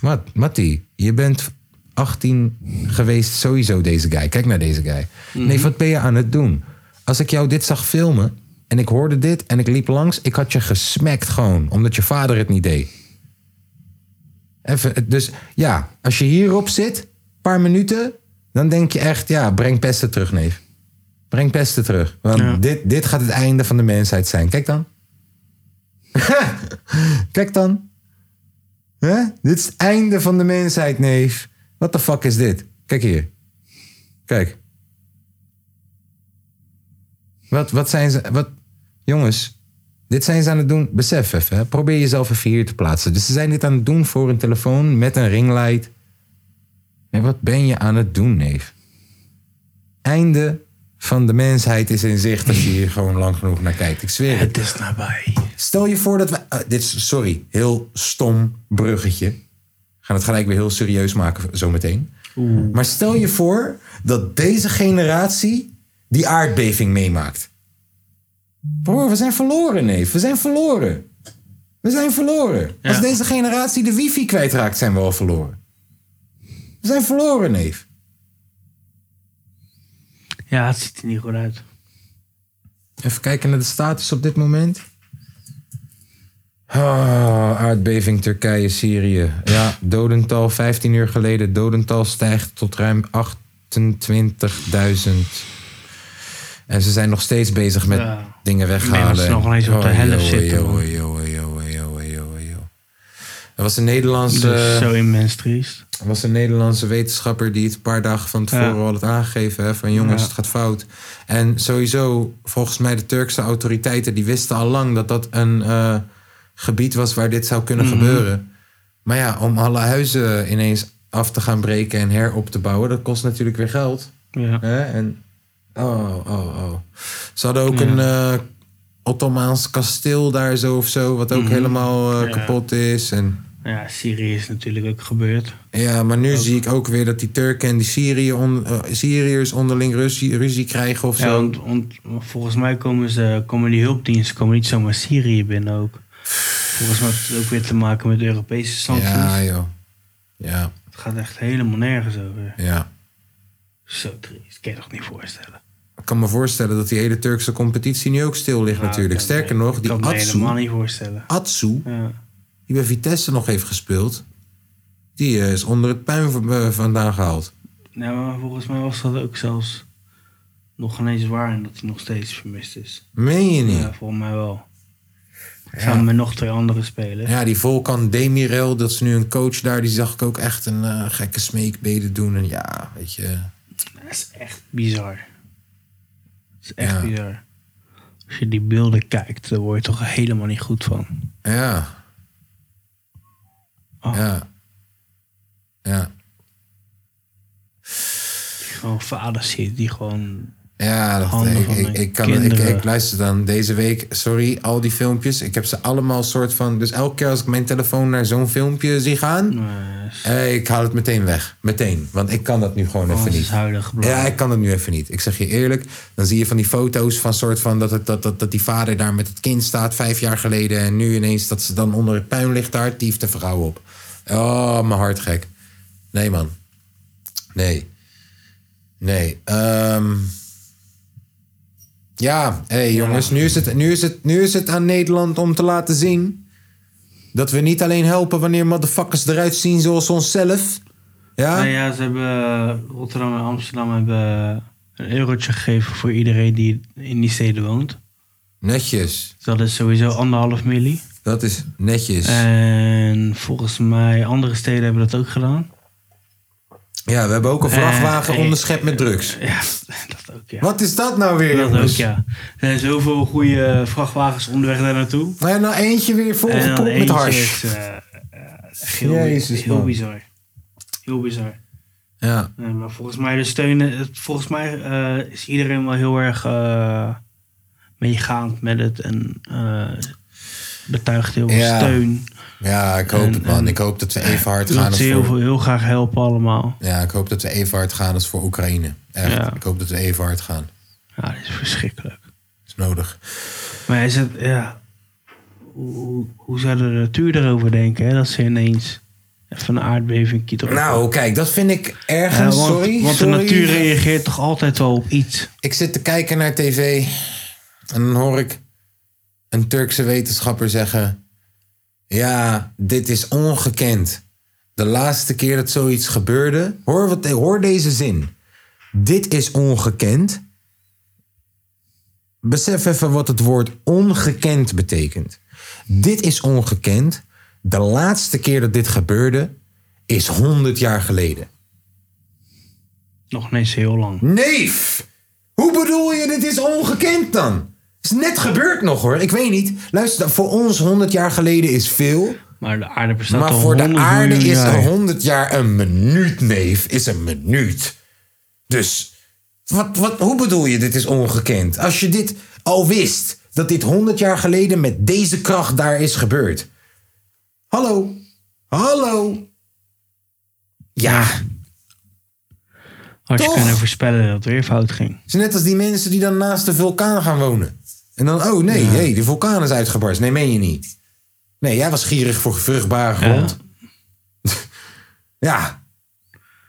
Speaker 1: Mat, Mattie, je bent 18 geweest sowieso deze guy. Kijk naar deze guy. Nee, wat ben je aan het doen? Als ik jou dit zag filmen en ik hoorde dit en ik liep langs... ik had je gesmakt gewoon, omdat je vader het niet deed. Even, dus ja, als je hierop zit, een paar minuten... dan denk je echt, ja, breng pesten terug, neef. Breng pesten terug. Want dit, dit gaat het einde van de mensheid zijn. Kijk dan. Kijk dan. Hè? Dit is het einde van de mensheid, neef. What the fuck is dit? Kijk hier. Kijk. Wat, wat zijn ze... Wat, jongens, dit zijn ze aan het doen. Besef even, hè. probeer jezelf even hier te plaatsen. Dus ze zijn dit aan het doen voor een telefoon met een ringlight. Nee, wat ben je aan het doen, neef? Einde van de mensheid is in zicht als je hier gewoon lang genoeg naar kijkt. Ik zweer het.
Speaker 11: Het is nabij.
Speaker 1: Stel je voor dat we. eh, dit is, sorry, heel stom bruggetje. We gaan het gelijk weer heel serieus maken zometeen. Maar stel je voor dat deze generatie die aardbeving meemaakt. Broer, we zijn verloren, neef. We zijn verloren. We zijn verloren. Als deze generatie de wifi kwijtraakt, zijn we al verloren. We zijn verloren, neef.
Speaker 11: Ja, het ziet er niet goed uit.
Speaker 1: Even kijken naar de status op dit moment. Ah, aardbeving Turkije, Syrië. Ja, dodental 15 uur geleden. Dodental stijgt tot ruim 28.000. En ze zijn nog steeds bezig met
Speaker 11: Ja. Ik
Speaker 1: dingen
Speaker 11: denk dat
Speaker 1: weghalen.
Speaker 11: ze nog wel eens op de
Speaker 1: Oei,
Speaker 11: helft
Speaker 1: oei,
Speaker 11: zitten,
Speaker 1: oei,
Speaker 11: hoor.
Speaker 1: oei, oei, oei, oei, oei, oei. Er was een Nederlandse...
Speaker 11: Dat is zo immens triest.
Speaker 1: Er was een Nederlandse wetenschapper die het een paar dagen van tevoren
Speaker 11: Ja.
Speaker 1: al had aangegeven. Hè, van jongens,
Speaker 11: Ja.
Speaker 1: het gaat fout. En sowieso, volgens mij de Turkse autoriteiten... die wisten al lang dat dat een eh, gebied was waar dit zou kunnen
Speaker 11: Mhm.
Speaker 1: gebeuren. Maar ja, om alle huizen ineens af te gaan breken en herop te bouwen... dat kost natuurlijk weer geld.
Speaker 11: Ja.
Speaker 1: Hè? En, oh, oh, oh. Ze hadden ook een eh,
Speaker 11: Mhm.
Speaker 1: Ottomaans kasteel daar zo of zo... wat ook helemaal eh, kapot is en...
Speaker 4: Ja, Syrië is natuurlijk ook gebeurd.
Speaker 1: Ja, maar nu zie ik ook weer dat die Turken en die Syrië on- eh, Syriërs onderling ruzie, ruzie krijgen of zo.
Speaker 4: Ja, want, want volgens mij komen, ze, komen die hulpdiensten komen niet zomaar Syrië binnen ook. Volgens mij heeft het ook weer te maken met Europese sancties.
Speaker 1: Ja, joh. Ja.
Speaker 4: Het gaat echt helemaal nergens over.
Speaker 1: Ja.
Speaker 4: Zo triest, kan je toch niet voorstellen.
Speaker 1: Ik kan me voorstellen dat die hele Turkse competitie nu ook stil ligt
Speaker 4: Ja,
Speaker 1: natuurlijk.
Speaker 4: ik kan
Speaker 1: Sterker nog,
Speaker 4: Ik
Speaker 1: die
Speaker 4: kan me
Speaker 1: Atsu,
Speaker 4: helemaal niet voorstellen.
Speaker 1: Atsu die bij Vitesse nog heeft gespeeld, die eh, is onder het puin v- eh, vandaan gehaald.
Speaker 4: Nou, maar volgens mij was dat ook zelfs nog geen eens waar en dat hij nog steeds vermist is.
Speaker 1: Meen je niet?
Speaker 4: Ja, volgens mij wel. Samen met nog twee andere spelers.
Speaker 1: Ja, die Volkan Demirel, dat is nu een coach daar. Die zag ik ook echt een eh, gekke smeekbeden doen. En ja, weet je.
Speaker 4: Dat is echt bizar. Dat is echt
Speaker 1: Ja.
Speaker 4: bizar. Als je die beelden kijkt, daar word je toch helemaal niet goed van.
Speaker 1: Ja.
Speaker 4: Ah.
Speaker 1: Ja. Ja.
Speaker 4: Gewoon vaders zit die gewoon...
Speaker 1: Ja, dat,
Speaker 4: Handen
Speaker 1: ik,
Speaker 4: van
Speaker 1: ik,
Speaker 4: de
Speaker 1: ik, kan, ik,
Speaker 4: kinderen.
Speaker 1: ik luister dan deze week, sorry, al die filmpjes. Ik heb ze allemaal soort van. Dus elke keer als ik mijn telefoon naar zo'n filmpje zie gaan, eh, ik haal het meteen weg. Meteen. Want ik kan dat nu gewoon even
Speaker 4: het is
Speaker 1: niet.
Speaker 4: huidig blauw.
Speaker 1: ja, ik kan dat nu even niet. Ik zeg je eerlijk, dan zie je van die foto's van soort van dat, het, dat, dat, dat die vader daar met het kind staat vijf jaar geleden. En nu ineens dat ze dan onder het puin ligt daar, tief de vrouw op. Oh, mijn hart gek. Nee, man. Nee. Nee. Ehm ja, hé hey, jongens, nu is, het, nu, is het, nu is het aan Nederland om te laten zien dat we niet alleen helpen wanneer motherfuckers eruit zien zoals onszelf. Ja?
Speaker 4: Nou ja, ze hebben eh, Rotterdam en Amsterdam hebben eh, een eurotje gegeven voor iedereen die in die steden woont.
Speaker 1: Netjes.
Speaker 4: Dat is sowieso anderhalf milli.
Speaker 1: Dat is netjes.
Speaker 4: Eh. En volgens mij andere steden hebben dat ook gedaan.
Speaker 1: Ja, we hebben ook een
Speaker 4: Eh,
Speaker 1: vrachtwagen
Speaker 4: eh,
Speaker 1: onderschept met drugs.
Speaker 4: Ja, dat ook, ja.
Speaker 1: Wat is dat nou weer,
Speaker 4: Dat ook,
Speaker 1: jongens?
Speaker 4: ja. Er zijn zoveel goede vrachtwagens onderweg daar naartoe.
Speaker 1: Nou, ja, nou eentje weer
Speaker 4: En
Speaker 1: volgepropt
Speaker 4: dan
Speaker 1: met
Speaker 4: eentje
Speaker 1: hars.
Speaker 4: is, eh, eh, heel,
Speaker 1: Jezus,
Speaker 4: heel
Speaker 1: man.
Speaker 4: bizar. Heel bizar.
Speaker 1: Ja.
Speaker 4: Nee, maar volgens mij de steunen, het- volgens mij eh, is iedereen wel heel erg eh, meegaand met het en eh, betuigt heel veel
Speaker 1: Ja.
Speaker 4: steun.
Speaker 1: Ja, ik hoop
Speaker 4: En-
Speaker 1: het, man.
Speaker 4: en-
Speaker 1: Ik hoop dat we even hard gaan
Speaker 4: Dat
Speaker 1: als
Speaker 4: ze heel,
Speaker 1: voor...
Speaker 4: veel, heel graag helpen allemaal.
Speaker 1: Ja, ik hoop dat we even hard gaan als voor Oekraïne. Echt.
Speaker 4: Ja.
Speaker 1: Ik hoop dat we even hard gaan.
Speaker 4: Ja, dat is verschrikkelijk.
Speaker 1: is nodig.
Speaker 4: Maar is het, ja, hoe, hoe- hoe zou de natuur erover denken, hè? Dat ze ineens even een aardbeving kiezen.
Speaker 1: Nou, kijk, dat vind ik ergens.
Speaker 4: Eh, want,
Speaker 1: sorry.
Speaker 4: Want
Speaker 1: sorry.
Speaker 4: de natuur reageert toch altijd wel op iets.
Speaker 1: Ik zit te kijken naar tv en dan hoor ik een Turkse wetenschapper zeggen: Ja, dit is ongekend. De laatste keer dat zoiets gebeurde. Hoor, wat, hoor deze zin. Dit is ongekend. Besef even wat het woord ongekend betekent. Dit is ongekend. De laatste keer dat dit gebeurde is 100 jaar geleden.
Speaker 4: Nog niet eens heel lang.
Speaker 1: Neef! Hoe bedoel je, dit is ongekend dan? Is net gebeurd nog hoor, ik weet niet. Luister, voor ons 100 jaar geleden is veel.
Speaker 4: Maar de aarde bestaat
Speaker 1: Maar
Speaker 4: al
Speaker 1: voor de
Speaker 4: 100
Speaker 1: aarde
Speaker 4: miljoen
Speaker 1: is
Speaker 4: jaar.
Speaker 1: 100 jaar een minuut, neef. Is een minuut. Dus, wat, wat, hoe bedoel je, dit is ongekend? Als je dit al wist, dat dit 100 jaar geleden met deze kracht daar is gebeurd. Hallo? Hallo? Ja.
Speaker 4: Had je
Speaker 1: Toch?
Speaker 4: kunnen voorspellen dat het weer fout ging.
Speaker 1: Het is net als die mensen die dan naast de vulkaan gaan wonen. En dan, oh nee, hey, de vulkaan is uitgebarst. Nee, meen je niet. Nee, jij was gierig voor vruchtbare grond. Ja.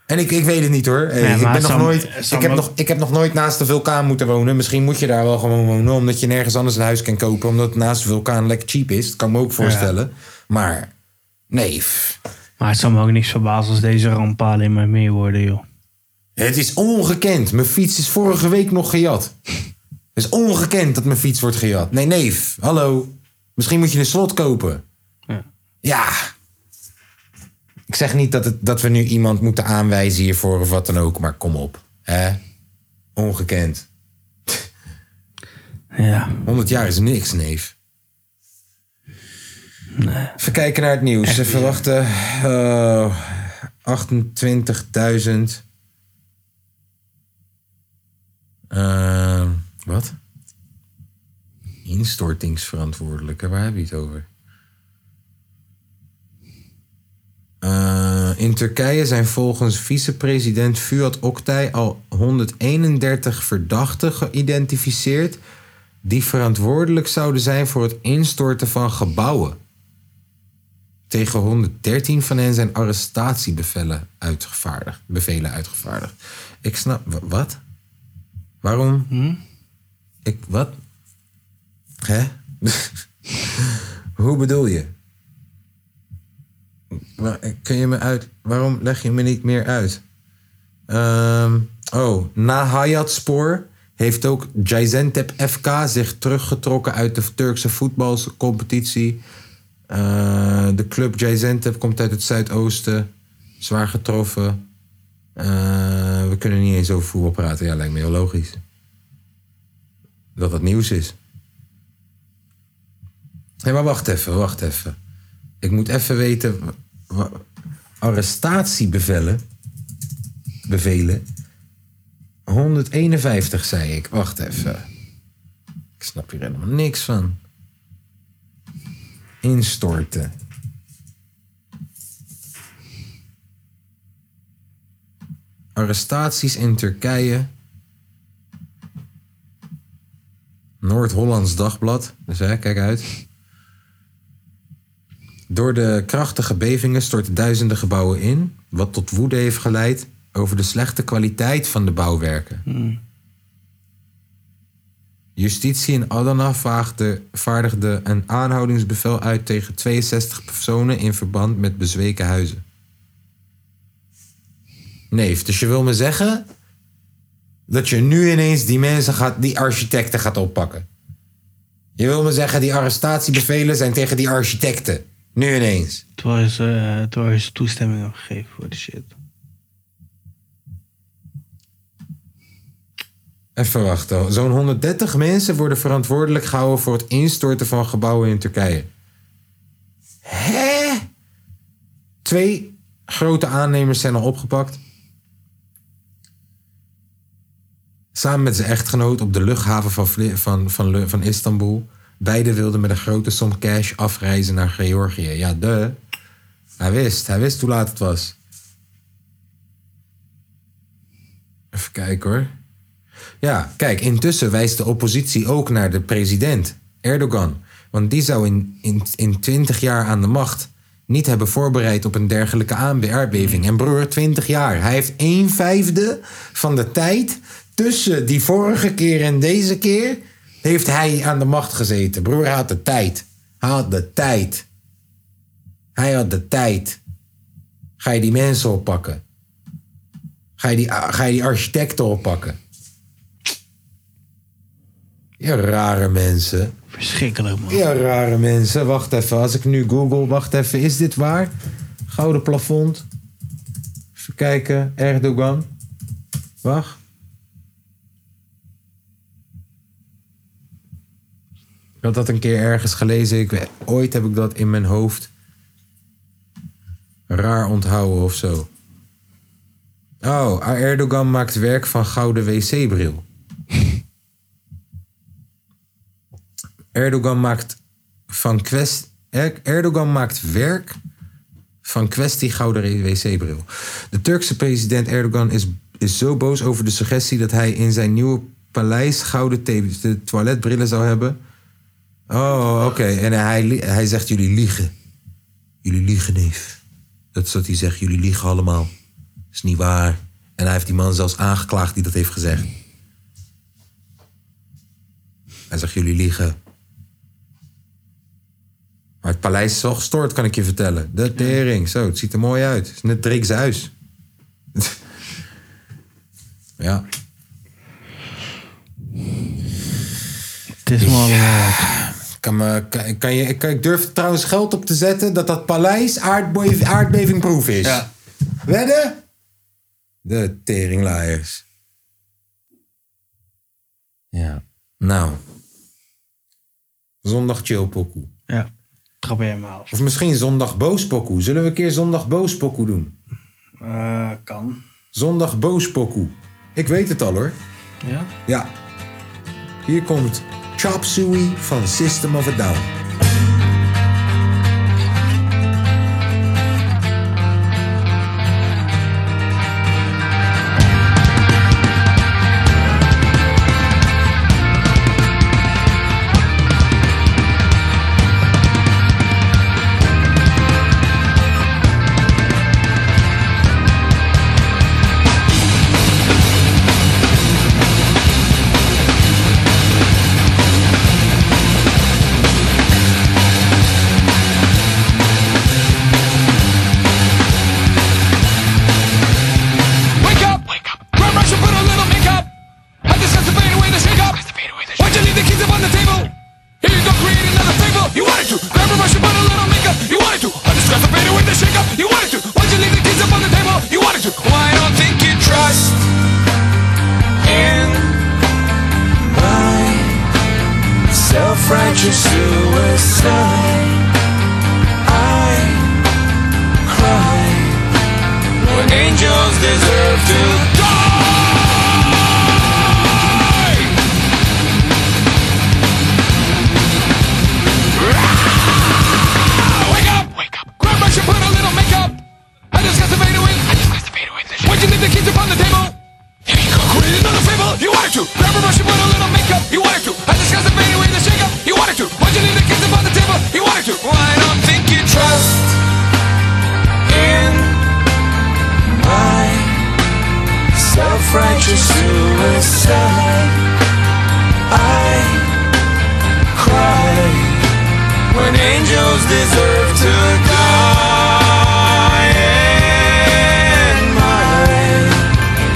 Speaker 1: En ik, ik weet het niet hoor. Hey,
Speaker 4: Ja,
Speaker 1: ik,
Speaker 4: maar
Speaker 1: ben nog
Speaker 4: Sam-
Speaker 1: nooit,
Speaker 4: Sam
Speaker 1: ik, heb
Speaker 4: ook-
Speaker 1: nog, ik heb nog nooit naast de vulkaan moeten wonen. Misschien moet je daar wel gewoon wonen, omdat je nergens anders een huis kan kopen. Omdat het naast de vulkaan lekker cheap is. Dat kan ik me ook voorstellen. Maar nee, pff.
Speaker 4: Maar het zou me ook niks verbazen als deze rampen alleen maar meer worden, joh.
Speaker 1: het is ongekend. Mijn fiets is vorige week nog gejat. Het is ongekend dat mijn fiets wordt gejat. Nee, neef, hallo. Misschien moet je een slot kopen.
Speaker 4: Ja.
Speaker 1: Ik zeg niet dat, het, dat we nu iemand moeten aanwijzen hiervoor of wat dan ook, maar kom op. Hè? Ongekend.
Speaker 4: Ja.
Speaker 1: 100 jaar is niks, neef. Even kijken naar het nieuws. Even wachten. Oh, 28.000. Ehm, wat? Instortingsverantwoordelijke, waar heb je het over? Eh, in Turkije zijn volgens vicepresident Fuat Oktay al 131 verdachten geïdentificeerd. die verantwoordelijk zouden zijn voor het instorten van gebouwen. Tegen 113 van hen zijn arrestatiebevelen uitgevaardigd, bevelen uitgevaardigd. Ik snap. wa- Wat? Waarom? Ik. Wat? Hè? Hoe bedoel je? Wa- Kun je me uit. Waarom leg je me niet meer uit? Ehm, oh, na Hayat-spoor heeft ook Gaziantep FK zich teruggetrokken uit de Turkse voetbalcompetitie. Eh, de club Gaziantep komt uit het zuidoosten. Zwaar getroffen. Eh, we kunnen niet eens over voetbal praten. Ja, lijkt me heel logisch. Dat dat nieuws is. Hé, maar wacht even, wacht even. Ik moet even weten. wa- wa- Arrestatiebevelen. Bevelen. 151 zei ik. Wacht even. Ik snap hier helemaal niks van. Instorten. Arrestaties in Turkije. Noord-Hollands Dagblad. Dus hè, kijk uit. Door de krachtige bevingen storten duizenden gebouwen in, wat tot woede heeft geleid over de slechte kwaliteit van de bouwwerken. Justitie in Adana vaagde- vaardigde een aanhoudingsbevel uit tegen 62 personen in verband met bezweken huizen. Neef, dus je wil me zeggen dat je nu ineens die mensen gaat, die architecten gaat oppakken? Je wil me zeggen, die arrestatiebevelen zijn tegen die architecten. Nu ineens.
Speaker 11: Terwijl ze, eh, terwijl ze toestemming hebben gegeven voor de shit.
Speaker 1: Even wachten. Zo'n 130 mensen worden verantwoordelijk gehouden voor het instorten van gebouwen in Turkije. Hè? Twee grote aannemers zijn al opgepakt. Samen met zijn echtgenoot op de luchthaven van, Vli- van, van, Lu- van Istanbul. Beiden wilden met een grote som cash afreizen naar Georgië. Ja, de. Hij wist, hij wist hoe laat het was. Even kijken hoor. Ja, kijk, intussen wijst de oppositie ook naar de president, Erdogan. Want die zou in, in, in 20 jaar aan de macht niet hebben voorbereid op een dergelijke aardbeving. En broer, 20 jaar. Hij heeft een vijfde van de tijd tussen die vorige keer en deze keer... heeft hij aan de macht gezeten. Broer, hij had de tijd. Hij had de tijd. Hij had de tijd. Ga je die mensen oppakken? Ga je die, ga je die architecten oppakken? Ja, rare mensen.
Speaker 11: Verschrikkelijk, man.
Speaker 1: Ja, rare mensen. Wacht even. Als ik nu google, wacht even. Is dit waar? Gouden plafond. Even kijken. Erdogan. Wacht. Ik had dat een keer ergens gelezen. Ik, weet- ooit heb ik dat in mijn hoofd raar onthouden of zo. Oh, Erdogan maakt werk van gouden wc-bril. Erdogan maakt van kwest... Er- Erdogan maakt werk van kwestie gouden wc-bril. De Turkse president Erdogan is, is zo boos over de suggestie dat hij in zijn nieuwe paleis gouden the- de toiletbrillen zou hebben. Oh, oké. En hij, li- hij zegt: Jullie liegen. Jullie liegen, neef. Dat is wat hij zegt. Jullie liegen allemaal. Is niet waar. En hij heeft die man zelfs aangeklaagd die dat heeft gezegd. Hij zegt: Jullie liegen. Maar het paleis is al gestoord, kan ik je vertellen. De tering. Zo, het ziet er mooi uit. Het is net Drake's huis. ja.
Speaker 11: Het is me allemaal
Speaker 1: Kan me, kan, kan je, kan, ik durf er trouwens geld op te zetten dat dat paleis aardbe- aardbevingproef is.
Speaker 11: Ja.
Speaker 1: Wedden? De teringlaaiers. Ja. Nou. Zondag chill pokoe.
Speaker 11: Ja, trap jij maar af.
Speaker 1: Of misschien zondag boos pokoe. Zullen we een keer zondag boos pokoe doen?
Speaker 11: Eh, kan.
Speaker 1: Zondag boos pokoe. Ik weet het al hoor.
Speaker 11: Ja?
Speaker 1: Ja. Hier komt Chop Suey van System of a Down.
Speaker 7: Chop
Speaker 2: of suicide. I cry when angels deserve to die. Ah, Wake up! Wake up! Grab brush and put a little makeup. I just got to fade away. I just got to fade away. Why'd you leave the kids upon the table? Here you go. Create another fable. You wanted to. Grab a brush and put a little makeup. You wanted to. I just got to fade away the shake up. You wanted to. Why'd you leave the kids upon the table? You wanted to. Why don't think you trust in my self-righteous suicide? I cry when angels deserve to die. And my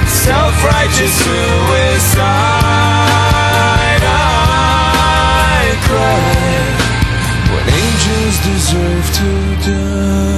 Speaker 2: self-righteous suicide. I cry when angels deserve to die.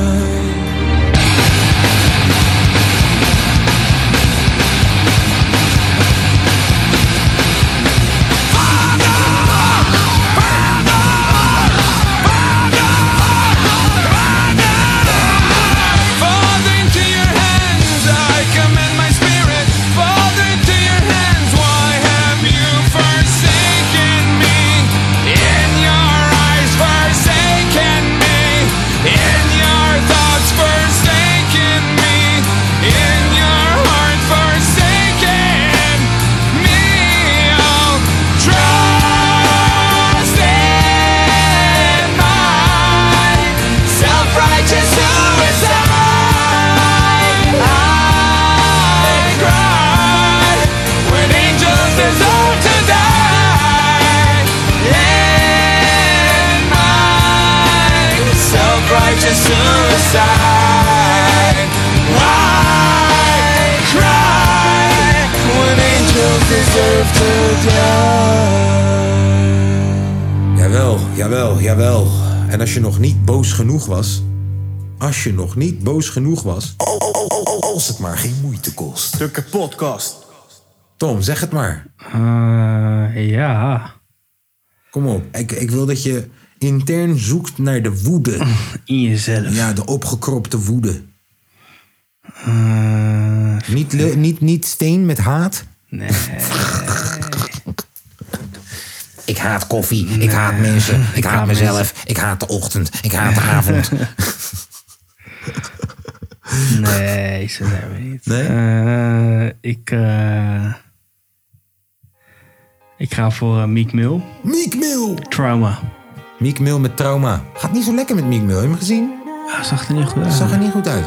Speaker 2: Fall into your hands, I commend my spirit. Fall into your hands, why have you forsaken me? In your eyes, forsaken me. In your thoughts, forsaken me. In your heart, forsaken me. Oh, trust in my self-righteous suicide. I cry when angels deserve to die. In my self-righteous suicide. I cry when angels deserve to die.
Speaker 1: Jawel, jawel, jawel. En als je nog niet boos genoeg was. Als je nog niet boos genoeg was. Als het maar geen moeite kost. De podcast. Tom, zeg het maar.
Speaker 4: Eh,
Speaker 1: ja. Kom op. Ik, ik wil dat je intern zoekt naar de woede. In jezelf. Ja, de opgekropte woede.
Speaker 4: Eh,
Speaker 1: niet, le- niet, niet steen met haat. Nee. Ik haat koffie. Ik haat mensen. Ik, haat mezelf. Ik haat de ochtend. Ik haat de avond.
Speaker 4: Nee, zo zijn we niet.
Speaker 1: Nee?
Speaker 4: Eh, ik, eh, ik ga voor eh, Meek Mill.
Speaker 1: Meek Mill!
Speaker 4: Trauma.
Speaker 1: Meek Mill met trauma. Gaat niet zo lekker met Meek Mill. Heb je hem gezien?
Speaker 4: zag er niet goed uit.
Speaker 1: Zag er niet goed uit.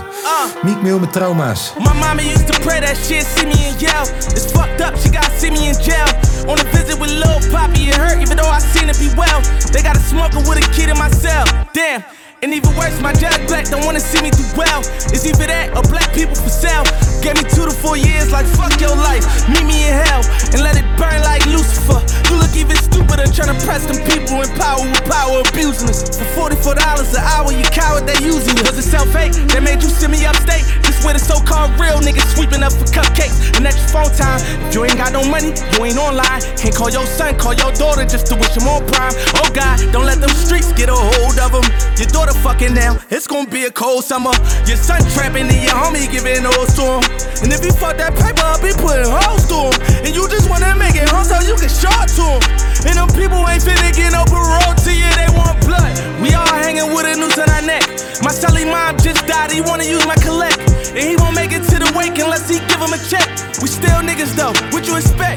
Speaker 1: Meek Mill met trauma's.
Speaker 13: My mama used to pray that shit, see me and yell. It's fucked up, she got see me in jail. On a visit with Lil Poppy, it hurt, even though I seen it be well. They got a smoker with a kid in my cell. Damn. And even worse, my judge black don't wanna see me do well. It's either that or black people for sale. Gave me two to four years, like fuck your life. Meet me in hell and let it burn like Lucifer. You look even stupider trying to press them people in power with power abusing us. For $44 an hour, you coward, they using you. Was it self hate that made you send me upstate? This where the so called real niggas sweeping up for cupcakes. And extra phone time, if you ain't got no money, you ain't online. Can't call your son, call your daughter just to wish him on prime. Oh God, don't let them streets get a hold of him. Your daughter fucking now, it's gonna be a cold summer. Your son trapping and your homie giving hoes to him. And if you fuck that paper up, he putting hoes to him. And you just wanna make it home so you can show it to him. And them people ain't finna get no parole to you, they want blood. We all hanging with a noose on our neck. My Sally mom just died, he wanna use my collect. And he won't make it to the wake unless he give him a check. We still niggas though, what you expect?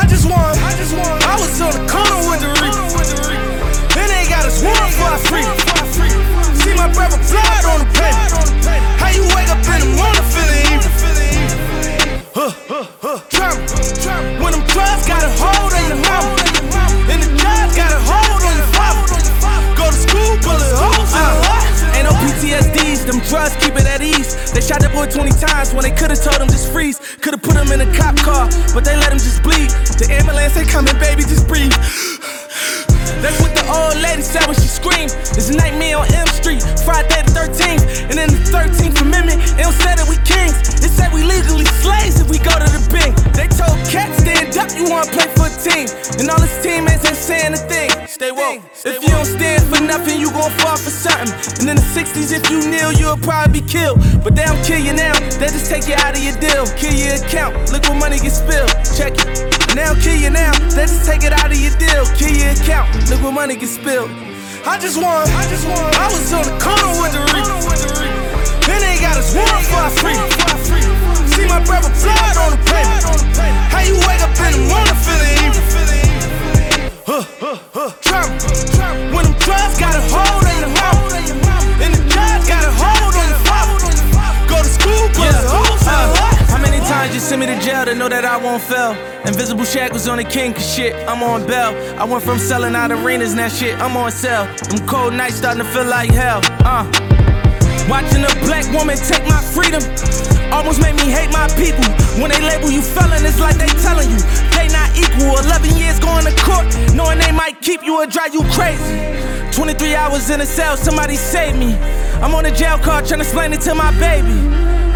Speaker 13: I just want, I just want, I was on the corner with the reef. Then they got us warm for our free. See my brother blood on the planet. How you wake up in the morning feeling evil? Huh, huh, huh. Trauma. When them drugs got a hold on your mama, and the drugs got a hold on your father. Go to school, bullet holes in the heart. Ain't no PTSDs, them drugs keep it at ease. They shot that boy 20 times when they could've told him just freeze. Could've put him in a cop car, but they let him just bleed. The ambulance ain't coming, baby, just breathe. That's what the old lady said when she screamed. It's a nightmare on M Street, Friday the 13th. And in the 13th Amendment, it don't say that we kings. It said we legally slaves if we go to the bank. They told cats, stand up, you wanna play for a team. And all his teammates ain't saying a thing. Stay woke.
Speaker 14: If you don't stand for nothing, you gon' fall for something. And in the 60s, if you kneel, you'll probably be killed. But they don't kill you now, they just take you out of your deal. Kill your account, look what money gets spilled. Check it. And they don't kill you now, they just take it out of your deal. Kill your account, look what money gets spilled. I just won, I just won. I was on the corner with the reef. Then they got us one for a free. See my brother blood on the pavement. How you wake up in the morning feeling evil? Huh, huh, huh. Trump. When them drugs got a hold on your mouth. And the judge got a hold on your father. Go to school, but yeah. hoes for
Speaker 13: Uh,
Speaker 14: what?
Speaker 13: How many times you send me to jail to know that I won't fail? Invisible shackles on the king, cause shit, I'm on bail. I went from selling out arenas, now shit, I'm on sale. Them cold nights starting to feel like hell, uh. Watching a black woman take my freedom almost made me hate my people. When they label you felon, it's like they telling you they not equal. 11 years going to court, knowing they might keep you or drive you crazy. 23 hours in a cell, somebody save me. I'm on a jail car trying to explain it to my baby.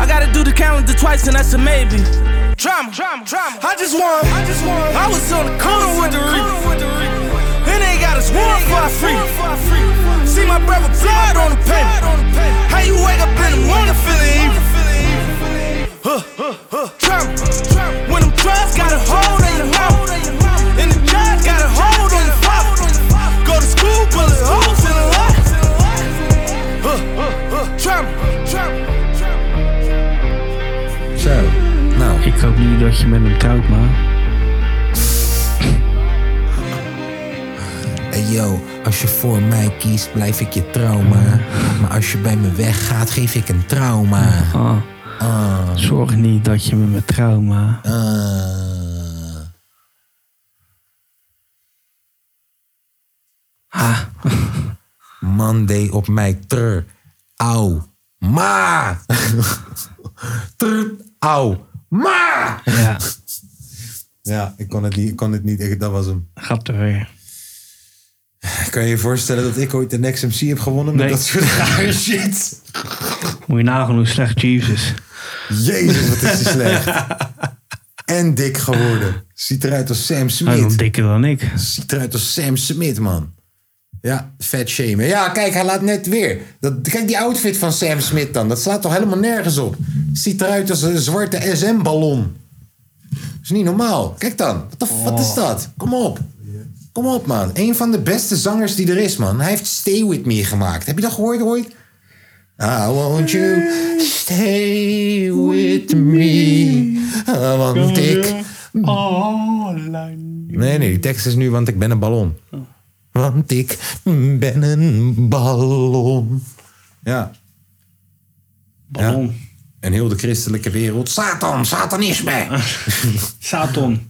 Speaker 13: I gotta do the calendar twice and that's a maybe. Drama, drama, drama. I just won. I just won. I was on the corner with the reef. And they got us one for our free. See my brother blood on the pavement. How you wake up in the morning feeling evil? Huh, huh, huh. Drama, When them drugs got a hold on your mouth. And the judge got a hold on your father. Go to school, but it's hoes in the lot. Huh, huh, huh. Drama,
Speaker 1: Zo, nou.
Speaker 4: Ik hoop niet dat je met hem trouwt, maar...
Speaker 1: Hey yo, als je voor mij kiest, blijf ik je trauma. Maar als je bij me weggaat, geef ik een trauma. Ah.
Speaker 4: Zorg niet dat je met mijn trauma...
Speaker 1: Eh. Man deed op mij ter. Au. Ma. ter. Au. Ma.
Speaker 4: Ja.
Speaker 1: Ja, ik kon het niet. Ik kon het niet ik, dat was hem.
Speaker 4: Gaat er weer.
Speaker 1: Kan je je voorstellen dat ik ooit de Next MC heb gewonnen met
Speaker 4: Nee.
Speaker 1: dat soort rare shit?
Speaker 4: Moet je nagaan hoe slecht Jesus.
Speaker 1: Jezus, wat is die slecht. En dik geworden. Ziet eruit als Sam Smith.
Speaker 4: Hij is dikker dan ik.
Speaker 1: Ziet eruit als Sam Smith, man. Ja, vet shamen. Ja, kijk, hij laat net weer. Dat, kijk die outfit van Sam Smith dan. Dat slaat toch helemaal nergens op. Ziet eruit als een zwarte SM-ballon. is niet normaal. Kijk dan. Wat, de f- wat is dat? Kom op. Kom op, man. Een van de beste zangers die er is, man. Hij heeft Stay With Me gemaakt. Heb je dat gehoord ooit? I want you stay with me. Ah, Want ik... Nee, nee, die tekst is nu, want ik ben een ballon. Want ik ben een ballon. Ja. Ballon. En heel de christelijke wereld. Satan, satanisme.
Speaker 4: Satan.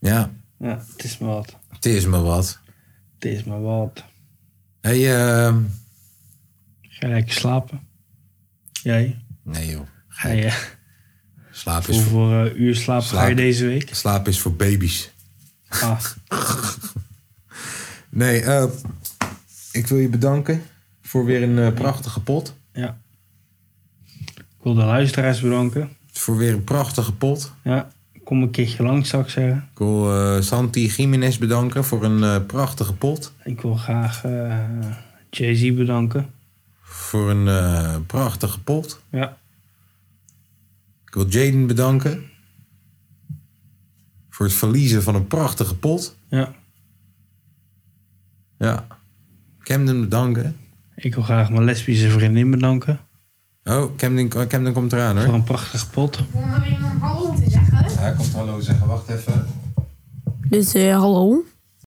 Speaker 1: Ja,
Speaker 4: Ja, het is me wat.
Speaker 1: het is me wat.
Speaker 4: Het is me wat.
Speaker 1: Hey, eh,
Speaker 4: Ga je lekker slapen? Jij?
Speaker 1: nee joh.
Speaker 4: Ga je...
Speaker 1: Slaap is, voor,
Speaker 4: Hoeveel eh, uur slaap, ga je
Speaker 1: Slaap.
Speaker 4: deze week?
Speaker 1: slaap is voor baby's.
Speaker 4: Ah,
Speaker 1: Nee, eh, ik wil je bedanken voor weer een eh, prachtige pot.
Speaker 4: ja. Ik wil de luisteraars bedanken.
Speaker 1: Voor weer een prachtige pot.
Speaker 4: Ja, kom een keertje langs, zou ik zeggen.
Speaker 1: Ik wil eh, Santi Jiménez bedanken voor een eh, prachtige pot.
Speaker 4: Ik wil graag eh, Jay-Z bedanken.
Speaker 1: Voor een eh, prachtige pot.
Speaker 4: Ja.
Speaker 1: Ik wil Jaden bedanken. Voor het verliezen van een prachtige pot.
Speaker 4: Ja.
Speaker 1: Ja. Camden bedanken.
Speaker 4: Ik wil graag mijn lesbische vriendin bedanken.
Speaker 1: Oh, Camden, Camden komt eraan hoor.
Speaker 4: Voor een prachtig pot.
Speaker 10: Om alleen maar hallo te zeggen.
Speaker 1: Hij komt hallo zeggen, wacht even.
Speaker 10: Dus eh, hallo.